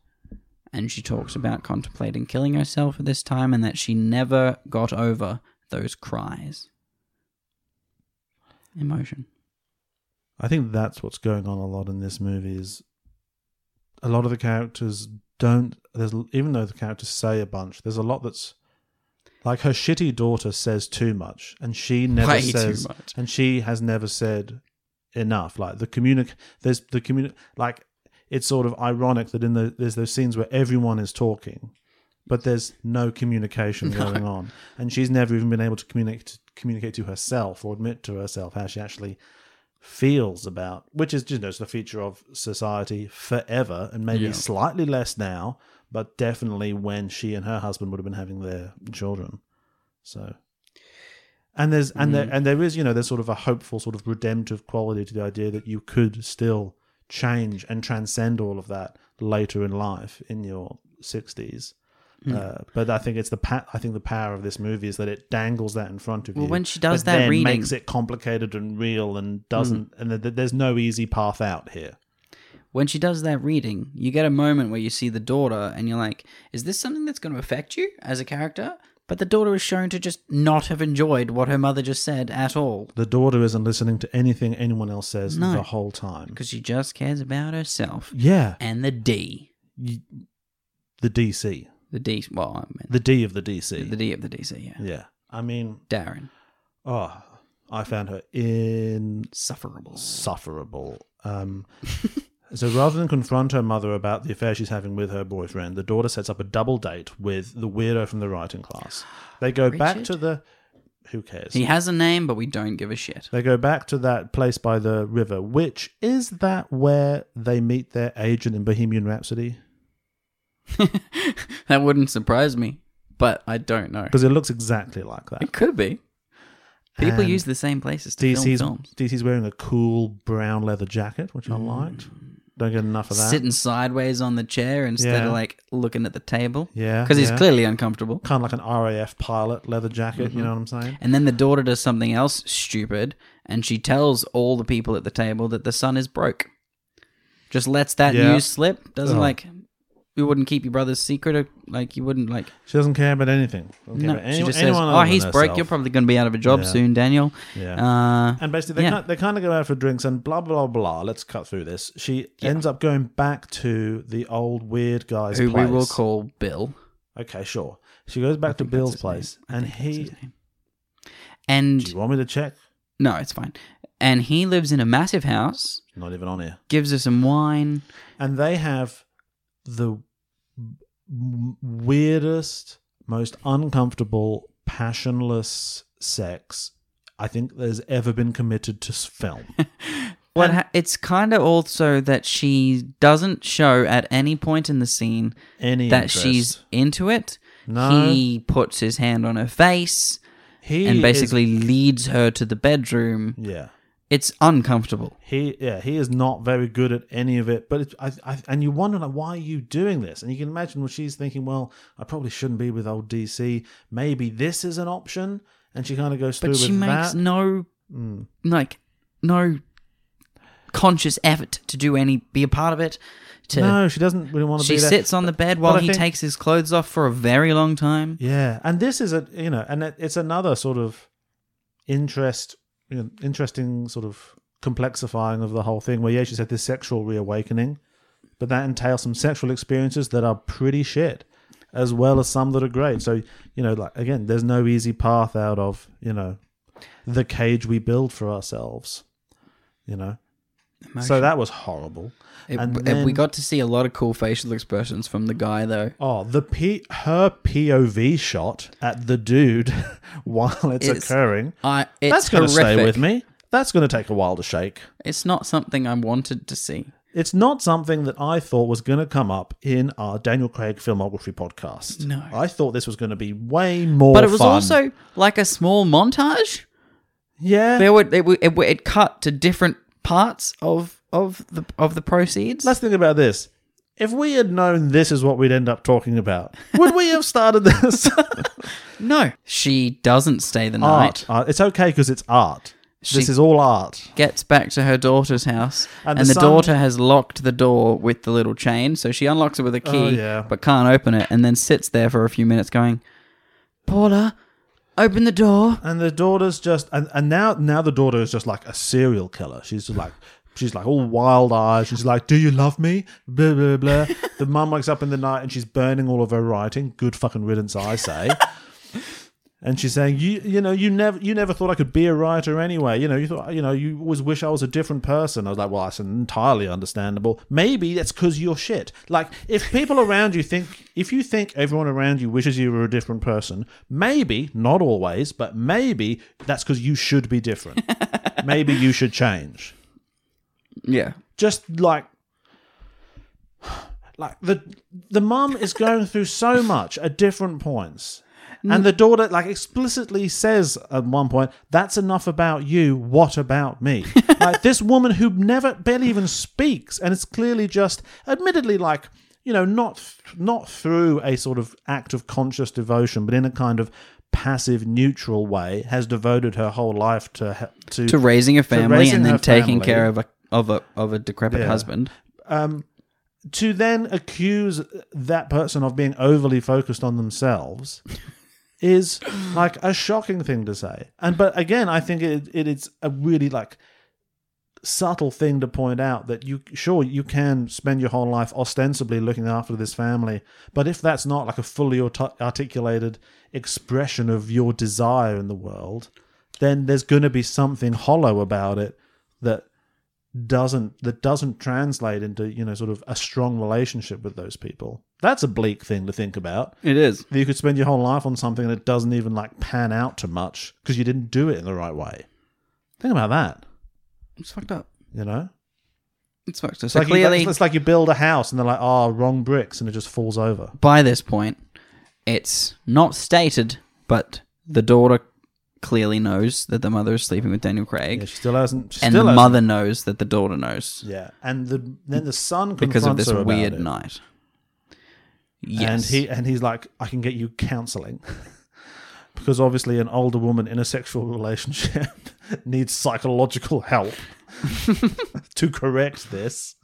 [SPEAKER 4] And she talks about contemplating killing herself at this time and that she never got over those cries. Emotion.
[SPEAKER 3] I think that's what's going on a lot in this movie is a lot of the characters don't there's even though the characters say a bunch, there's a lot that's like her shitty daughter says too much and she never
[SPEAKER 4] Way too
[SPEAKER 3] says
[SPEAKER 4] much.
[SPEAKER 3] and she has never said enough. Like the communic there's the communi like it's sort of ironic that in the there's those scenes where everyone is talking but there's no communication going on and she's never even been able to communicate communicate to herself or admit to herself how she actually feels about which is just you know, it's the feature of society forever and maybe
[SPEAKER 5] Yeah.
[SPEAKER 3] slightly less now but definitely when she and her husband would have been having their children so and there's and
[SPEAKER 4] Mm.
[SPEAKER 3] there and there is you know there's sort of a hopeful sort of redemptive quality to the idea that you could still change and transcend all of that later in life in your 60s
[SPEAKER 4] Hmm.
[SPEAKER 3] uh, but I think it's the pa- I think the power of this movie is that it dangles that in front of
[SPEAKER 4] Well,
[SPEAKER 3] you.
[SPEAKER 4] when she does
[SPEAKER 3] but
[SPEAKER 4] that
[SPEAKER 3] then
[SPEAKER 4] reading-
[SPEAKER 3] makes it complicated and real, and doesn't,
[SPEAKER 4] Hmm.
[SPEAKER 3] and th- th- there's no easy path out here.
[SPEAKER 4] When she does that reading, you get a moment where you see the daughter and you're like, is this something that's going to affect you as a character? But the daughter is shown to just not have enjoyed what her mother just said at all.
[SPEAKER 3] The daughter isn't listening to anything anyone else says the whole time.
[SPEAKER 4] because she just cares about herself
[SPEAKER 3] Yeah,
[SPEAKER 4] and the D,
[SPEAKER 3] the DC,
[SPEAKER 4] the D. Well, I meant
[SPEAKER 3] the D of the DC.
[SPEAKER 4] the D of the DC. Yeah,
[SPEAKER 3] yeah, I mean,
[SPEAKER 4] Darren,
[SPEAKER 3] oh, I found her in
[SPEAKER 4] sufferable.
[SPEAKER 3] insufferable. Um, so rather than confront her mother about the affair she's having with her boyfriend, the daughter sets up a double date with the weirdo from the writing class. They go back to
[SPEAKER 4] Richard?
[SPEAKER 3] the. Who cares?
[SPEAKER 4] He has a name, but we don't give a shit.
[SPEAKER 3] They go back to that place by the river, which is that where they meet their agent in Bohemian Rhapsody?
[SPEAKER 4] That wouldn't surprise me, but I don't know.
[SPEAKER 3] Because it looks exactly like that.
[SPEAKER 4] It could be. People
[SPEAKER 3] And
[SPEAKER 4] use the same places to film
[SPEAKER 3] DC's,
[SPEAKER 4] films. Mm.
[SPEAKER 3] DC's wearing a cool brown leather jacket, which I liked. Don't get enough of that.
[SPEAKER 4] Sitting sideways on the chair instead
[SPEAKER 3] Yeah.
[SPEAKER 4] of like looking at the table.
[SPEAKER 3] Yeah,
[SPEAKER 4] because he's
[SPEAKER 3] yeah.
[SPEAKER 4] clearly uncomfortable.
[SPEAKER 3] Kind of like an RAF pilot leather jacket,
[SPEAKER 4] Mm-hmm.
[SPEAKER 3] you know what I'm saying?
[SPEAKER 4] And then the daughter does something else stupid, and she tells all the people at the table that the son is broke. Just lets that
[SPEAKER 3] Yeah.
[SPEAKER 4] news slip. Doesn't
[SPEAKER 3] Oh.
[SPEAKER 4] like. You wouldn't keep your brother's secret, or like you wouldn't like.
[SPEAKER 3] She doesn't care about anything. Doesn't care
[SPEAKER 4] No,
[SPEAKER 3] about
[SPEAKER 4] she
[SPEAKER 3] anyone-
[SPEAKER 4] just says,
[SPEAKER 3] anyone
[SPEAKER 4] "Oh,
[SPEAKER 3] other than
[SPEAKER 4] he's broke. You're
[SPEAKER 3] herself."
[SPEAKER 4] probably going to be out of a job
[SPEAKER 3] Yeah.
[SPEAKER 4] soon, Daniel."
[SPEAKER 3] Yeah.
[SPEAKER 4] Uh,
[SPEAKER 3] and basically, they,
[SPEAKER 4] yeah.
[SPEAKER 3] kind, they kind of go out for drinks and blah blah blah. Let's cut through this. She ends up going back to the old weird guy's
[SPEAKER 4] who
[SPEAKER 3] place.
[SPEAKER 4] we will call Bill,
[SPEAKER 3] Okay, sure. She goes back to Bill's place, and he.
[SPEAKER 4] and
[SPEAKER 3] Do you want me to check?
[SPEAKER 4] no, it's fine. And he lives in a massive house.
[SPEAKER 3] Not even on here.
[SPEAKER 4] Gives her some wine.
[SPEAKER 3] And they have the w- weirdest, most uncomfortable, passionless sex I think there's ever been committed to s- film.
[SPEAKER 4] What ha- it's kind of also that she doesn't show at any point in the scene
[SPEAKER 3] Any
[SPEAKER 4] that
[SPEAKER 3] interest.
[SPEAKER 4] she's into it.
[SPEAKER 3] No.
[SPEAKER 4] He puts his hand on her face
[SPEAKER 3] he
[SPEAKER 4] and
[SPEAKER 3] is-
[SPEAKER 4] basically leads her to the bedroom.
[SPEAKER 3] yeah.
[SPEAKER 4] It's uncomfortable.
[SPEAKER 3] He yeah he is not very good at any of it, but it's, I, I and you wonder like why are you doing this? And you can imagine well she's thinking, well I probably shouldn't be with old DC. Maybe this is an option, and she kind of goes through
[SPEAKER 4] But she
[SPEAKER 3] with
[SPEAKER 4] makes
[SPEAKER 3] that. mm.
[SPEAKER 4] no like no conscious effort to do any be a part of it. To
[SPEAKER 3] no, she doesn't really want to
[SPEAKER 4] she
[SPEAKER 3] be there.
[SPEAKER 4] sits on the bed while
[SPEAKER 3] I
[SPEAKER 4] he
[SPEAKER 3] think-
[SPEAKER 4] takes his clothes off for a very long time.
[SPEAKER 3] Yeah, and this is a you know, and it, it's another sort of interest, you know, interesting sort of complexifying of the whole thing. Where yeah, she said this sexual reawakening, but that entails some sexual experiences that are pretty shit, as well as some that are great. So you know, like again, there's no easy path out of you know the cage we build for ourselves. You know, so that was horrible.
[SPEAKER 5] It-
[SPEAKER 3] and
[SPEAKER 5] it-
[SPEAKER 3] then-
[SPEAKER 5] we got to see a lot of cool facial expressions from the guy though.
[SPEAKER 3] Oh, the P- her POV shot at the dude while it's,
[SPEAKER 5] It's-
[SPEAKER 3] occurring.
[SPEAKER 5] I it's
[SPEAKER 3] That's going to stay
[SPEAKER 5] horrific.
[SPEAKER 3] with me. That's going to take a while to shake.
[SPEAKER 5] It's not something I wanted to see.
[SPEAKER 3] It's not something that I thought was going to come up in our Daniel Craig filmography podcast. No, I thought this was going to be way more.
[SPEAKER 4] But it was
[SPEAKER 3] fun.
[SPEAKER 4] also like a small montage.
[SPEAKER 3] yeah.
[SPEAKER 4] There would it, would- it, would- it cut to different parts of of the of the proceeds.
[SPEAKER 3] Let's think about this. If we had known this is what we'd end up talking about, would we have started this?
[SPEAKER 4] No, she doesn't stay the
[SPEAKER 3] Uh,
[SPEAKER 4] night.
[SPEAKER 3] art, art. It's okay because it's art. This
[SPEAKER 4] She-
[SPEAKER 3] is all art.
[SPEAKER 4] gets back to her daughter's house,
[SPEAKER 3] And
[SPEAKER 4] and,
[SPEAKER 3] the
[SPEAKER 4] the,
[SPEAKER 3] son-
[SPEAKER 4] daughter has locked the door with the little chain. So she unlocks it with a key,
[SPEAKER 3] Oh, yeah.
[SPEAKER 4] but can't open it, and then sits there for a few minutes going, Paula, open the door.
[SPEAKER 3] and the daughter's just and, and now now the daughter is just like a serial killer she's just like she's like all wild eyes she's like do you love me blah blah blah the mum wakes up in the night and she's burning all of her writing good fucking riddance i say and she's saying you you know you never you never thought i could be a writer anyway you know you thought you know you always wish i was a different person i was like well that's entirely understandable maybe that's because you're shit like if people around you think if you think everyone around you wishes you were a different person maybe not always but maybe that's because you should be different maybe you should change
[SPEAKER 4] Yeah.
[SPEAKER 3] just like like the the mum is going through so much at different points and the daughter like explicitly says at one point that's enough about you what about me like this woman who never barely even speaks and it's clearly just admittedly like you know not not through a sort of act of conscious devotion but in a kind of passive neutral way has devoted her whole life to he- to,
[SPEAKER 4] To raising a family
[SPEAKER 3] raising
[SPEAKER 4] and then
[SPEAKER 3] her
[SPEAKER 4] taking
[SPEAKER 3] family.
[SPEAKER 4] care of a of a of a decrepit
[SPEAKER 3] Yeah.
[SPEAKER 4] husband.
[SPEAKER 3] to then accuse that person of being overly focused on themselves is like a shocking thing to say. And but again, I think it, it it's a really like subtle thing to point out that you sure you can spend your whole life ostensibly looking after this family, but if that's not like a fully art- articulated expression of your desire in the world, then there's going to be something hollow about it that doesn't that doesn't translate into you know sort of a strong relationship with those people that's a bleak thing to think about
[SPEAKER 4] It is.
[SPEAKER 3] that you could spend your whole life on something that doesn't even like pan out to much because you didn't do it in the right way think about that
[SPEAKER 4] It's fucked up.
[SPEAKER 3] you know
[SPEAKER 4] It's fucked up.
[SPEAKER 3] it's
[SPEAKER 4] So
[SPEAKER 3] like you-
[SPEAKER 4] clearly,
[SPEAKER 3] it's, it's like you build a house and they're like oh wrong bricks and it just falls over
[SPEAKER 4] by this point, it's not stated, but the daughter clearly knows that the mother is sleeping with Daniel Craig,
[SPEAKER 3] yeah, she still hasn't she
[SPEAKER 4] and
[SPEAKER 3] still
[SPEAKER 4] the
[SPEAKER 3] hasn't-
[SPEAKER 4] mother knows that the daughter knows
[SPEAKER 3] yeah and the then the son
[SPEAKER 4] because of
[SPEAKER 3] confronts
[SPEAKER 4] this
[SPEAKER 3] her about
[SPEAKER 4] weird
[SPEAKER 3] it.
[SPEAKER 4] night. Yes,
[SPEAKER 3] And he and he's like, I can get you counseling. because obviously an older woman in a sexual relationship needs psychological help to correct this.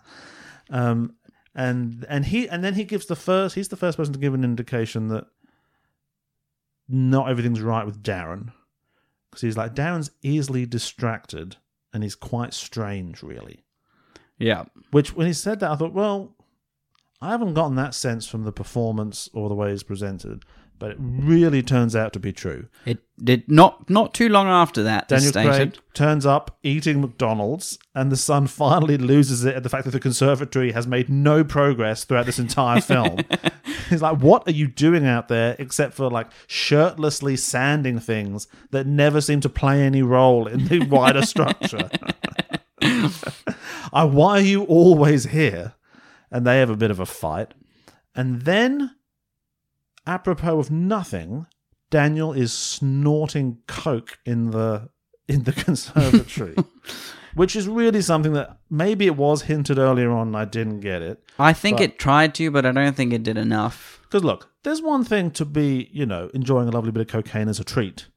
[SPEAKER 3] Um and and he and then he gives the first he's the first person to give an indication that not everything's right with Darren. Because he's like, Darren's easily distracted and he's quite strange, really.
[SPEAKER 4] yeah,
[SPEAKER 3] Which, when he said that, I thought, well, I haven't gotten that sense from the performance or the way it's presented, but it really turns out to be true.
[SPEAKER 4] it did not not too long after that.
[SPEAKER 3] Daniel
[SPEAKER 4] Daniel
[SPEAKER 3] Craig
[SPEAKER 4] stated,
[SPEAKER 3] turns up eating McDonald's, and the son finally loses it at the fact that the conservatory has made no progress throughout this entire film. He's like, "What are you doing out there, except for like shirtlessly sanding things that never seem to play any role in the wider structure?" I, why are you always here? And they have a bit of a fight, and then, apropos of nothing, Daniel is snorting coke in the in the conservatory, which is really something that maybe it was hinted earlier on. And I didn't get it
[SPEAKER 4] I think
[SPEAKER 3] But-
[SPEAKER 4] it tried to, but I don't think it did enough.
[SPEAKER 3] because look, there's one thing to be you know enjoying a lovely bit of cocaine as a treat,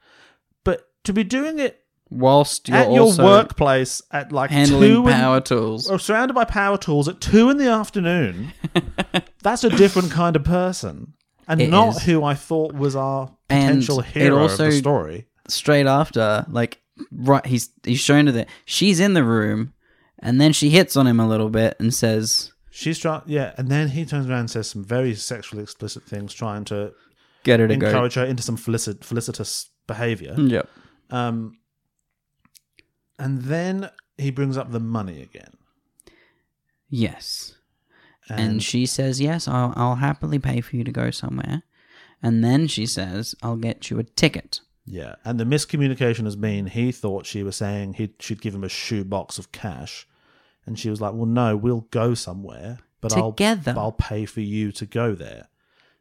[SPEAKER 3] but to be doing it
[SPEAKER 4] Whilst you're
[SPEAKER 3] at your
[SPEAKER 4] also
[SPEAKER 3] workplace at like
[SPEAKER 4] handling
[SPEAKER 3] two in-
[SPEAKER 4] power tools,
[SPEAKER 3] or surrounded by power tools at two in the afternoon, that's a different kind of person. And
[SPEAKER 4] It
[SPEAKER 3] not
[SPEAKER 4] is.
[SPEAKER 3] who I thought was our
[SPEAKER 4] And
[SPEAKER 3] potential
[SPEAKER 4] it
[SPEAKER 3] hero
[SPEAKER 4] also-
[SPEAKER 3] of the story.
[SPEAKER 4] straight after, like right, he's he's shown her that she's in the room, and then she hits on him a little bit and says,
[SPEAKER 3] She's trying, yeah, and then he turns around and says some very sexually explicit things, trying to
[SPEAKER 4] "Get her to go." Hmm.
[SPEAKER 3] encourage her into some felicit- felicitous behavior.
[SPEAKER 4] Yep.
[SPEAKER 3] Um, and then he brings up the money again,
[SPEAKER 4] Yes.
[SPEAKER 3] and,
[SPEAKER 4] And she says, Yes, I'll, I'll happily pay for you to go somewhere. And then she says, I'll get you a ticket.
[SPEAKER 3] yeah, and the miscommunication has been he thought she was saying he'd, she'd give him a shoebox of cash, and she was like, "Well, no, we'll go somewhere, but
[SPEAKER 4] Together.
[SPEAKER 3] I'll I'll pay for you to go there,"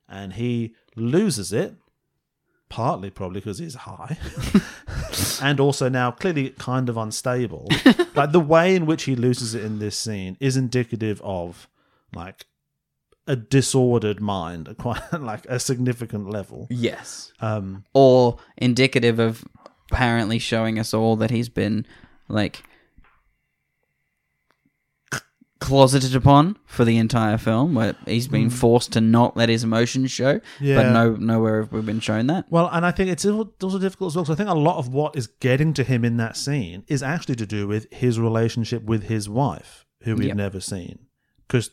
[SPEAKER 3] and he loses it, partly probably because he's high. and also now clearly kind of unstable. like the way in which he loses it in this scene is indicative of like a disordered mind, at quite like a significant level.
[SPEAKER 4] Yes.
[SPEAKER 3] Um,
[SPEAKER 4] Or indicative of apparently showing us all that he's been like c- closeted upon for the entire film where he's been forced to not let his emotions show but
[SPEAKER 3] Mm. Yeah.
[SPEAKER 4] no nowhere have we been shown that
[SPEAKER 3] Well, and I think it's al- also difficult as well because I think a lot of what is getting to him in that scene is actually to do with his relationship with his wife, who we've
[SPEAKER 4] Yeah.
[SPEAKER 3] never seen. Because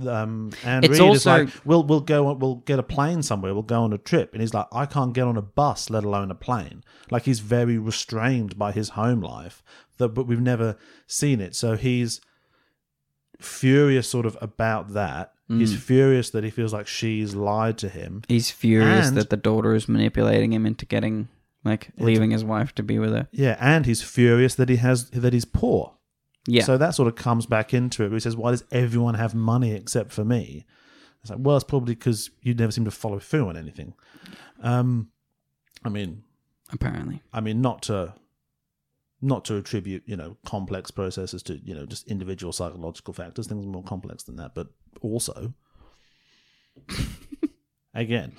[SPEAKER 3] um, and
[SPEAKER 4] It's
[SPEAKER 3] Reed is
[SPEAKER 4] also-
[SPEAKER 3] like, "We'll we'll go on- we'll get a plane somewhere. We'll go on a trip," and he's like, "I can't get on a bus, let alone a plane." Like he's very restrained by his home life, that but we've never seen it. So he's furious, sort of about that. He's
[SPEAKER 4] Mm.
[SPEAKER 3] furious that he feels like she's lied to him.
[SPEAKER 4] he's furious
[SPEAKER 3] And-
[SPEAKER 4] that the daughter is manipulating him into getting like leaving his wife to be with her
[SPEAKER 3] Yeah, and he's furious that he has that he's poor.
[SPEAKER 4] yeah
[SPEAKER 3] So that sort of comes back into it. Where he says, "Why does everyone have money except for me?" It's like, well, it's probably because you never seem to follow through on anything. Um, I mean,
[SPEAKER 4] apparently
[SPEAKER 3] I mean, not to not to attribute you know complex processes to you know just individual psychological factors. Things are more complex than that, but also, again,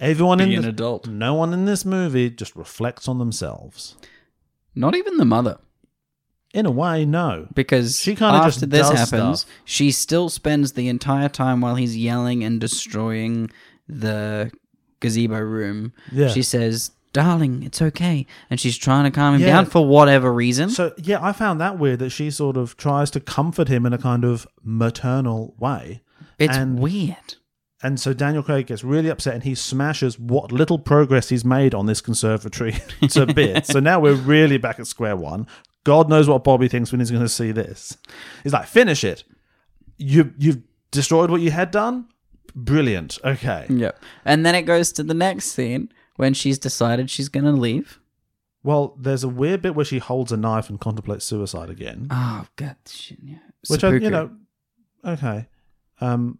[SPEAKER 3] everyone
[SPEAKER 5] Be
[SPEAKER 3] in
[SPEAKER 5] an
[SPEAKER 3] this-
[SPEAKER 5] adult.
[SPEAKER 3] no one in this movie just reflects on themselves.
[SPEAKER 4] not even the mother
[SPEAKER 3] In a way, no.
[SPEAKER 4] because
[SPEAKER 3] She
[SPEAKER 4] she
[SPEAKER 3] kinda
[SPEAKER 4] kind of
[SPEAKER 3] just
[SPEAKER 4] after this
[SPEAKER 3] does
[SPEAKER 4] happens,
[SPEAKER 3] stuff.
[SPEAKER 4] she still spends the entire time while he's yelling and destroying the gazebo room.
[SPEAKER 3] Yeah.
[SPEAKER 4] She says, "Darling, it's okay," and she's trying to calm him
[SPEAKER 3] Yeah.
[SPEAKER 4] down for whatever reason.
[SPEAKER 3] So yeah, I found that weird that she sort of tries to comfort him in a kind of maternal way.
[SPEAKER 4] it's
[SPEAKER 3] and-
[SPEAKER 4] weird.
[SPEAKER 3] And so Daniel Craig gets really upset and he smashes what little progress he's made on this conservatory to bits. So now we're really back at square one. God knows what Bobby thinks when he's going to see this. He's like, "Finish it. You you've destroyed what you had done. Brilliant. Okay.
[SPEAKER 4] Yep. And then it goes to the next scene when she's decided she's going to leave.
[SPEAKER 3] Well, there's a weird bit where she holds a knife and contemplates suicide again.
[SPEAKER 4] Oh god, shit, yeah.
[SPEAKER 3] which I, you
[SPEAKER 4] Seppuku.
[SPEAKER 3] know, okay. Um,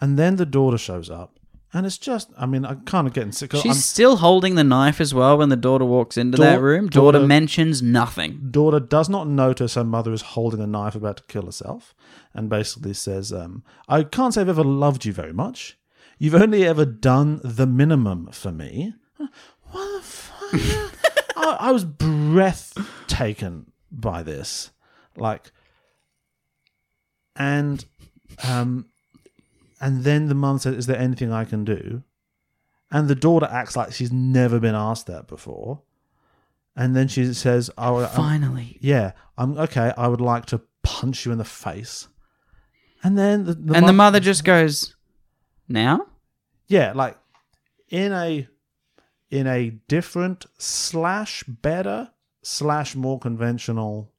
[SPEAKER 3] and then the daughter shows up, and it's just, I mean, I'm kind of getting sick. 'cause
[SPEAKER 4] She's still holding the knife as well when the daughter walks into
[SPEAKER 3] Dau-
[SPEAKER 4] that room. Daughter,
[SPEAKER 3] daughter-
[SPEAKER 4] mentions nothing.
[SPEAKER 3] I'm, daughter does not notice her mother is holding a knife about to kill herself, and basically says, um, "I can't say I've ever loved you very much. You've only ever done the minimum for me." What the fuck? I, I was breath taken by this, like, and um, and then the mum says, "Is there anything I can do?" And the daughter acts like she's never been asked that before, and then she says, "Oh, I'm-
[SPEAKER 4] Finally.
[SPEAKER 3] yeah, I'm okay. I would like to punch you in the face." And then the, the
[SPEAKER 4] and the
[SPEAKER 3] mum-
[SPEAKER 4] mother just goes, "Now."
[SPEAKER 3] yeah like in a in a different slash better slash more conventional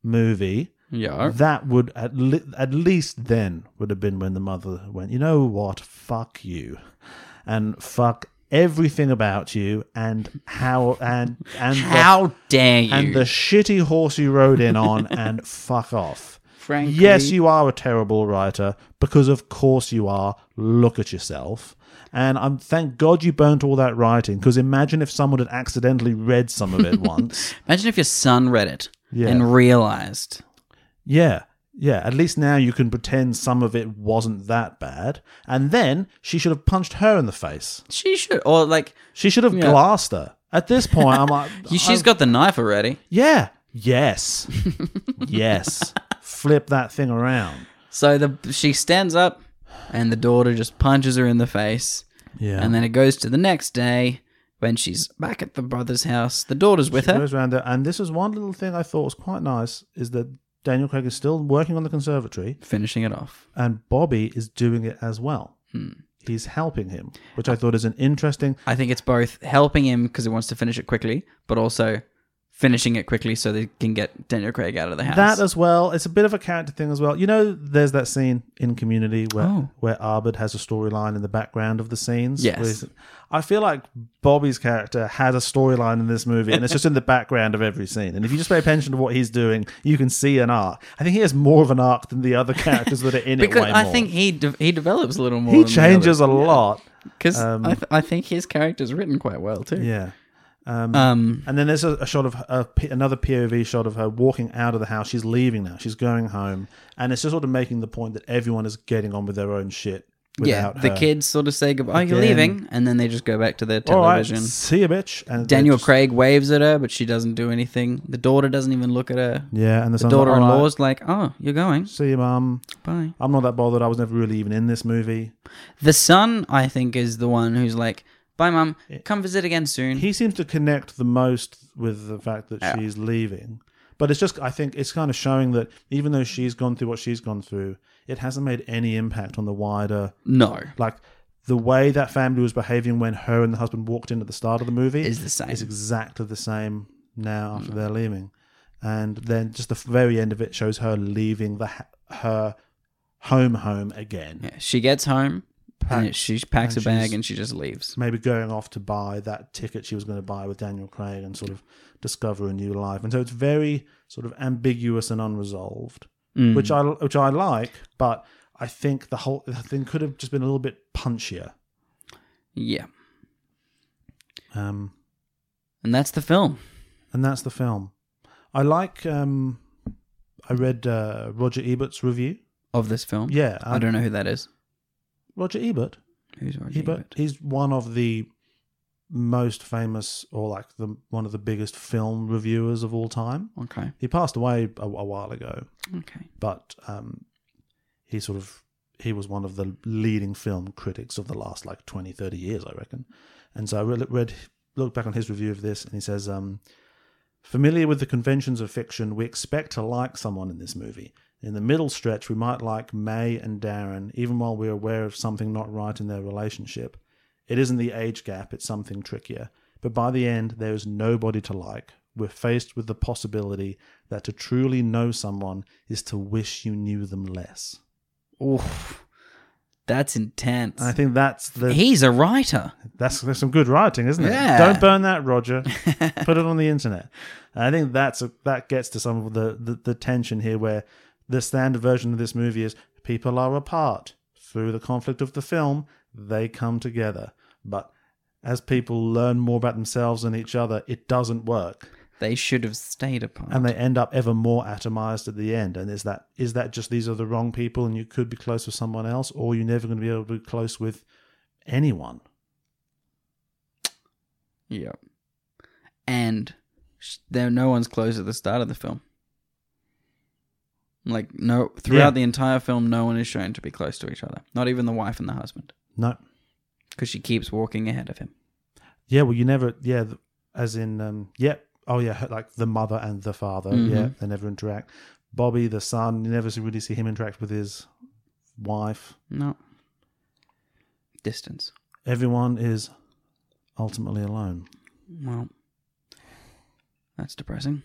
[SPEAKER 3] movie
[SPEAKER 4] Mm-hmm.
[SPEAKER 5] Yeah.
[SPEAKER 3] that would at, le- at least then would have been when the mother went you know what fuck you and fuck everything about you and how and and the-
[SPEAKER 4] How dare you?
[SPEAKER 3] and the shitty horse you rode in on and fuck off
[SPEAKER 4] Frankly,
[SPEAKER 3] Yes, you are a terrible writer because, of course, you are. Look at yourself. And I'm thank God you burnt all that writing because imagine if someone had accidentally read some of it once.
[SPEAKER 4] Imagine if your son read it
[SPEAKER 3] Yeah.
[SPEAKER 4] and realized.
[SPEAKER 3] Yeah, yeah. At least now you can pretend some of it wasn't that bad. And then she should have punched her in the face.
[SPEAKER 4] She should, or like,
[SPEAKER 3] She should have glassed her. At this point, I'm like,
[SPEAKER 4] you- she's
[SPEAKER 3] I-
[SPEAKER 4] got the knife already.
[SPEAKER 3] yeah, yes, yes. Flip that thing around.
[SPEAKER 4] So the she stands up, and the daughter just punches her in the face.
[SPEAKER 3] Yeah.
[SPEAKER 4] And then it goes to the next day when she's back at the brother's house. The daughter's with
[SPEAKER 3] She
[SPEAKER 4] her.
[SPEAKER 3] goes around there, and this is one little thing I thought was quite nice is that Daniel Craig is still working on the conservatory,
[SPEAKER 4] Finishing it off.
[SPEAKER 3] and Bobby is doing it as well.
[SPEAKER 4] Hmm.
[SPEAKER 3] He's helping him, which I thought is an interesting.
[SPEAKER 4] I think it's both helping him because he wants to finish it quickly, but also finishing it quickly so they can get Daniel Craig out of the house.
[SPEAKER 3] That as well, it's a bit of a character thing as well. You know, there's that scene in Community where
[SPEAKER 4] Oh.
[SPEAKER 3] where Arbid has a storyline in the background of the scenes.
[SPEAKER 4] Yes.
[SPEAKER 3] where he's- I feel like Bobby's character has a storyline in this movie, and it's just in the background of every scene. And if you just pay attention to what he's doing, you can see an arc. I think he has more of an arc than the other characters that are in it.
[SPEAKER 4] because
[SPEAKER 3] way
[SPEAKER 4] I
[SPEAKER 3] more.
[SPEAKER 4] think he de- he develops a little more.
[SPEAKER 3] he changes a lot.
[SPEAKER 4] because
[SPEAKER 3] um,
[SPEAKER 4] I, th- I think his character's written quite well too.
[SPEAKER 3] Yeah.
[SPEAKER 4] Um,
[SPEAKER 3] And then there's a, a shot of a, P- another POV shot of her walking out of the house. She's leaving now. She's going home, and it's just sort of making the point that everyone is getting on with their own shit. without
[SPEAKER 4] yeah, the
[SPEAKER 3] her.
[SPEAKER 4] kids sort of say goodbye. Oh, you're
[SPEAKER 3] Again.
[SPEAKER 4] leaving, and then they just go back to their
[SPEAKER 3] All right,
[SPEAKER 4] television.
[SPEAKER 3] see you, bitch. And they
[SPEAKER 4] Daniel
[SPEAKER 3] just-
[SPEAKER 4] Craig waves at her, but she doesn't do anything. The daughter doesn't even look at her.
[SPEAKER 3] Yeah, and the,
[SPEAKER 4] The
[SPEAKER 3] son's like, "All right,
[SPEAKER 4] daughter-in-law's like, "Oh, you're going.
[SPEAKER 3] See you, mum.
[SPEAKER 4] Bye."
[SPEAKER 3] I'm not that bothered. I was never really even in this movie.
[SPEAKER 4] The son, I think, is the one who's like, "Bye, mum. Come visit again soon."
[SPEAKER 3] He seems to connect the most with the fact that she's leaving. But it's just, I think it's kind of showing that even though she's gone through what she's gone through, it hasn't made any impact on the wider,
[SPEAKER 4] no,
[SPEAKER 3] like the way that family was behaving when her and the husband walked in at the start of the movie
[SPEAKER 4] Is the same.
[SPEAKER 3] Is exactly the same now after they're leaving, and then just the very end of it shows her leaving the ha- her home home again.
[SPEAKER 4] Yeah, she gets home and
[SPEAKER 3] Packs-
[SPEAKER 4] she packs
[SPEAKER 3] and
[SPEAKER 4] a bag
[SPEAKER 3] she's-
[SPEAKER 4] and she just leaves.
[SPEAKER 3] maybe going off to buy that ticket she was going to buy with Daniel Craig and sort of discover a new life. And so it's very sort of ambiguous and unresolved,
[SPEAKER 4] Hmm. Mm,
[SPEAKER 3] which I which I like, but I think the whole the thing could have just been a little bit punchier.
[SPEAKER 4] Yeah,
[SPEAKER 3] Um,
[SPEAKER 4] and that's the film.
[SPEAKER 3] and that's the film. I like. Um, I read uh, Roger Ebert's review.
[SPEAKER 4] of this film.
[SPEAKER 3] Yeah, um,
[SPEAKER 4] I don't know who that is.
[SPEAKER 3] Roger Ebert.
[SPEAKER 4] Who's already
[SPEAKER 3] Ebert. He's one of the most famous, or like the one of the biggest film reviewers of all time.
[SPEAKER 4] Okay.
[SPEAKER 3] He passed away a, a while ago,
[SPEAKER 4] Okay.
[SPEAKER 3] but um, he sort of he was one of the leading film critics of the last like 20, 30 years, I reckon. And so I re- read looked back on his review of this, and he says, um, "Familiar with the conventions of fiction, we expect to like someone in this movie. In the middle stretch, we might like May and Darren, even while we're aware of something not right in their relationship. It isn't the age gap, it's something trickier. But by the end, there is nobody to like. We're faced with the possibility that to truly know someone is to wish you knew them less.
[SPEAKER 4] Oof. That's intense.
[SPEAKER 3] And I think that's the
[SPEAKER 4] He's a writer.
[SPEAKER 3] that's there's some good writing, isn't it?
[SPEAKER 4] Yeah.
[SPEAKER 3] Don't burn that, Roger. Put it on the internet. And I think that's a, that gets to some of the, the the tension here, where the standard version of this movie is people are apart through the conflict of the film. They come together, but as people learn more about themselves and each other, it doesn't work,
[SPEAKER 4] They should have stayed apart.
[SPEAKER 3] and they end up ever more atomized at the end. And is that is that just these are the wrong people, and you could be close with someone else, or you're never going to be able to be close with anyone?
[SPEAKER 4] yeah. And sh- there, no one's close at the start of the film. Like no, throughout
[SPEAKER 3] Yeah.
[SPEAKER 4] the entire film, no one is shown to be close to each other. Not even the wife and the husband,
[SPEAKER 3] No.
[SPEAKER 4] because she keeps walking ahead of him.
[SPEAKER 3] Yeah, well, you never, yeah, th- as in, um, yep, oh yeah, like the mother and the father, yeah, they never interact. Bobby, the son, you never see- really see him interact with his wife.
[SPEAKER 4] No. Distance.
[SPEAKER 3] Everyone is ultimately alone.
[SPEAKER 4] Well, that's depressing.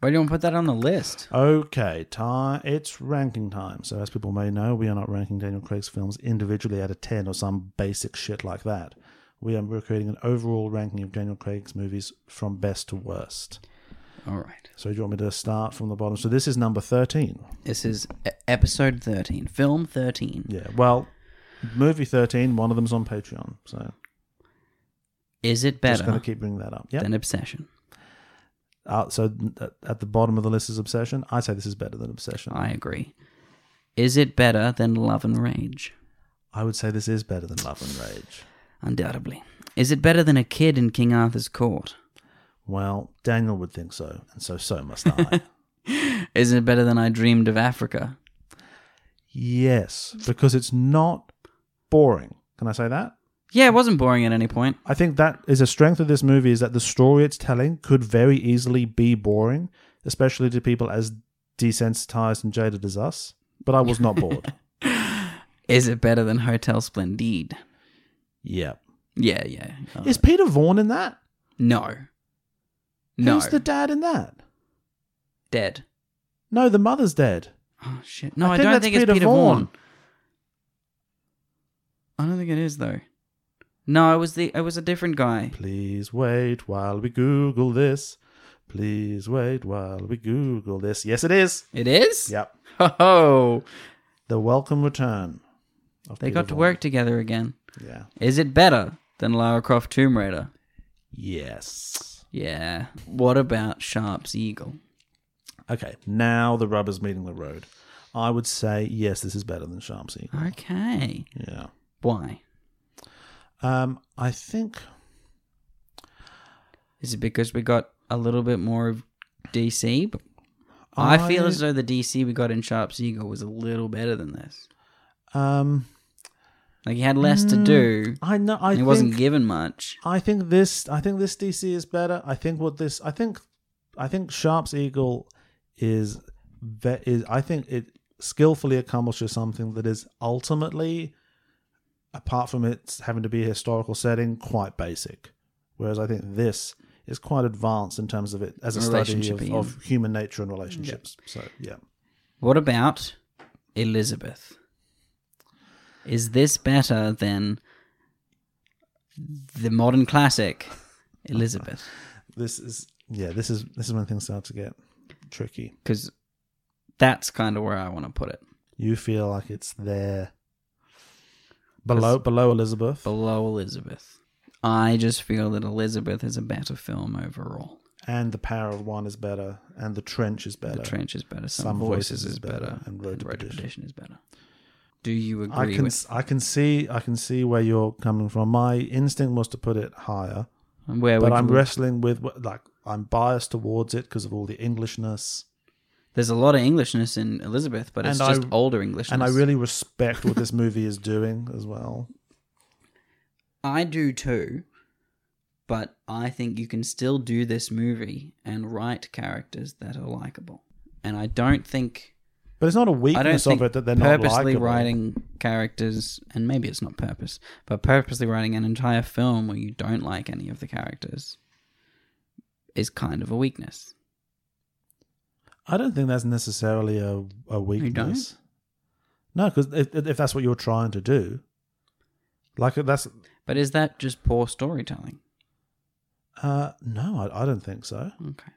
[SPEAKER 4] Why do you want to put that on the list?
[SPEAKER 3] Okay, time. It's ranking time. So, as people may know, we are not ranking Daniel Craig's films individually out of 10 or some basic shit like that. We are we're creating an overall ranking of Daniel Craig's movies from best to worst.
[SPEAKER 4] All right.
[SPEAKER 3] So, do you want me to start from the bottom? So, this is number 13.
[SPEAKER 4] This is e- episode 13, film 13.
[SPEAKER 3] Yeah. Well, movie 13, one of them's on Patreon. So
[SPEAKER 4] Is it
[SPEAKER 3] just going
[SPEAKER 4] better
[SPEAKER 3] to keep bringing that up. Yeah.
[SPEAKER 4] than Obsession?
[SPEAKER 3] Uh, so at- at the bottom of the list is Obsession. I say this is better than Obsession.
[SPEAKER 4] I agree. Is it better than Love and Rage?
[SPEAKER 3] I would say this is better than Love and Rage.
[SPEAKER 4] Undoubtedly. Is it better than A Kid in King Arthur's Court?
[SPEAKER 3] Well, Daniel would think so, and so so must I.
[SPEAKER 4] Is it better than I Dreamed of Africa?
[SPEAKER 3] yes, because it's not boring. Can I say that?
[SPEAKER 4] Yeah, it wasn't boring at any point.
[SPEAKER 3] I think that is a strength of this movie is that the story it's telling could very easily be boring, especially to people as desensitized and jaded as us. But I was not bored.
[SPEAKER 4] Is it better than Hotel Splendide?
[SPEAKER 3] yeah.
[SPEAKER 4] Yeah, yeah. Uh,
[SPEAKER 3] Is Peter Vaughan in that?
[SPEAKER 4] no. No.
[SPEAKER 3] Who's the dad in that?
[SPEAKER 4] dead?
[SPEAKER 3] No, the mother's dead.
[SPEAKER 4] Oh shit! No, I,
[SPEAKER 3] I think
[SPEAKER 4] don't
[SPEAKER 3] that's
[SPEAKER 4] think it's
[SPEAKER 3] Peter
[SPEAKER 4] Peter, Vaughan.
[SPEAKER 3] Vaughan.
[SPEAKER 4] I don't think it is though. No, it was the it was a different guy.
[SPEAKER 3] Please wait while we Google this. Please wait while we Google this. Yes, it is.
[SPEAKER 4] It is.
[SPEAKER 3] Yep.
[SPEAKER 4] Oh,
[SPEAKER 3] The welcome return. of
[SPEAKER 4] they
[SPEAKER 3] Peter
[SPEAKER 4] got to
[SPEAKER 3] Vaughan.
[SPEAKER 4] work together again.
[SPEAKER 3] Yeah.
[SPEAKER 4] Is it better than Lara Croft Tomb Raider?
[SPEAKER 3] Yes.
[SPEAKER 4] Yeah. What about Sharp's Eagle?
[SPEAKER 3] Okay, now the rubber's meeting the road. I would say yes, this is better than Sharp Sequel.
[SPEAKER 4] Okay.
[SPEAKER 3] Yeah.
[SPEAKER 4] Why?
[SPEAKER 3] Um, I think
[SPEAKER 4] Is it because we got a little bit more of DC? But I, feel
[SPEAKER 3] I-
[SPEAKER 4] as though the DC we got in Sharp Seagull was a little better than this.
[SPEAKER 3] um
[SPEAKER 4] Like he had less to do.
[SPEAKER 3] Mm, I know I
[SPEAKER 4] and he
[SPEAKER 3] think,
[SPEAKER 4] wasn't given much.
[SPEAKER 3] I think this I think this DC is better. I think what this I think I think Sharp's Eagle is ve- is I think it skillfully accomplishes something that is ultimately apart from it having to be a historical setting quite basic. Whereas I think this is quite advanced in terms of it as a study
[SPEAKER 4] Relationship,
[SPEAKER 3] of,
[SPEAKER 4] yeah.
[SPEAKER 3] of human nature and relationships. So yeah.
[SPEAKER 4] What about Elizabeth? Is this better than the modern classic Elizabeth?
[SPEAKER 3] This is yeah, this is this is when things start to get tricky.
[SPEAKER 4] Because that's kind of where I want to put it.
[SPEAKER 3] You feel like it's there. Below below Elizabeth.
[SPEAKER 4] Below Elizabeth. I just feel that Elizabeth is a better film overall.
[SPEAKER 3] and the power of one is better, and the trench is better.
[SPEAKER 4] The Trench is better. Some,
[SPEAKER 3] Some
[SPEAKER 4] voices, is better, and Road,
[SPEAKER 3] to
[SPEAKER 4] to
[SPEAKER 3] Perdition.
[SPEAKER 4] Perdition is better. Do you
[SPEAKER 3] I
[SPEAKER 4] agree
[SPEAKER 3] can
[SPEAKER 4] with
[SPEAKER 3] I can see I can see where you're coming from. My instinct was to put it higher,
[SPEAKER 4] where
[SPEAKER 3] but
[SPEAKER 4] would
[SPEAKER 3] I'm
[SPEAKER 4] you-
[SPEAKER 3] wrestling with wh- like I'm biased towards it because of all the Englishness,
[SPEAKER 4] There's a lot of Englishness in Elizabeth, but it's
[SPEAKER 3] And I-
[SPEAKER 4] just older Englishness.
[SPEAKER 3] and I really respect what this movie is doing as well.
[SPEAKER 4] I do too, but I think you can still do this movie and write characters that are likable. And I don't think
[SPEAKER 3] But it's not a
[SPEAKER 4] I don't
[SPEAKER 3] weakness
[SPEAKER 4] think
[SPEAKER 3] of it that they're not
[SPEAKER 4] purposely
[SPEAKER 3] likable.
[SPEAKER 4] writing characters, and maybe it's not purpose, but purposely writing an entire film where you don't like any of the characters is kind of a weakness.
[SPEAKER 3] I don't think that's necessarily a a weakness. No, because if, if that's what you're trying to do, like that's
[SPEAKER 4] But is that just poor storytelling?
[SPEAKER 3] uh, no, I, I don't think so.
[SPEAKER 4] Okay.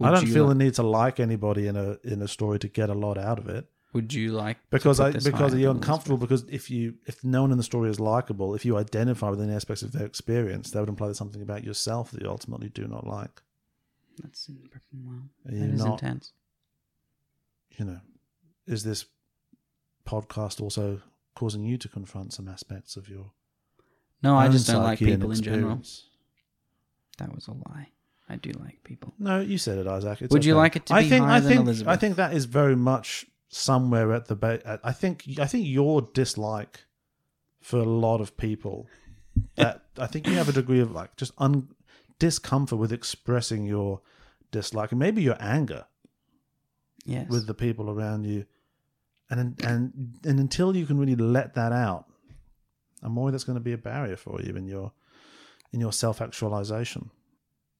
[SPEAKER 3] I
[SPEAKER 4] Would
[SPEAKER 3] don't
[SPEAKER 4] you
[SPEAKER 3] feel
[SPEAKER 4] li-
[SPEAKER 3] the need to like anybody in a in a story to get a lot out of it
[SPEAKER 4] Would you like to
[SPEAKER 3] because
[SPEAKER 4] put
[SPEAKER 3] I
[SPEAKER 4] this
[SPEAKER 3] because
[SPEAKER 4] higher
[SPEAKER 3] you're
[SPEAKER 4] than Elizabeth?
[SPEAKER 3] uncomfortable because if you if no one in the story is likable if you identify with any aspects of their experience that would imply there's something about yourself that you ultimately do not like
[SPEAKER 4] That's wow.
[SPEAKER 3] Are you
[SPEAKER 4] That is
[SPEAKER 3] not-
[SPEAKER 4] intense.
[SPEAKER 3] you know is this podcast also causing you to confront some aspects of your
[SPEAKER 4] No, I
[SPEAKER 3] own
[SPEAKER 4] just don't like
[SPEAKER 3] psyche and
[SPEAKER 4] people in general.
[SPEAKER 3] experience?
[SPEAKER 4] That was a lie. I do like people.
[SPEAKER 3] No, you said it, Isaac. It's
[SPEAKER 4] Would you
[SPEAKER 3] okay.
[SPEAKER 4] like it to
[SPEAKER 3] I
[SPEAKER 4] be
[SPEAKER 3] think,
[SPEAKER 4] higher
[SPEAKER 3] I
[SPEAKER 4] than
[SPEAKER 3] think, I
[SPEAKER 4] Elizabeth?
[SPEAKER 3] think that is very much somewhere at the ba- at- I think I think your dislike for a lot of people that I think you have a degree of like just un- discomfort with expressing your dislike and maybe your anger
[SPEAKER 4] Yes.
[SPEAKER 3] with the people around you, and and and until you can really let that out, I'm worried that's going to be a barrier for you in your in your self actualization.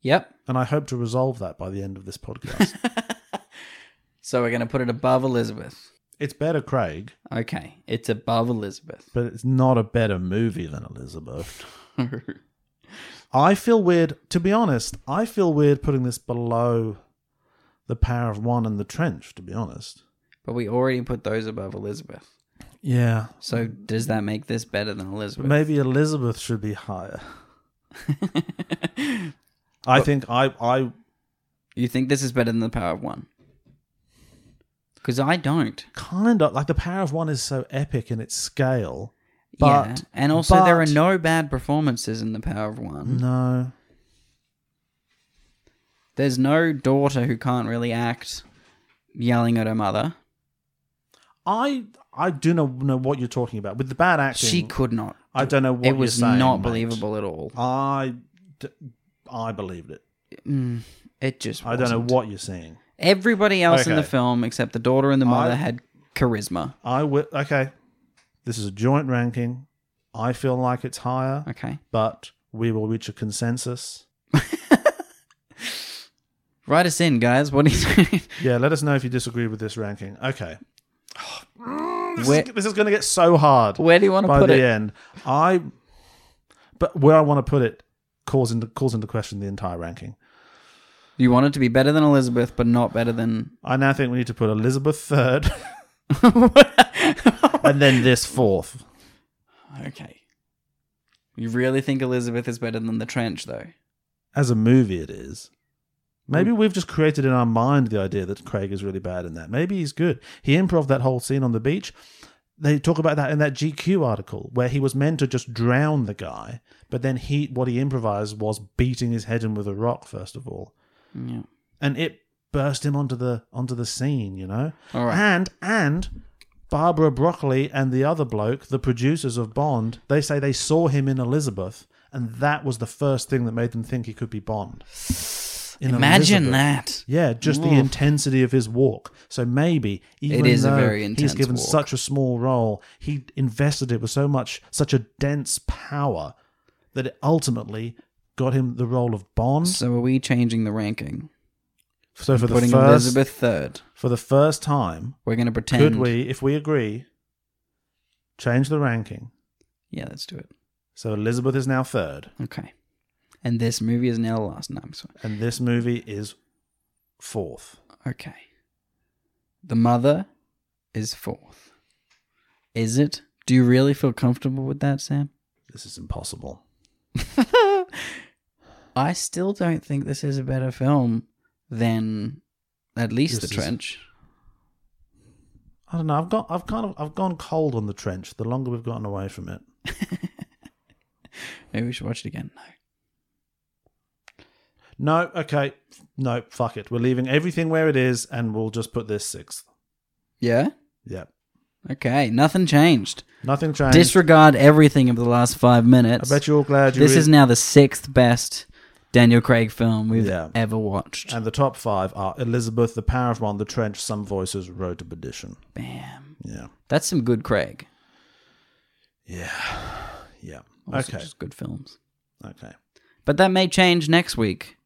[SPEAKER 4] yep.
[SPEAKER 3] And I hope to resolve that by the end of this podcast.
[SPEAKER 4] So we're going to put it above Elizabeth.
[SPEAKER 3] It's better Craig,
[SPEAKER 4] Okay. It's above Elizabeth.
[SPEAKER 3] but it's not a better movie than Elizabeth. I feel weird, to be honest, I feel weird putting this below The Power of One and The Trench, to be honest.
[SPEAKER 4] But we already put those above Elizabeth.
[SPEAKER 3] Yeah.
[SPEAKER 4] So does that make this better than Elizabeth?
[SPEAKER 3] Maybe Elizabeth should be higher. I think I I
[SPEAKER 4] You think this is better than The Power of One? Because I don't.
[SPEAKER 3] kind of like The Power of One is so epic in its scale. But
[SPEAKER 4] yeah. And also, there are
[SPEAKER 3] but-
[SPEAKER 4] no bad performances in The Power of One.
[SPEAKER 3] No.
[SPEAKER 4] There's no daughter who can't really act yelling at her mother.
[SPEAKER 3] I I do not know what you're talking about. With the bad acting,
[SPEAKER 4] She could not.
[SPEAKER 3] I don't know what
[SPEAKER 4] It
[SPEAKER 3] you're
[SPEAKER 4] was
[SPEAKER 3] saying,
[SPEAKER 4] not
[SPEAKER 3] mate.
[SPEAKER 4] believable at all.
[SPEAKER 3] I d- I believed it.
[SPEAKER 4] It just.
[SPEAKER 3] I don't know
[SPEAKER 4] wasn't.
[SPEAKER 3] what you're seeing.
[SPEAKER 4] Everybody else in the
[SPEAKER 3] Okay.
[SPEAKER 4] film, except the daughter and the mother,
[SPEAKER 3] I-
[SPEAKER 4] had charisma.
[SPEAKER 3] I wi- okay. This is a joint ranking. I feel like it's higher,
[SPEAKER 4] Okay.
[SPEAKER 3] but we will reach a consensus.
[SPEAKER 4] Write us in, guys. What do you think?
[SPEAKER 3] Yeah, let us know if you disagree with this ranking. Okay. This
[SPEAKER 4] Where-
[SPEAKER 3] is, this is going to get so hard
[SPEAKER 4] Where do you want to
[SPEAKER 3] by
[SPEAKER 4] put
[SPEAKER 3] the
[SPEAKER 4] it?
[SPEAKER 3] end. I, but where I want to put it calls into calls into question the entire ranking.
[SPEAKER 4] You want it to be better than Elizabeth, but not better than.
[SPEAKER 3] I now think we need to put Elizabeth third, and then this fourth.
[SPEAKER 4] Okay. You really think Elizabeth is better than the trench, though?
[SPEAKER 3] As a movie, it is. Maybe we've just created in our mind the idea that Craig is really bad in that. Maybe he's good. He improv that whole scene on the beach. They talk about that in that GQ article where he was meant to just drown the guy, but then he what he improvised was beating his head in with a rock first of all.
[SPEAKER 4] Yeah.
[SPEAKER 3] And it burst him onto the onto the scene, you know?
[SPEAKER 4] All right.
[SPEAKER 3] And and Barbara Broccoli and the other bloke, the producers of Bond, they say they saw him in Elizabeth, and that was the first thing that made them think he could be Bond. In
[SPEAKER 4] Imagine
[SPEAKER 3] Elizabeth.
[SPEAKER 4] that.
[SPEAKER 3] Yeah, just the intensity of his walk. So maybe even
[SPEAKER 4] is a
[SPEAKER 3] though
[SPEAKER 4] very
[SPEAKER 3] he's
[SPEAKER 4] intense
[SPEAKER 3] given
[SPEAKER 4] walk.
[SPEAKER 3] such a small role, he invested it with so much, such a dense power that it ultimately got him the role of Bond. So,
[SPEAKER 4] So are we changing the ranking?
[SPEAKER 3] for the
[SPEAKER 4] Putting
[SPEAKER 3] first,
[SPEAKER 4] Elizabeth third.
[SPEAKER 3] for the first time,
[SPEAKER 4] We're going to pretend.
[SPEAKER 3] could we, if we agree, change the ranking?
[SPEAKER 4] Yeah, let's do it.
[SPEAKER 3] So Elizabeth is now third,
[SPEAKER 4] Okay. And this movie is now last. No, I'm sorry.
[SPEAKER 3] and this movie is fourth.
[SPEAKER 4] Okay. The mother is fourth. Is it? Do you really feel comfortable with that, Sam?
[SPEAKER 3] This is impossible.
[SPEAKER 4] I still don't think this is a better film than at least
[SPEAKER 3] This
[SPEAKER 4] The
[SPEAKER 3] is-
[SPEAKER 4] Trench.
[SPEAKER 3] I don't know. I've got. I've kind of. I've gone cold on the trench. The longer we've gotten away from it.
[SPEAKER 4] Maybe we should watch it again. No.
[SPEAKER 3] No, okay. No, fuck it. We're leaving everything where it is and we'll just put this sixth.
[SPEAKER 4] Yeah?
[SPEAKER 3] Yeah.
[SPEAKER 4] Okay. Nothing changed.
[SPEAKER 3] Nothing changed.
[SPEAKER 4] Disregard everything of the last five
[SPEAKER 3] I
[SPEAKER 4] minutes.
[SPEAKER 3] bet you're all glad you
[SPEAKER 4] This
[SPEAKER 3] re-
[SPEAKER 4] is now the sixth best Daniel Craig film we've
[SPEAKER 3] Yeah.
[SPEAKER 4] ever watched.
[SPEAKER 3] And the top five are Elizabeth, The Power of One, The Trench, Some Voices, Road to Perdition.
[SPEAKER 4] Bam.
[SPEAKER 3] Yeah.
[SPEAKER 4] That's some good Craig.
[SPEAKER 3] Yeah. Yeah.
[SPEAKER 4] Also
[SPEAKER 3] okay.
[SPEAKER 4] Just good films.
[SPEAKER 3] Okay.
[SPEAKER 4] But that may change next week.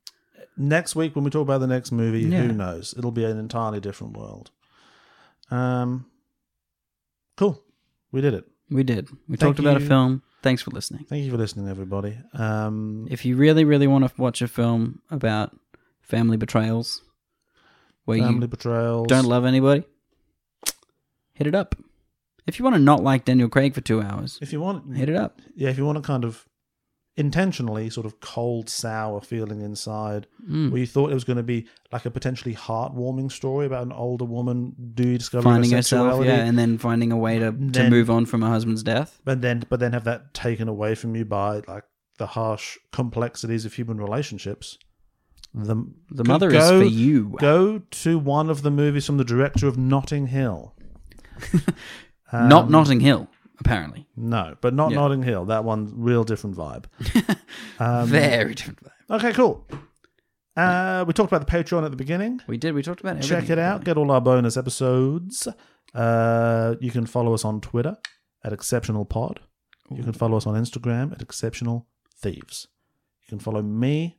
[SPEAKER 3] Next week, when we talk about the next movie,
[SPEAKER 4] Yeah.
[SPEAKER 3] who knows? It'll be an entirely different world. Um, cool. We did it.
[SPEAKER 4] We did. We
[SPEAKER 3] Thank
[SPEAKER 4] talked about a
[SPEAKER 3] you.
[SPEAKER 4] film. Thanks for listening.
[SPEAKER 3] Thank you for listening, everybody. Um,
[SPEAKER 4] If you really, really want to watch a film about family betrayals where
[SPEAKER 3] family
[SPEAKER 4] you
[SPEAKER 3] betrayals.
[SPEAKER 4] don't love anybody, hit it up. If you want to not like Daniel Craig for two hours,
[SPEAKER 3] If you want,
[SPEAKER 4] hit it up.
[SPEAKER 3] yeah, if you want a kind of intentionally sort of cold, sour feeling inside,
[SPEAKER 4] Mm. Hmm.
[SPEAKER 3] where you thought it was going to be like a potentially heartwarming story about an older woman do discovering
[SPEAKER 4] Finding
[SPEAKER 3] her
[SPEAKER 4] herself,
[SPEAKER 3] sexuality,
[SPEAKER 4] yeah, and then finding a way to, to
[SPEAKER 3] Then-
[SPEAKER 4] move on from her husband's death.
[SPEAKER 3] but then but then have that taken away from you by like the harsh complexities of human relationships. The
[SPEAKER 4] The mother is for you.
[SPEAKER 3] Go to one of the movies from the director of Notting Hill. um,
[SPEAKER 4] not Notting Hill, apparently.
[SPEAKER 3] No, but not
[SPEAKER 4] Yeah.
[SPEAKER 3] Notting Hill. That one, real different vibe. um,
[SPEAKER 4] Very different vibe.
[SPEAKER 3] Okay, cool. Uh, we talked about the Patreon at the beginning.
[SPEAKER 4] We did. We talked about everything.
[SPEAKER 3] Check it out. Get all our bonus episodes. Uh, you can follow us on Twitter at Exceptional Pod. You can follow us on Instagram at Exceptional Thieves. You can follow me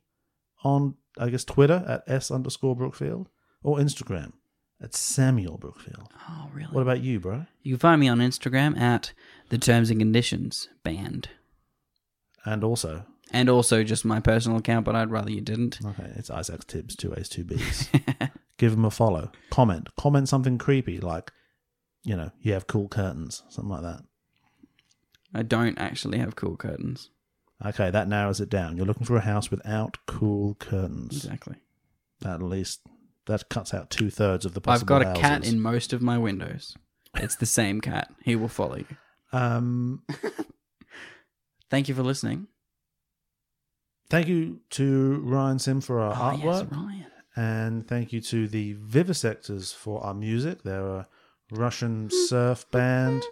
[SPEAKER 3] on, I guess, Twitter at S underscore Brookfield or Instagram at Samuel Brookfield.
[SPEAKER 4] Oh, really?
[SPEAKER 3] What about you, bro?
[SPEAKER 4] You can find me on Instagram at the Terms and Conditions Band,
[SPEAKER 3] And also,
[SPEAKER 4] and also just my personal account. But I'd rather you didn't.
[SPEAKER 3] okay, it's Isaac Tibbs, two A's, two B's. Give him a follow. Comment. Comment something creepy like, you know, you have cool curtains, something like that.
[SPEAKER 4] I don't actually have cool curtains.
[SPEAKER 3] Okay, that narrows it down. You're looking for a house without cool curtains.
[SPEAKER 4] Exactly.
[SPEAKER 3] At least that cuts out two thirds of the possible.
[SPEAKER 4] I've got a cat
[SPEAKER 3] houses.
[SPEAKER 4] in most of my windows. It's the same cat. He will follow you.
[SPEAKER 3] Um,
[SPEAKER 4] Thank you for listening.
[SPEAKER 3] thank you to Ryan Sim for our
[SPEAKER 4] Oh, yes,
[SPEAKER 3] artwork,
[SPEAKER 4] Ryan.
[SPEAKER 3] and thank you to the Vivisectors for our music. They're a Russian surf band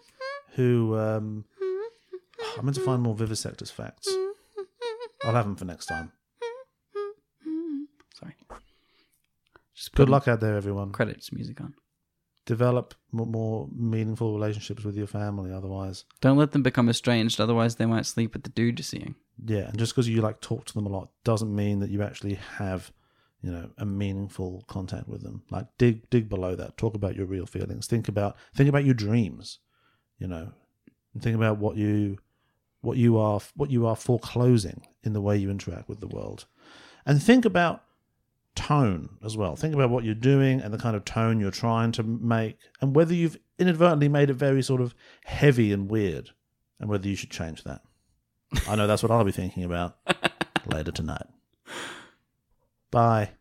[SPEAKER 3] who. Um, I meant to find more Vivisectors facts. I'll have them for next time.
[SPEAKER 4] Sorry. Just
[SPEAKER 3] Good
[SPEAKER 4] putting
[SPEAKER 3] luck out there, everyone.
[SPEAKER 4] Credits music on.
[SPEAKER 3] Develop m- more meaningful relationships with your family. Otherwise,
[SPEAKER 4] Don't let them become estranged, otherwise they might sleep with the dude you're seeing.
[SPEAKER 3] Yeah, and just because you like talk to them a lot doesn't mean that you actually have, you know, a meaningful contact with them. Like dig dig below that. Talk about your real feelings. Think about think about your dreams, you know, and think about what you what you are what you are foreclosing in the way you interact with the world, and think about tone as well. Think about what you're doing and the kind of tone you're trying to make, and whether you've inadvertently made it very sort of heavy and weird, and whether you should change that. I know that's what I'll be thinking about later tonight. Bye.